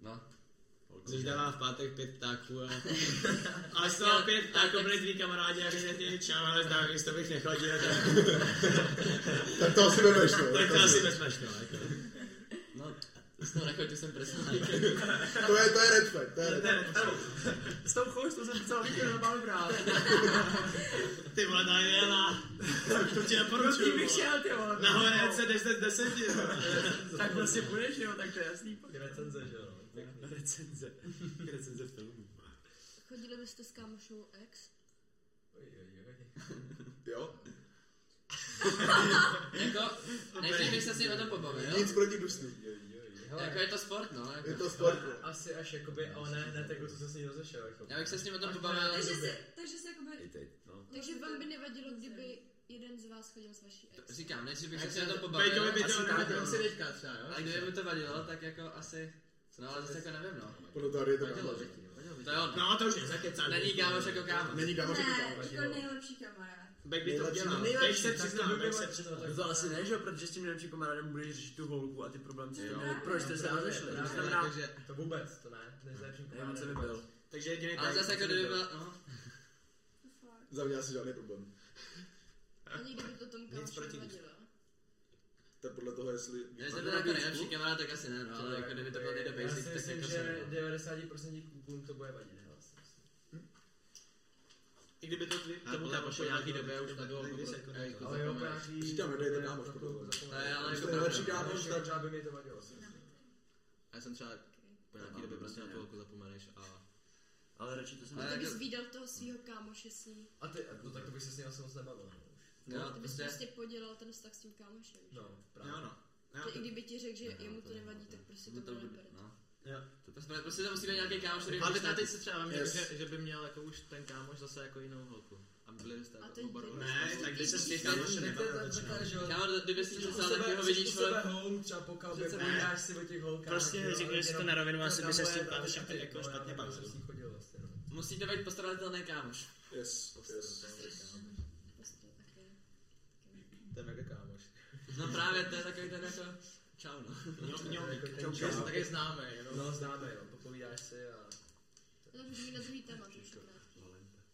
Speaker 8: No.
Speaker 14: Jsi dala v pátek pět
Speaker 27: *laughs*
Speaker 14: ptáků a... A z toho pět ptáků byli tví kamarádi a řekne ti, čau, ale tak, jestli to bych nechodil, tak...
Speaker 27: *laughs*
Speaker 6: Tak to asi vezmeš, no.
Speaker 14: jako. Tak to asi vezmeš, no, jako.
Speaker 8: No,
Speaker 27: No, nechoďte sem prsa.
Speaker 6: To je, to je red flag, to je red flag.
Speaker 14: S tou chouštou jsem celý víkend normálně brát. Ty vole, ta jela. To ti neporučuju.
Speaker 27: Proti bych šel, ty vole.
Speaker 14: Nahoře se jdeš z deseti. jo.
Speaker 27: Tak prostě
Speaker 14: půjdeš, jo, tak to je jasný. pak.
Speaker 27: Recenze, že jo. Recenze. Recenze filmů.
Speaker 2: Chodili byste s kámošou ex?
Speaker 6: Jo?
Speaker 8: Jako, nechtěl bych se s ním o tom pobavil.
Speaker 6: Nic proti dusný.
Speaker 8: Jako je to sport, no. Jako.
Speaker 6: Je to sport, no.
Speaker 8: Asi až jakoby,
Speaker 27: O ne, hned jako co se s ní rozešel. Jako.
Speaker 8: Já bych se s ním o tom
Speaker 27: Až
Speaker 8: pobavil.
Speaker 27: ne,
Speaker 8: Takže
Speaker 27: dobře.
Speaker 8: se-
Speaker 2: takže se jakoby-
Speaker 27: I teď, no.
Speaker 2: Takže vám by nevadilo, kdyby jeden z vás chodil s vaší ex?
Speaker 8: Říkám, než bych
Speaker 2: A
Speaker 8: se s
Speaker 2: jak
Speaker 8: ním o
Speaker 2: se-
Speaker 8: tom pobavil.
Speaker 2: Pejkovi by to
Speaker 8: asi
Speaker 2: nevadilo,
Speaker 8: tak, no.
Speaker 2: si teďka třeba, jo?
Speaker 8: A kdyby mu to vadilo, tak jako asi... No ale zase jako nevím, no.
Speaker 6: Podle toho je to
Speaker 8: Vadilo,
Speaker 6: kámoš.
Speaker 8: že? To jo,
Speaker 14: No, to už nezakecáš.
Speaker 8: Není kámoš jako kámoš.
Speaker 6: Není kámoš jako
Speaker 23: Ne, jako nejlepší kamarád.
Speaker 14: Bek by to
Speaker 27: Nejlepší-
Speaker 14: udělal.
Speaker 27: nejlepší,
Speaker 14: Bek se
Speaker 27: tak to
Speaker 14: přiznal,
Speaker 27: by
Speaker 14: Bek
Speaker 27: bylo-
Speaker 14: se přiznal.
Speaker 27: No To asi ne, že jo, protože s tím nejlepším kamarádem budeš řešit tu holku a ty problémy.
Speaker 14: Jo.
Speaker 27: Proč jste se
Speaker 14: Právě,
Speaker 27: rozešli? To
Speaker 14: právě,
Speaker 27: znamená,
Speaker 14: takže-
Speaker 27: to vůbec, to ne. Nejlepším
Speaker 14: Nevím, co by
Speaker 27: kamarádem.
Speaker 14: byl. Takže jediný
Speaker 8: Ale zase jako kdyby byla, no.
Speaker 6: Za mě asi žádný problém.
Speaker 2: A nikdy by to tomu kámošovi
Speaker 6: proti
Speaker 2: nevadilo.
Speaker 6: To je podle toho, jestli...
Speaker 8: Kdyby to byl jako nejlepší kamarád, tak asi ne, no, ale jako kdyby to byl někdo
Speaker 27: Já si
Speaker 8: basic, tak
Speaker 27: myslím,
Speaker 8: jako se,
Speaker 27: že
Speaker 8: no.
Speaker 27: 90% klukům to bude vadit. hele, si myslím.
Speaker 14: I kdyby to ty,
Speaker 8: Ale podle po nějaký době už tak dlouho jako
Speaker 27: Ale jo,
Speaker 8: zapomeneš.
Speaker 27: právě...
Speaker 6: Říkám, nedej to kámoš, potom.
Speaker 8: Ne, ale jako
Speaker 6: To je nejlepší
Speaker 8: pravda,
Speaker 6: kámoš, tak...
Speaker 27: Možná by mi to vadilo. si myslím.
Speaker 22: Já jsem třeba po nějaký době prostě na tu holku zapomeneš a...
Speaker 27: Ale radši to jsem
Speaker 2: A ty bys výdal toho svýho kámoše s ní.
Speaker 27: A ty, a to, tak to bych se s ním asi moc nebavil.
Speaker 2: No, ty bys prostě podělal ten vztah s tím kámošem. že?
Speaker 27: No, právě.
Speaker 8: Jo, no.
Speaker 2: To i kdyby ti řekl, že jemu to nevadí, tak prostě to bude nebere.
Speaker 8: no.
Speaker 14: Jo.
Speaker 8: To prostě, prostě to musí být nějaký kámoš, který
Speaker 14: Ale
Speaker 8: může
Speaker 14: teď-
Speaker 8: stát-
Speaker 14: teď se třeba vám
Speaker 8: Yes.
Speaker 14: yes. že, že, by měl jako už ten kámoš zase jako jinou holku. A byli byste
Speaker 8: A
Speaker 14: jako
Speaker 8: to
Speaker 14: oba
Speaker 8: je-
Speaker 14: dva.
Speaker 8: Ne,
Speaker 14: Prostě
Speaker 8: tak když
Speaker 14: ty-
Speaker 8: se s tím
Speaker 14: ty-
Speaker 8: kámošem
Speaker 14: ty- ty-
Speaker 8: nebavil,
Speaker 14: ty-
Speaker 8: tak
Speaker 14: ty-
Speaker 8: čekaj,
Speaker 14: ty-
Speaker 8: že jo. Kámo, kdyby si něco psal, tak jeho vidíš,
Speaker 27: Přijď po
Speaker 8: vole.
Speaker 27: sebe home, třeba po kaubě,
Speaker 8: Přece ne.
Speaker 27: povídáš si o těch holkách.
Speaker 14: Prostě
Speaker 27: jo,
Speaker 14: řekneš
Speaker 27: ale
Speaker 14: si to
Speaker 27: jenom-
Speaker 14: na rovinu, asi
Speaker 27: tam
Speaker 14: by se s tím
Speaker 27: bude-
Speaker 14: kámošem
Speaker 27: a ty,
Speaker 14: jako
Speaker 27: no,
Speaker 14: špatně
Speaker 27: já bych se
Speaker 14: bavil.
Speaker 27: s ní chodil vlastně, no.
Speaker 8: Musí to být postradatelný kámoš.
Speaker 6: Yes, yes.
Speaker 27: Ten mega kámoš.
Speaker 8: No právě, to je takový ten jako... Čau, no.
Speaker 27: Čau,
Speaker 8: Čau,
Speaker 27: čau.
Speaker 8: taky známe, jo.
Speaker 27: No, známe, no, popovídáš si a...
Speaker 2: To můžeme na druhý téma trošku krátký.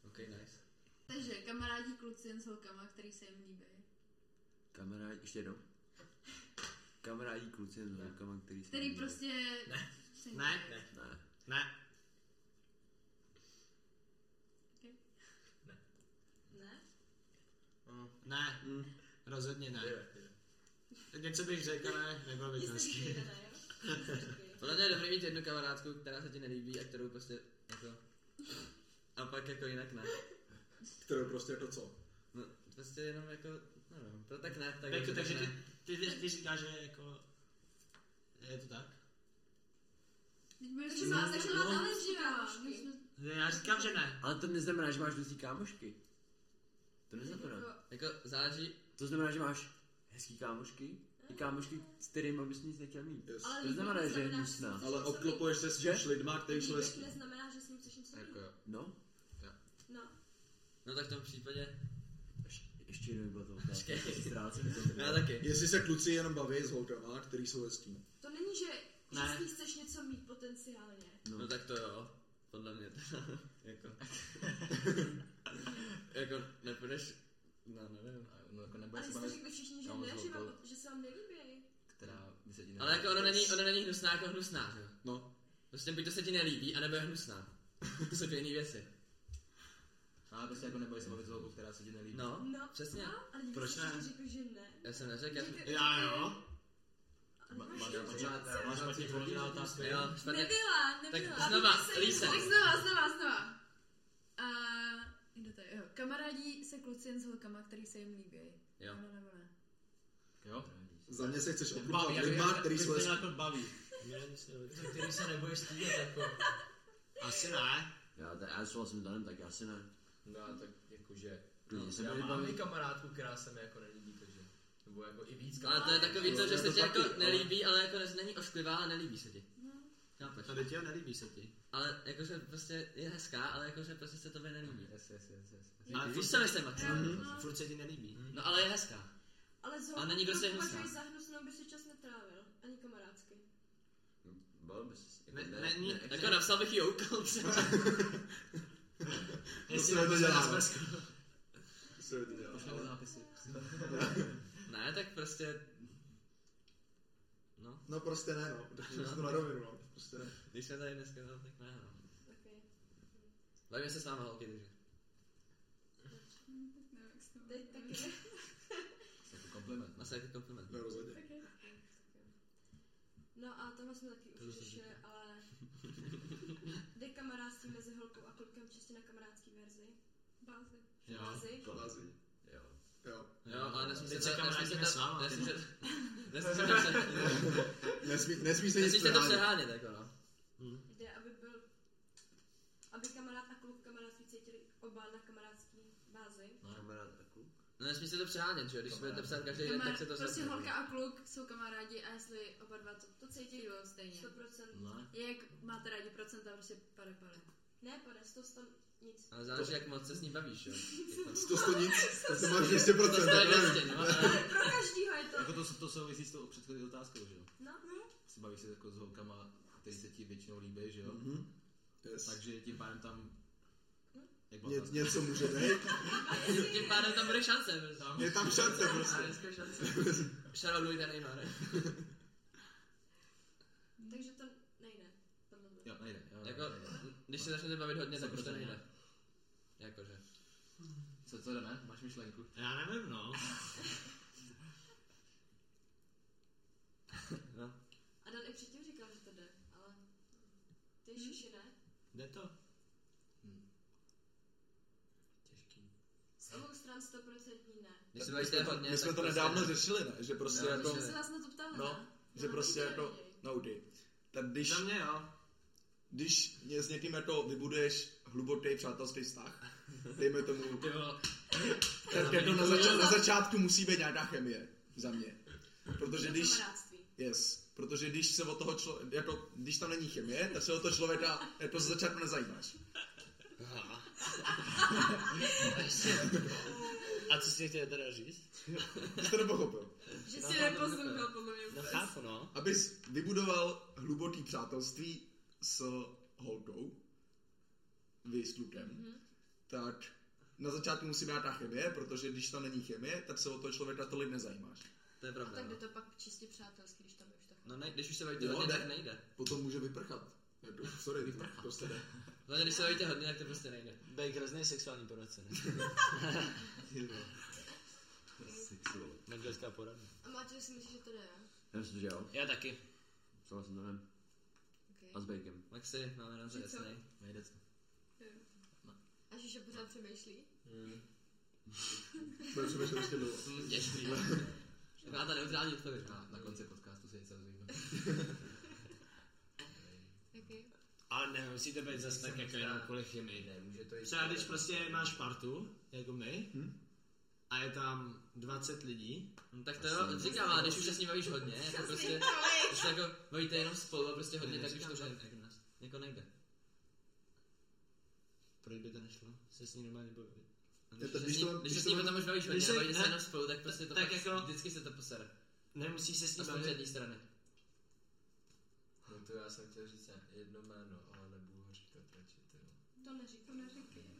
Speaker 8: Ok, nice.
Speaker 1: Takže kamarádi kluci jen s holkama, který se jim líbí.
Speaker 8: Kamarádi, ještě jednou. Kamarádi kluci s holkama, který se
Speaker 1: Který prostě...
Speaker 8: Ne.
Speaker 1: se
Speaker 14: Ne,
Speaker 1: líbí.
Speaker 14: ne, ne. Ne.
Speaker 1: Ne?
Speaker 14: Mm, Ne, mm, rozhodně ne. Tak něco bych řekl, ne, nebylo by to hezký.
Speaker 8: Podle mě je dobrý mít jednu kamarádku, která se ti nelíbí a kterou prostě jako... A pak jako jinak ne.
Speaker 6: Kterou prostě jako co?
Speaker 8: No, prostě jenom jako, nevím, to tak ne, tak
Speaker 14: Pejku,
Speaker 8: dobře,
Speaker 14: takže
Speaker 8: tak
Speaker 14: ty,
Speaker 8: ne.
Speaker 14: ty, ty, ty říkáš, že jako... Je to tak?
Speaker 1: Teď budeš
Speaker 23: Takže
Speaker 1: mít-
Speaker 23: má- takže má
Speaker 1: No.
Speaker 23: záleží kámošky.
Speaker 1: No,
Speaker 14: Ne, Já říkám, že ne.
Speaker 8: Ale to neznamená, že máš dusí kámošky. To neznamená. Jako záleží... To znamená, že máš hezký kámošky i kámošky, s kterými bys nic nechtěl mít.
Speaker 6: Yes.
Speaker 28: Ale To neznamená, líbí, že je znamená, že hnusná. jsi
Speaker 22: Ale
Speaker 28: osobní.
Speaker 22: obklopuješ se s těmi lidma, kteří jsou
Speaker 28: Líbit
Speaker 22: hezký.
Speaker 28: neznamená, že s ním chceš něco mít.
Speaker 22: Jako jo.
Speaker 8: No?
Speaker 28: No.
Speaker 8: No tak v tom případě...
Speaker 3: Ještě jednou byla to otázka.
Speaker 8: Počkej.
Speaker 3: Ztrácím to.
Speaker 8: Já taky.
Speaker 6: Jestli se kluci jenom baví s holkama, který jsou hezký.
Speaker 28: To není, že, že
Speaker 8: Ne.
Speaker 28: s ní chceš něco mít potenciálně.
Speaker 8: No, tak to jo, podle mě to, *laughs*
Speaker 3: *laughs*
Speaker 8: jako, jako nepůjdeš, no nevím.
Speaker 22: No, jako
Speaker 28: Ale
Speaker 22: nebudeš
Speaker 28: vy
Speaker 22: se
Speaker 28: jste
Speaker 22: bavit
Speaker 28: řekli všichni, že
Speaker 22: kámo s
Speaker 28: ne, že,
Speaker 22: holkou,
Speaker 28: vám, že se vám nelíbí.
Speaker 22: která by se ti
Speaker 8: Ale jako ona
Speaker 22: nelíbila.
Speaker 8: není, ona není hnusná jako hnusná, že jo?
Speaker 6: No.
Speaker 8: Prostě buď to se ti nelíbí, anebo je hnusná. to jsou dvě jiný věci.
Speaker 22: Ale prostě jako nebudeš se bavit s holkou, která se ti nelíbí.
Speaker 8: No,
Speaker 28: No,
Speaker 8: přesně.
Speaker 28: No, ale nikdo
Speaker 8: Proč
Speaker 28: jste
Speaker 8: ne?
Speaker 28: všichni řekli, že ne.
Speaker 8: Já jsem neřekl, já jsem...
Speaker 28: Říkej- Já jo.
Speaker 22: Ma-
Speaker 28: Ale
Speaker 22: Máš
Speaker 28: máš něco
Speaker 22: špatně-
Speaker 28: říct.
Speaker 22: máš špatně položená otázka.
Speaker 8: Jo, špatně.
Speaker 1: Nebyla,
Speaker 8: Tak
Speaker 1: nebyla.
Speaker 8: znova,
Speaker 1: Tak se-
Speaker 8: Lisa.
Speaker 1: Tak znova, znova, znova. A... Kdo to je? Jo. Kamarádi se kluci jen s holkama, který se jim líbí.
Speaker 8: Jo.
Speaker 1: Ano nebo ne?
Speaker 22: Jo?
Speaker 6: Za mě se chceš
Speaker 22: Baví,
Speaker 6: obklopovat
Speaker 22: já bych-
Speaker 6: lidma,
Speaker 22: já-
Speaker 6: který
Speaker 22: já
Speaker 6: jsou
Speaker 22: bych
Speaker 6: hezký.
Speaker 22: to jako baví.
Speaker 27: Za který se nebudeš stydět, jako.
Speaker 14: Asi ne.
Speaker 3: Já, ta- já souhlasím s Danem, tak já si ne.
Speaker 27: No, tak jakože... no,
Speaker 3: Klidně se
Speaker 27: já
Speaker 3: budeš
Speaker 27: mám
Speaker 3: bavit.
Speaker 27: i kamarádku, která se mi jako nelíbí, takže... Nebo jako i víc
Speaker 8: Ale to je takový to, že se ti jako
Speaker 27: taky, ale-
Speaker 8: nelíbí, ale jako nez- není ošklivá a nelíbí se ti.
Speaker 28: No.
Speaker 8: Chápeš?
Speaker 14: No, teď jo, nelíbí se ti.
Speaker 8: Ale jakože prostě je hezká, ale jakože prostě se tobě nelíbí. Yes, yes, yes, yes.
Speaker 14: Ale
Speaker 8: Ale
Speaker 14: furt
Speaker 8: víš,
Speaker 14: se
Speaker 8: co
Speaker 14: nejste
Speaker 8: myslím,
Speaker 14: Max.
Speaker 8: Max?
Speaker 14: Mhm. Furt se ti nelíbí.
Speaker 8: No ale je hezká.
Speaker 28: Ale
Speaker 8: A není kdo se
Speaker 2: prostě
Speaker 8: jim
Speaker 28: považuji
Speaker 8: zná.
Speaker 28: za hnusnou, by si čas netrávil. Ani kamarádsky.
Speaker 3: Bavil bys se.
Speaker 8: Ne, ne,
Speaker 3: ne,
Speaker 8: ne, jako napsal bych ji úkol třeba.
Speaker 6: Jestli to děláme. Co je to
Speaker 8: Pošleme
Speaker 6: děláme?
Speaker 8: zápisy. Ne, tak prostě... No.
Speaker 2: no.
Speaker 29: No prostě ne, no. Řekněme
Speaker 6: *laughs*
Speaker 29: si to na rovinu, no. Prostě ne.
Speaker 8: Když jsme tady dneska, no, tak ne, no.
Speaker 2: Okay.
Speaker 8: Hlavně se s náma holky drží.
Speaker 2: Teď taky.
Speaker 8: Jako kompliment. Asi jako kompliment. No rozhodně.
Speaker 2: No a tohle jsme taky už řešili, ale *laughs* jde kamarádství mezi holkou a klukem čistě na kamarádský verzi. Bázi. Bázi.
Speaker 29: Bázi.
Speaker 8: Jo.
Speaker 29: Jo.
Speaker 8: Jo, ale nesmí se
Speaker 29: Teď
Speaker 8: ta-
Speaker 29: se kamarádíme
Speaker 8: nesmí se
Speaker 29: s
Speaker 8: ta-
Speaker 29: váma,
Speaker 8: nesmí
Speaker 29: ty
Speaker 8: se- nesmí se ta-
Speaker 29: Nesmí- nesmí se nic
Speaker 8: Nesmí se to
Speaker 29: přehánět.
Speaker 8: přehánět, jako no.
Speaker 2: Jde, aby byl, aby kamarád a kluk kamarádství cítili oba na kamarádský bázi.
Speaker 8: Kamarád a kluk? No nesmí se to přehánět, že jo, když budete psát každý den,
Speaker 1: Kamar-
Speaker 8: tak se to
Speaker 1: prostě
Speaker 8: zlepší.
Speaker 1: holka a kluk jsou kamarádi a jestli oba dva to, to cítí jo, stejně.
Speaker 2: 100%.
Speaker 8: No.
Speaker 1: Jak máte rádi procenta, prostě pade, pade.
Speaker 2: Ne, pane, to tam nic.
Speaker 8: Ale záleží, jak moc se s ní bavíš, jo.
Speaker 29: To to nic, to se máš
Speaker 8: To
Speaker 29: 200%.
Speaker 8: to je
Speaker 29: nevím.
Speaker 8: 200, no.
Speaker 2: Pro každýho je to.
Speaker 30: Jako to, to souvisí s tou předchozí otázkou, že jo?
Speaker 2: No, no.
Speaker 30: Se bavíš se jako s holkama, který se ti většinou líbí, že jo?
Speaker 29: Mhm. Yes.
Speaker 30: Takže tím pádem tam... Jak
Speaker 29: Ně, něco může být.
Speaker 8: Tím pádem tam bude šance, prostě.
Speaker 29: Je tam šance, prostě.
Speaker 8: A dneska šance. Šarou Louis tady má, ne?
Speaker 2: Takže to nejde. Tohle.
Speaker 30: Jo, nejde. Jo,
Speaker 8: Jako,
Speaker 30: nejde.
Speaker 8: když se začnete bavit hodně, tak už to
Speaker 30: Samozřejmě.
Speaker 8: nejde. Jakože.
Speaker 30: Co, co ne? Máš myšlenku?
Speaker 14: Já nevím, no.
Speaker 30: no.
Speaker 2: A Dan i předtím říkal, že to jde, ale ty ještě ne.
Speaker 14: Jde to?
Speaker 2: Z obou stran 100% ne.
Speaker 30: Když se
Speaker 6: My
Speaker 30: bavíte
Speaker 6: jsme to-
Speaker 30: hodně,
Speaker 6: my jsme
Speaker 30: tak
Speaker 6: to
Speaker 30: prostě-
Speaker 6: nedávno řešili, ne? Že prostě
Speaker 30: No,
Speaker 6: jako...
Speaker 2: my jsme se vás na to ptali,
Speaker 6: No,
Speaker 2: ne?
Speaker 6: že
Speaker 2: No,
Speaker 6: prostě
Speaker 2: my
Speaker 6: jako... No, kdy. Tak když... Za
Speaker 14: mě, jo.
Speaker 6: Když mě s někým jako vybuduješ hluboký přátelský vztah, dejme tomu... tak jako na, zača- na začátku musí být nějaká chemie. Za mě. Protože když...
Speaker 1: Kamarádství.
Speaker 6: Yes. Protože když se od toho člověka, jako, když tam není chemie, tak se o toho člověka jako ze začátku nezajímáš. *laughs*
Speaker 8: A co si chtěl teda říct?
Speaker 6: Jsi to nepochopil.
Speaker 1: Že si neposlouchal, podle mě. vůbec.
Speaker 8: no.
Speaker 6: Abys vybudoval hluboký přátelství s holkou, vy s klukem,
Speaker 1: Mhm.
Speaker 6: tak na začátku musí být nějaká chemie, protože když tam není chemie, tak se o toho člověka tolik nezajímáš.
Speaker 8: To je
Speaker 1: A
Speaker 8: pravda.
Speaker 1: tak
Speaker 8: no.
Speaker 1: jde to pak čistě přátelský, když tam je už tak.
Speaker 8: No ne, když už se bavíte
Speaker 6: Jo,
Speaker 8: hodně,
Speaker 6: jde.
Speaker 8: tak nejde.
Speaker 6: Potom může vyprchat. Jako, sorry, vyprchat. Prostě ne.
Speaker 8: Hlavně když se bavíte hodně, tak to prostě nejde.
Speaker 5: Bej hrozný sexuální poradce,
Speaker 8: *laughs*
Speaker 5: ne?
Speaker 8: Sexuál.
Speaker 5: Manželská poradna.
Speaker 2: A Matěj si myslí, že to jde, jo?
Speaker 5: Já myslím, že jo.
Speaker 8: Já taky.
Speaker 5: Psal jsem vlastně to nevím. A s Bejkem.
Speaker 8: Maxi, máme na to
Speaker 5: Že
Speaker 8: jasný.
Speaker 5: co?
Speaker 8: Nejde to.
Speaker 1: A že že pořád přemýšlí.
Speaker 8: Bude se
Speaker 6: ještě
Speaker 8: dlouho. Těžký. *laughs* Taková ta neutrální odpověď. Na, na konci podcastu se něco dozvíme.
Speaker 1: Okay.
Speaker 14: Ale nemusíte být zase tak jako jenom kvůli chemii.
Speaker 8: Nemůže to
Speaker 14: Třeba když prostě máš partu, jako my,
Speaker 8: Hm?
Speaker 14: a je tam 20 lidí.
Speaker 8: No, tak to jo, říkám, ale když už se s ním bavíš hodně, jako prostě, když se jako bavíte jenom spolu a prostě hodně,
Speaker 14: Ne,
Speaker 8: tak už
Speaker 14: říkám,
Speaker 8: to
Speaker 14: že-
Speaker 8: ne- jako ne- jako nejde.
Speaker 14: Proč by to nešlo? Se s ním normálně bavit.
Speaker 8: Když se s ním- Když se s ním potom už bavíš hodně, bavíte se jenom spolu, tak prostě to
Speaker 14: tak
Speaker 8: fakt
Speaker 14: jako-
Speaker 8: vždycky se to posere.
Speaker 14: Nemusíš se s ním
Speaker 8: Aspoň z
Speaker 14: bavit.
Speaker 8: jedné strany. No to já jsem chtěl říct jedno jméno, ale nebudu ho říkat radši, ty Hmm.
Speaker 2: To neříkej. To neříkej, no.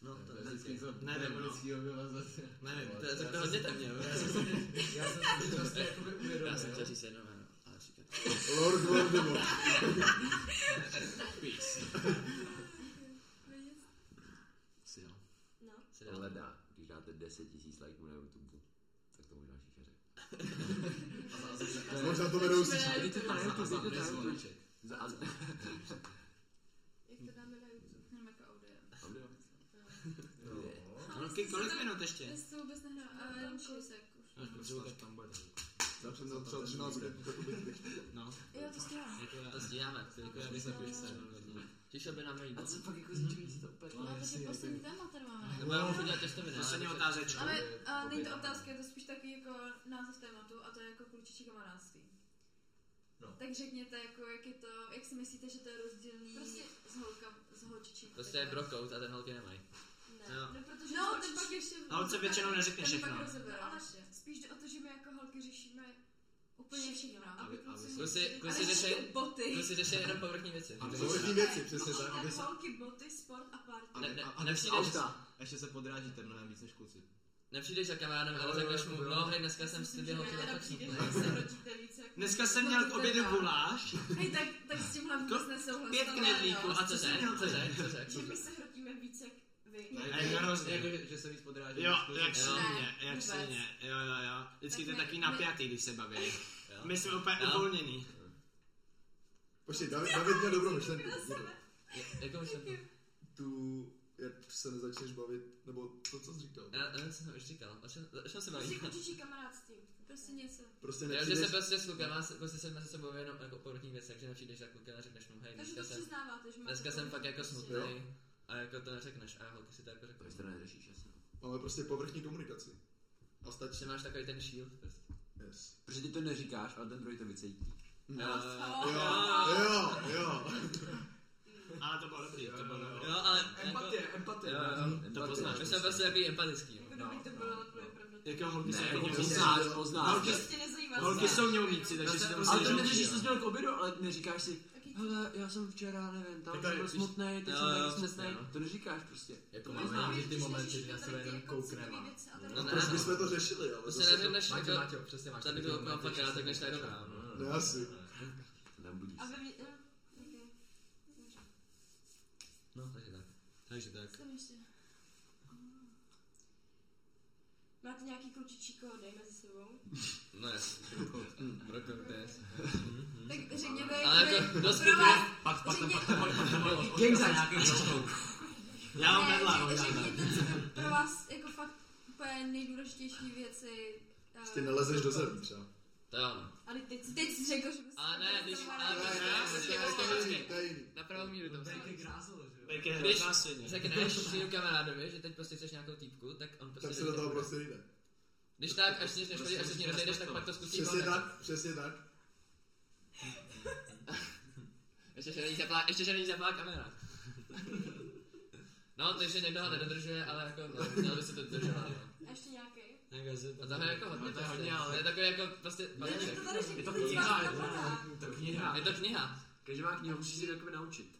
Speaker 8: No, to
Speaker 30: je
Speaker 8: nevím.
Speaker 30: vždycky to
Speaker 14: Nevím, no.
Speaker 30: politický obyvazat.
Speaker 14: Nevím.
Speaker 8: To je tak
Speaker 30: Já
Speaker 8: hodně
Speaker 30: jsem-
Speaker 8: tam měl.
Speaker 30: Já jsem si- já jsem si to prostě jakoby uvědomil.
Speaker 8: Já jsem chtěl říct jedno jméno, ale říkat.
Speaker 6: Lord Voldemort.
Speaker 8: Peace.
Speaker 31: Si jo.
Speaker 2: No.
Speaker 8: Si dám.
Speaker 31: Leda, když dáte 10 tisíc lajků na YouTube, tak to možná šíře.
Speaker 6: Možná to vedou si.
Speaker 31: A to na
Speaker 6: A
Speaker 31: YouTube,
Speaker 6: za-
Speaker 31: jděte na
Speaker 6: za-
Speaker 31: YouTube.
Speaker 6: za-
Speaker 31: A-
Speaker 2: Jak to dáme na YouTube?
Speaker 1: Jenom jako audio.
Speaker 31: Audio.
Speaker 14: No, kolik- kolik minut ještě?
Speaker 1: Já se vůbec nehrám, ale jenom kousek už.
Speaker 14: Až potřebuji, tak tam bude.
Speaker 6: Já jsem tam třeba 13 minut, tak uvidíte.
Speaker 14: No.
Speaker 1: Jo, to stíháme.
Speaker 14: Jako-
Speaker 8: To stíháme.
Speaker 14: Jako já bych se písal.
Speaker 8: Přišel by nám najít. A co
Speaker 31: pak jako zničili si to úplně?
Speaker 1: No, protože poslední téma tady máme,
Speaker 8: Nebo
Speaker 1: ne?
Speaker 8: já musím dělat těstoviny.
Speaker 14: Poslední otázečka.
Speaker 1: Ale a není to otázka, je to spíš taky jako název tématu a to je jako klučičí kamarádství.
Speaker 8: No.
Speaker 1: Tak řekněte, jako, jak, je to, jak si myslíte, že to je rozdílný
Speaker 2: Prostě-
Speaker 1: s, holka, s holčičím?
Speaker 8: Prostě je brokout a ten holky nemají.
Speaker 2: Ne.
Speaker 8: Jo.
Speaker 2: No, protože
Speaker 1: No,
Speaker 2: to
Speaker 1: ten pak ještě...
Speaker 8: Holce většinou neřekne
Speaker 1: ten
Speaker 8: všechno.
Speaker 1: Pak vlastně. rozeberá.
Speaker 2: No, ale
Speaker 1: ještě.
Speaker 2: spíš jde o to, že my jako holky řešíme
Speaker 1: Úplně všechno.
Speaker 2: Aby kluci
Speaker 8: Kluci-
Speaker 2: neřešili-
Speaker 8: Kluci
Speaker 2: Ale
Speaker 8: řeší
Speaker 2: řešili boty.
Speaker 8: kluci řeší jenom povrchní věci.
Speaker 2: A
Speaker 32: Povrchní věci, přesně tak.
Speaker 2: Holky,
Speaker 32: Aby se,
Speaker 2: holky, boty, sport a party.
Speaker 32: a,
Speaker 8: ne-
Speaker 32: a, a,
Speaker 8: nepřijdeš-
Speaker 32: ještě se podrážíte mnohem víc než kluci.
Speaker 8: Nepřijdeš za kamarádem, ale řekneš mu, no hej, dneska jsem si běhl tohle fakt
Speaker 2: Přijdeš,
Speaker 8: super.
Speaker 2: že se rodíte více. jako-
Speaker 14: Dneska jsem měl k obědu guláš.
Speaker 2: Hej, tak, tak s tímhle vůbec nesouhlasím.
Speaker 14: Pět knedlíků, a co jsi měl, co řek, co řek?
Speaker 2: Že my se hrotíme víc, jak vy.
Speaker 14: Ne, je hrozně.
Speaker 8: Jako, že- že se víc podráží.
Speaker 14: Jo,
Speaker 8: než-
Speaker 14: jak
Speaker 8: Jo.
Speaker 14: svině, jak
Speaker 2: vůbec.
Speaker 14: svině, jo, jo, jo. Vždycky
Speaker 2: Tak
Speaker 14: to
Speaker 2: my-
Speaker 14: je takový
Speaker 2: my-
Speaker 14: napjatý, když se baví.
Speaker 8: Jo.
Speaker 14: My jsme úplně
Speaker 8: Jo.
Speaker 14: uvolněný.
Speaker 6: Počkej, David, David měl dobrou myšlenku.
Speaker 8: Jakou myšlenku?
Speaker 6: Tu, jak se nezačneš bavit, nebo to, co jsi říkal.
Speaker 8: Já nevím, co jsem už říkal. O čem, o čem jsem
Speaker 2: Prostě
Speaker 8: mluvil?
Speaker 2: kočičí kamarádství. Prostě něco.
Speaker 6: Prostě
Speaker 8: Jo, že
Speaker 6: nepřijdeš-
Speaker 8: se prostě s klukama, se- prostě se mezi sebou jenom jako po různých věcech, že nepřijdeš za klukem a řekneš mu, hej,
Speaker 2: Takže
Speaker 8: dneska
Speaker 2: to
Speaker 8: jsem,
Speaker 2: přiznáváte, že máte
Speaker 8: dneska jsem
Speaker 2: problém.
Speaker 8: fakt jako
Speaker 6: Jo.
Speaker 8: smutný. A jako to neřekneš, a holky si to jako řekneš. To neřešíš, jasně.
Speaker 6: Máme prostě povrchní komunikaci.
Speaker 8: A stačí, máš takový ten shield prostě.
Speaker 6: Yes.
Speaker 3: Protože ty to neříkáš, ale ten druhý to vycítí.
Speaker 8: Jo,
Speaker 14: Ale to bylo dobrý, to bylo dobrý.
Speaker 8: Jo, ale...
Speaker 14: Empatie,
Speaker 8: jako-
Speaker 14: empatie.
Speaker 8: Jo, jo,
Speaker 14: Mhm.
Speaker 8: to
Speaker 14: Empatie.
Speaker 8: poznáš. My jsme prostě takový empatický.
Speaker 2: Kdyby to bylo
Speaker 8: No,
Speaker 2: tvoje pravda.
Speaker 14: Jako holky
Speaker 3: Ne,
Speaker 14: jsou jako
Speaker 3: ne,
Speaker 14: poznáš,
Speaker 3: ne,
Speaker 14: poznáš.
Speaker 3: holky-
Speaker 2: Prostě nezajímá
Speaker 14: Holky
Speaker 2: se.
Speaker 14: jsou mělníci, takže si to prostě
Speaker 3: Ale
Speaker 14: musíš
Speaker 3: to neřešíš,
Speaker 14: říct.
Speaker 3: co jsi měl k obědu, ale neříkáš si, hele, já jsem včera, nevím, tam
Speaker 8: Takhle,
Speaker 3: jsem byl
Speaker 8: víš-
Speaker 3: smutný, teď
Speaker 8: Jo,
Speaker 3: jsem
Speaker 8: jo,
Speaker 3: taky
Speaker 8: přesně,
Speaker 3: smutný.
Speaker 8: no.
Speaker 3: To neříkáš prostě.
Speaker 8: Jako máme jenom ty momenty, kdy na sebe jenom jako koukneme.
Speaker 3: No proč bychom to řešili, jo?
Speaker 8: To se
Speaker 3: Zase to-
Speaker 8: neřekneš,
Speaker 3: Máťo,
Speaker 8: jako-
Speaker 3: Máťo, přesně máš
Speaker 8: Tady
Speaker 3: takový
Speaker 8: to mám
Speaker 3: momenty,
Speaker 8: pak
Speaker 3: že
Speaker 8: já,
Speaker 3: se
Speaker 8: tak než tady
Speaker 3: nečeká,
Speaker 8: dobrá.
Speaker 3: no. No, asi.
Speaker 8: Nebudíš.
Speaker 2: A ve mě... jo, ok. Dobře.
Speaker 8: No, takže tak. Takže tak.
Speaker 2: Tam ještě. Máte nějaký klučičí kódy mezi sebou?
Speaker 8: No jasně. Rocket Dance.
Speaker 2: Tak řekněme,
Speaker 8: Ale
Speaker 2: jakoby
Speaker 8: jako dost
Speaker 2: pro vás-
Speaker 8: Pak, pak, pak,
Speaker 14: Game za nějaký Já mám
Speaker 2: Ne,
Speaker 14: vedla,
Speaker 2: řek-
Speaker 14: no, já mám
Speaker 2: řekněte, co by pro vás jako fakt úplně nejdůležitější věci... eh,
Speaker 6: Prostě nelezeš do zemí třeba.
Speaker 8: To jo. no.
Speaker 2: Ale teď, teď jsi řekl, že bys...
Speaker 8: A ne, když... Ale
Speaker 2: Ne,
Speaker 8: ne,
Speaker 2: ne,
Speaker 8: já se
Speaker 2: ne,
Speaker 8: jako
Speaker 2: ne,
Speaker 8: počkej. Na pravou míru to vzal.
Speaker 14: Bejk je
Speaker 8: Když
Speaker 14: hrozná svině.
Speaker 8: řekneš svým kamarádovi, že teď prostě chceš nějakou týpku, tak on prostě...
Speaker 6: Tak se do toho prostě jde.
Speaker 8: Když tak, až nic neškodí, až se s ní rozejdeš, tak pak Prostě to zkusí
Speaker 6: Přesně
Speaker 8: on,
Speaker 6: tak, přesně tak.
Speaker 8: Ještě, že není zaplá, ještě, že není zaplá kamera. No, takže někdo ho nedodržuje, ale jako no, měl by se to dodržovat. no.
Speaker 2: A ještě nějaký?
Speaker 8: A to je jako hodně,
Speaker 14: to je hodně,
Speaker 8: prostě.
Speaker 14: ale-
Speaker 8: To je takový jako prostě balíček.
Speaker 2: to tady všichni
Speaker 8: Je to
Speaker 2: všichni
Speaker 8: kniha,
Speaker 2: všichni
Speaker 8: jo.
Speaker 2: napadá.
Speaker 8: Je to kniha. Je to kniha.
Speaker 3: Každý má knihu, musíš si takové naučit.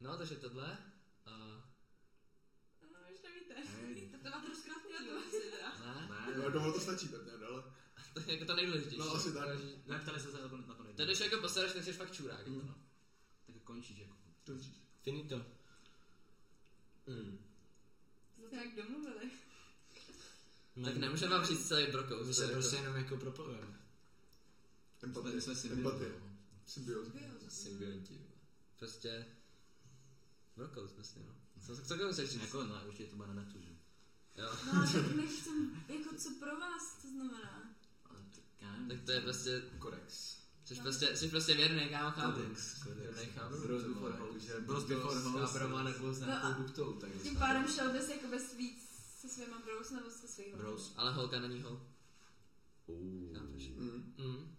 Speaker 8: No, takže tohle. a-
Speaker 2: No, už nevíte. Tak to máte rozkrátky na to asi teda.
Speaker 8: Ne?
Speaker 6: No, domů to stačí, tak ne, ale...
Speaker 8: To je jako to nejdůležitější.
Speaker 6: No, asi tak.
Speaker 8: Ne, ptali se na to nejdůležitější. To když jako postaráš, tak jsi fakt čurák. Mm. No.
Speaker 3: Tak končíš jako.
Speaker 6: Končíš.
Speaker 8: Finito.
Speaker 2: To se jak domluvili.
Speaker 8: Tak nemůžeme vám říct celý brokou.
Speaker 33: My se prostě jenom jako propojujeme.
Speaker 6: Empatie,
Speaker 33: jsme
Speaker 6: empatie.
Speaker 8: no.
Speaker 6: Symbióza.
Speaker 8: Symbionti. Prostě... Brokout, myslím, no. Co, co komu chceš říct? Jako, no, určitě to bude na netu, že? Jo.
Speaker 2: No, ale tak nechcem, jako co pro vás to znamená?
Speaker 8: tak to je prostě... Korex. Jsi prostě, jsi prostě věrný, kámo, chápu. Kodex, kodex.
Speaker 3: Bros before
Speaker 8: jako,
Speaker 3: hoes. Bros before hoes.
Speaker 8: Chábrama nebo s
Speaker 2: No a-
Speaker 8: nějakou buktou, tak
Speaker 2: Tím pádem šel bys jako bez víc se svýma brous nebo se svýho.
Speaker 8: Ale holka není hol. Chápeš? Mm.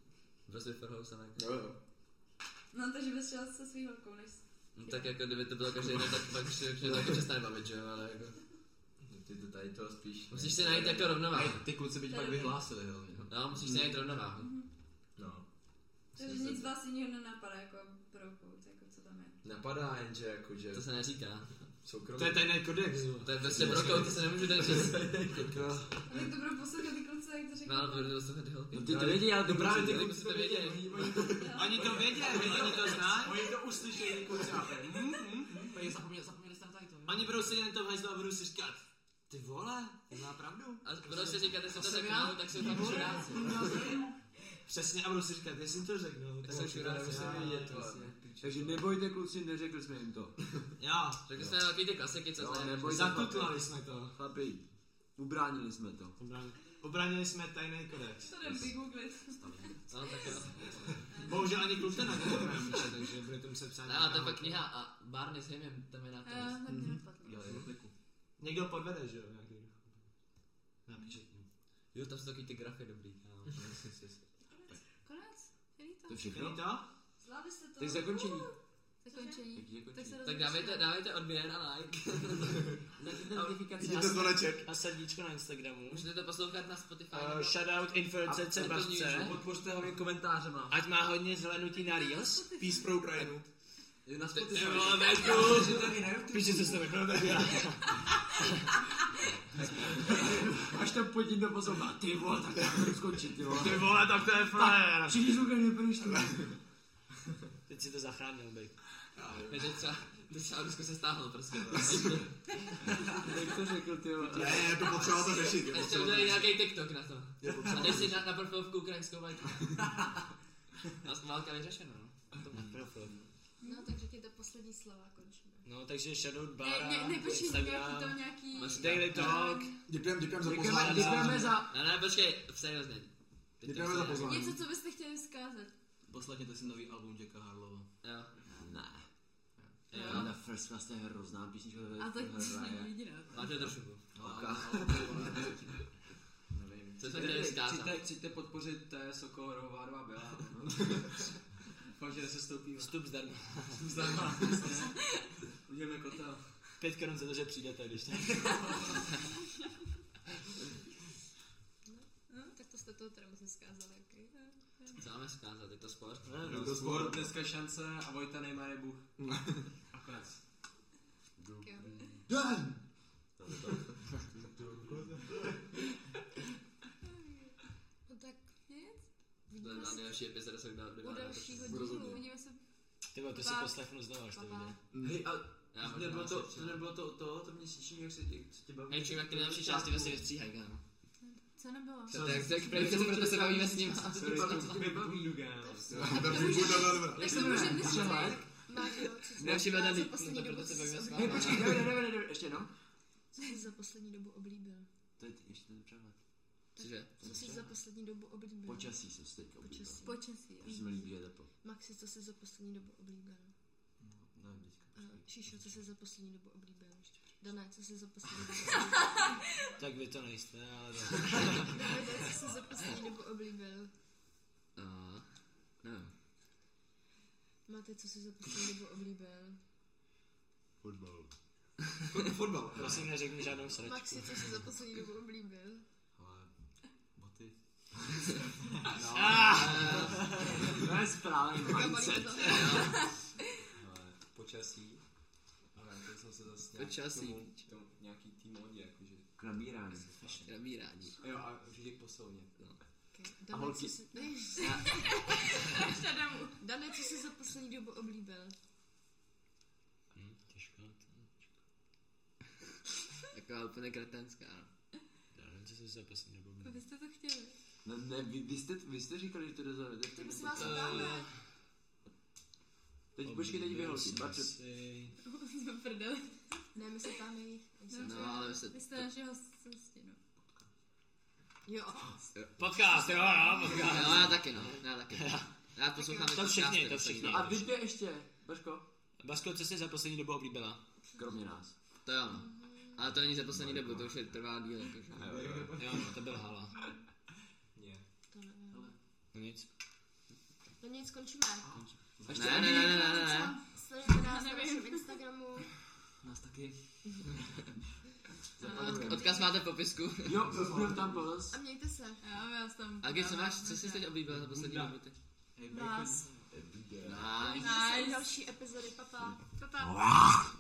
Speaker 8: Bros before hoes, ale jako...
Speaker 2: No, takže bys šel se svým holkou, než...
Speaker 8: No, tak jako kdyby to bylo každý den, tak pak se mě to taky přestane bavit, že jo, ale jako... Ty to tady to spíš... Musíš si najít jako rovnováhu.
Speaker 5: Ty kluci by tě pak vyhlásili, hlavně.
Speaker 8: No, musíš si najít rovnováhu.
Speaker 5: No.
Speaker 2: Takže nic vás jiného nenapadá jako brokout, jako co tam je.
Speaker 5: Napadá jenže jako, že... To
Speaker 8: se neříká.
Speaker 5: Soukromí.
Speaker 14: To je tajný kodex, jo.
Speaker 8: To je prostě brokout, to se nemůžu dát říct.
Speaker 2: A tak to budou poslouchat ty kluci, jak to řekl.
Speaker 8: No, ale budu dostat ty holky.
Speaker 3: No, ty to vědí, ale ty
Speaker 8: Dobrá,
Speaker 3: kluci-
Speaker 8: ty kluci to vědějí.
Speaker 14: Oni to vědí, oni to znají. Mhm,
Speaker 33: Oni to uslyšeli, kluci, a to je, mm, mm, mm. Tak zapomněli, zapomněli jste na tady to. jo?
Speaker 14: Oni budou sedět na tom hajzlu a budou si říkat, ty vole, on má pravdu.
Speaker 8: A budou si říkat, jestli to
Speaker 14: jsem
Speaker 8: řeknou,
Speaker 14: já.
Speaker 8: tak jsou
Speaker 14: Ty
Speaker 8: tam
Speaker 14: vole,
Speaker 8: čuráci.
Speaker 14: on má pravdu. Přesně, a budou si říkat, jestli jsem to řeknu, tak jsem čuráci.
Speaker 3: Takže nebojte kluci, neřekli jsme jim to.
Speaker 14: Jo.
Speaker 8: Řekli jsme takový ty klasiky, co
Speaker 3: Jo,
Speaker 8: znají.
Speaker 3: nebojte.
Speaker 14: Zakutlali
Speaker 3: chlapi.
Speaker 14: jsme to.
Speaker 3: Chlapi, ubránili jsme to.
Speaker 14: Obránili jsme tajný kodex.
Speaker 2: To jdem vygooglit.
Speaker 8: No, tak jo.
Speaker 14: Bohužel ani kluka na to nemám míče, takže bude to muset psát.
Speaker 8: No, a to je pak
Speaker 14: nějaká-
Speaker 8: kniha a Barney s Hamem, tam je na
Speaker 14: Eh.
Speaker 8: to.
Speaker 2: Jo, tak mě napadlo.
Speaker 8: Jo, repliku.
Speaker 14: Někdo podvede, že jo, nějaký. Napíše k ním.
Speaker 8: Jo, tam jsou takový ty grafy dobrý. kámo.
Speaker 2: Konec? Finito.
Speaker 8: To všechno?
Speaker 14: Finito?
Speaker 2: Zvládli jste to.
Speaker 8: Tak zakončení.
Speaker 2: Zakončení. Tak se
Speaker 8: Tak
Speaker 2: rozloučíme.
Speaker 8: dávejte, dávejte odběr
Speaker 14: *laughs*
Speaker 8: a like.
Speaker 14: A-
Speaker 8: A srdíčko na Instagramu. Můžete to poslouchat na Spotify.
Speaker 14: Uh, shoutout influencer Sebastian. Podpořte ho
Speaker 3: komentářema.
Speaker 14: Ať má hodně zelenutí na Reels. Peace pro Ukrajinu.
Speaker 3: Je na
Speaker 14: Spotify.
Speaker 3: Spotify.
Speaker 8: *laughs*
Speaker 14: Píše, co jste takhle tak já.
Speaker 34: to pojď jim do pozorba. Ty vole, tak já budu skončit, ty vole.
Speaker 3: Ty vole, tak to je frajer.
Speaker 34: Tak Všichni jsou každý první
Speaker 8: Teď si to zachránil, bej. Teď třeba, teď třeba Rusko se stáhlo prostě.
Speaker 14: *laughs*
Speaker 34: Jak to řekl, ty vole?
Speaker 8: Ne,
Speaker 6: Ε,
Speaker 8: to potřeba to řešit, je potřeba to udělali řešit. nějaký TikTok na to.
Speaker 34: Je potřeba
Speaker 8: A
Speaker 34: to
Speaker 8: dej si na, na profilovku ukrajinskou *laughs* vlajku. A jsme válka vyřešena, no. To má profil.
Speaker 2: No, takže ti to poslední slova končíme.
Speaker 8: No, takže Shadow
Speaker 2: Ne,
Speaker 8: Bara,
Speaker 2: ne, ne, počkej,
Speaker 8: Instagram,
Speaker 2: nějaký to nějaký...
Speaker 8: Daily Talk.
Speaker 6: Děkujeme, děkujeme za
Speaker 8: Děkujeme-
Speaker 6: pozvání.
Speaker 8: děkujeme za- Ne, ne, počkej, seriózně.
Speaker 6: Děkujeme za pozvání.
Speaker 2: Něco, co byste chtěli vzkázat.
Speaker 8: Poslechněte si nový album Jacka Harlova. Jo.
Speaker 14: Ne.
Speaker 8: Jo.
Speaker 14: Na First Class to je hrozná písnička. to je-
Speaker 8: A tak
Speaker 14: to je
Speaker 8: to
Speaker 14: hraje.
Speaker 8: není jediná. Máte trošku.
Speaker 14: Oka.
Speaker 8: Nevím. Co jsme
Speaker 3: Tedy
Speaker 8: chtěli vzkázat?
Speaker 3: Chcete, chcete podpořit té Sokolorová dva
Speaker 8: *laughs*
Speaker 3: byla? Doufám, že se stoupí.
Speaker 8: Vstup zdarma.
Speaker 3: Vstup zdarma. Uděláme kotel.
Speaker 8: Pět korun za to, že přijdete, když tak.
Speaker 2: No, tak to jste toho teda moc neskázali, ok?
Speaker 8: Co máme vzkázat? Je to sport?
Speaker 3: Je to No, sport, dneska šance a Vojta Neymar je Bůh. A konec.
Speaker 6: Den!
Speaker 2: No tak nic.
Speaker 8: To je na další epizoda, se dá
Speaker 2: U dalšího dílu uvidíme se.
Speaker 8: Ty vole, to si
Speaker 2: Pak.
Speaker 8: poslechnu znovu, až to
Speaker 2: Bye-bye.
Speaker 8: vyjde.
Speaker 3: Mm. Hej, a
Speaker 8: Já
Speaker 3: to
Speaker 8: možná
Speaker 3: nebylo to,
Speaker 8: se
Speaker 3: to nebylo to, to, to měsíční, jak se tě, co tě baví.
Speaker 8: Hej, člověk, ty nejlepší části vlastně vystříhají, kámo.
Speaker 2: Co nebylo?
Speaker 8: Co, tak- tak proč se- proto se bavíme s ním.
Speaker 3: Co tě baví, co tě nebaví.
Speaker 8: Jak se jmenuje? Přehled?
Speaker 2: Máš jo,
Speaker 8: Další
Speaker 2: co
Speaker 8: vada
Speaker 2: jsi
Speaker 8: líp.
Speaker 2: za poslední
Speaker 8: No to
Speaker 2: dobu
Speaker 8: proto se bavíme s
Speaker 2: oblíbil?
Speaker 8: vámi.
Speaker 34: Počkej, jdeme, jdeme, jdeme, ještě jednou.
Speaker 2: Co jsi za poslední dobu oblíbil?
Speaker 14: To je ještě ten přehled.
Speaker 8: Cože?
Speaker 2: Co jsi za poslední dobu oblíbil?
Speaker 14: Počasí jsem si teďka oblíbil.
Speaker 2: Počasí. Počasí,
Speaker 14: Protože se mi líbí je tepo.
Speaker 2: Maxi, co jsi za poslední dobu oblíbil?
Speaker 14: Nevím teďka.
Speaker 2: A Šíšo, co jsi za poslední dobu oblíbil? Dané, co jsi za poslední dobu
Speaker 8: *laughs* Tak vy to nejste, ale...
Speaker 2: Davide, co jsi za poslední dobu oblíbil?
Speaker 8: No, nevím.
Speaker 2: Máte, co jsi za poslední dobu oblíbil?
Speaker 14: Fotbal.
Speaker 8: *laughs* Fotbal. Prosím, neřekni žádnou sračku.
Speaker 2: Maxi, co jsi za poslední dobu oblíbil?
Speaker 14: Ale boty.
Speaker 8: No.
Speaker 14: To je správný mindset.
Speaker 35: Ale počasí. A vrátil jsem se zase nějak
Speaker 8: Počasí.
Speaker 35: k tomu, k tomu nějaký tým modě, jakože.
Speaker 14: K nabírání.
Speaker 8: K nabírání.
Speaker 35: Jo, a určitě k posovně. No.
Speaker 2: Dané,
Speaker 35: holky?
Speaker 2: co jsi... Ne, Až na damu. Dané, co jsi za poslední dobu oblíbil?
Speaker 8: Hm,
Speaker 2: *laughs*
Speaker 8: těžká otázka. Taková úplně kretenská. no. Já nevím, co jsem se poslední dobou
Speaker 2: Vy jste to chtěli.
Speaker 14: No ne, vy, vy, jste, vy jste říkali, že to dozvedete.
Speaker 2: Tak my si vás dáme.
Speaker 14: Teď počkej, teď vy holky, bačo.
Speaker 2: Jsme v prdeli. Ne, my se tam jich.
Speaker 8: No, ale vy jste-
Speaker 2: Vy jste našeho hosti, no. Jo.
Speaker 8: Podcast, jo, jo, podcast.
Speaker 14: Jo, já
Speaker 8: taky, no, já taky. Já poslouchám
Speaker 14: To všichni, to všichni. No a vy dvě ještě, Baško.
Speaker 8: Basko, co jsi za poslední dobu oblíbila?
Speaker 14: Kromě nás.
Speaker 8: To jo, no. Ale to není za poslední dobu, to už je trvá díl, takže.
Speaker 14: Jo, jo, jo.
Speaker 8: Jo, no, to byl hala.
Speaker 2: To nevím.
Speaker 8: No nic.
Speaker 2: No nic, končíme.
Speaker 8: Ještě Ne, ne, ne, ne, ne, ne, ne.
Speaker 2: Sledujte nás na našem Instagramu.
Speaker 14: Nás taky.
Speaker 8: Od- Odkaz máte v popisku. *laughs*
Speaker 14: Jo, byl tam polis.
Speaker 2: A mějte se. Jo, já jsem.
Speaker 8: A co máš, co jsi teď oblíbil za poslední dobu ty?
Speaker 2: Vás.
Speaker 8: Nice.
Speaker 2: Uvidíme se u další epizody. Papa. Papa.
Speaker 8: Wow.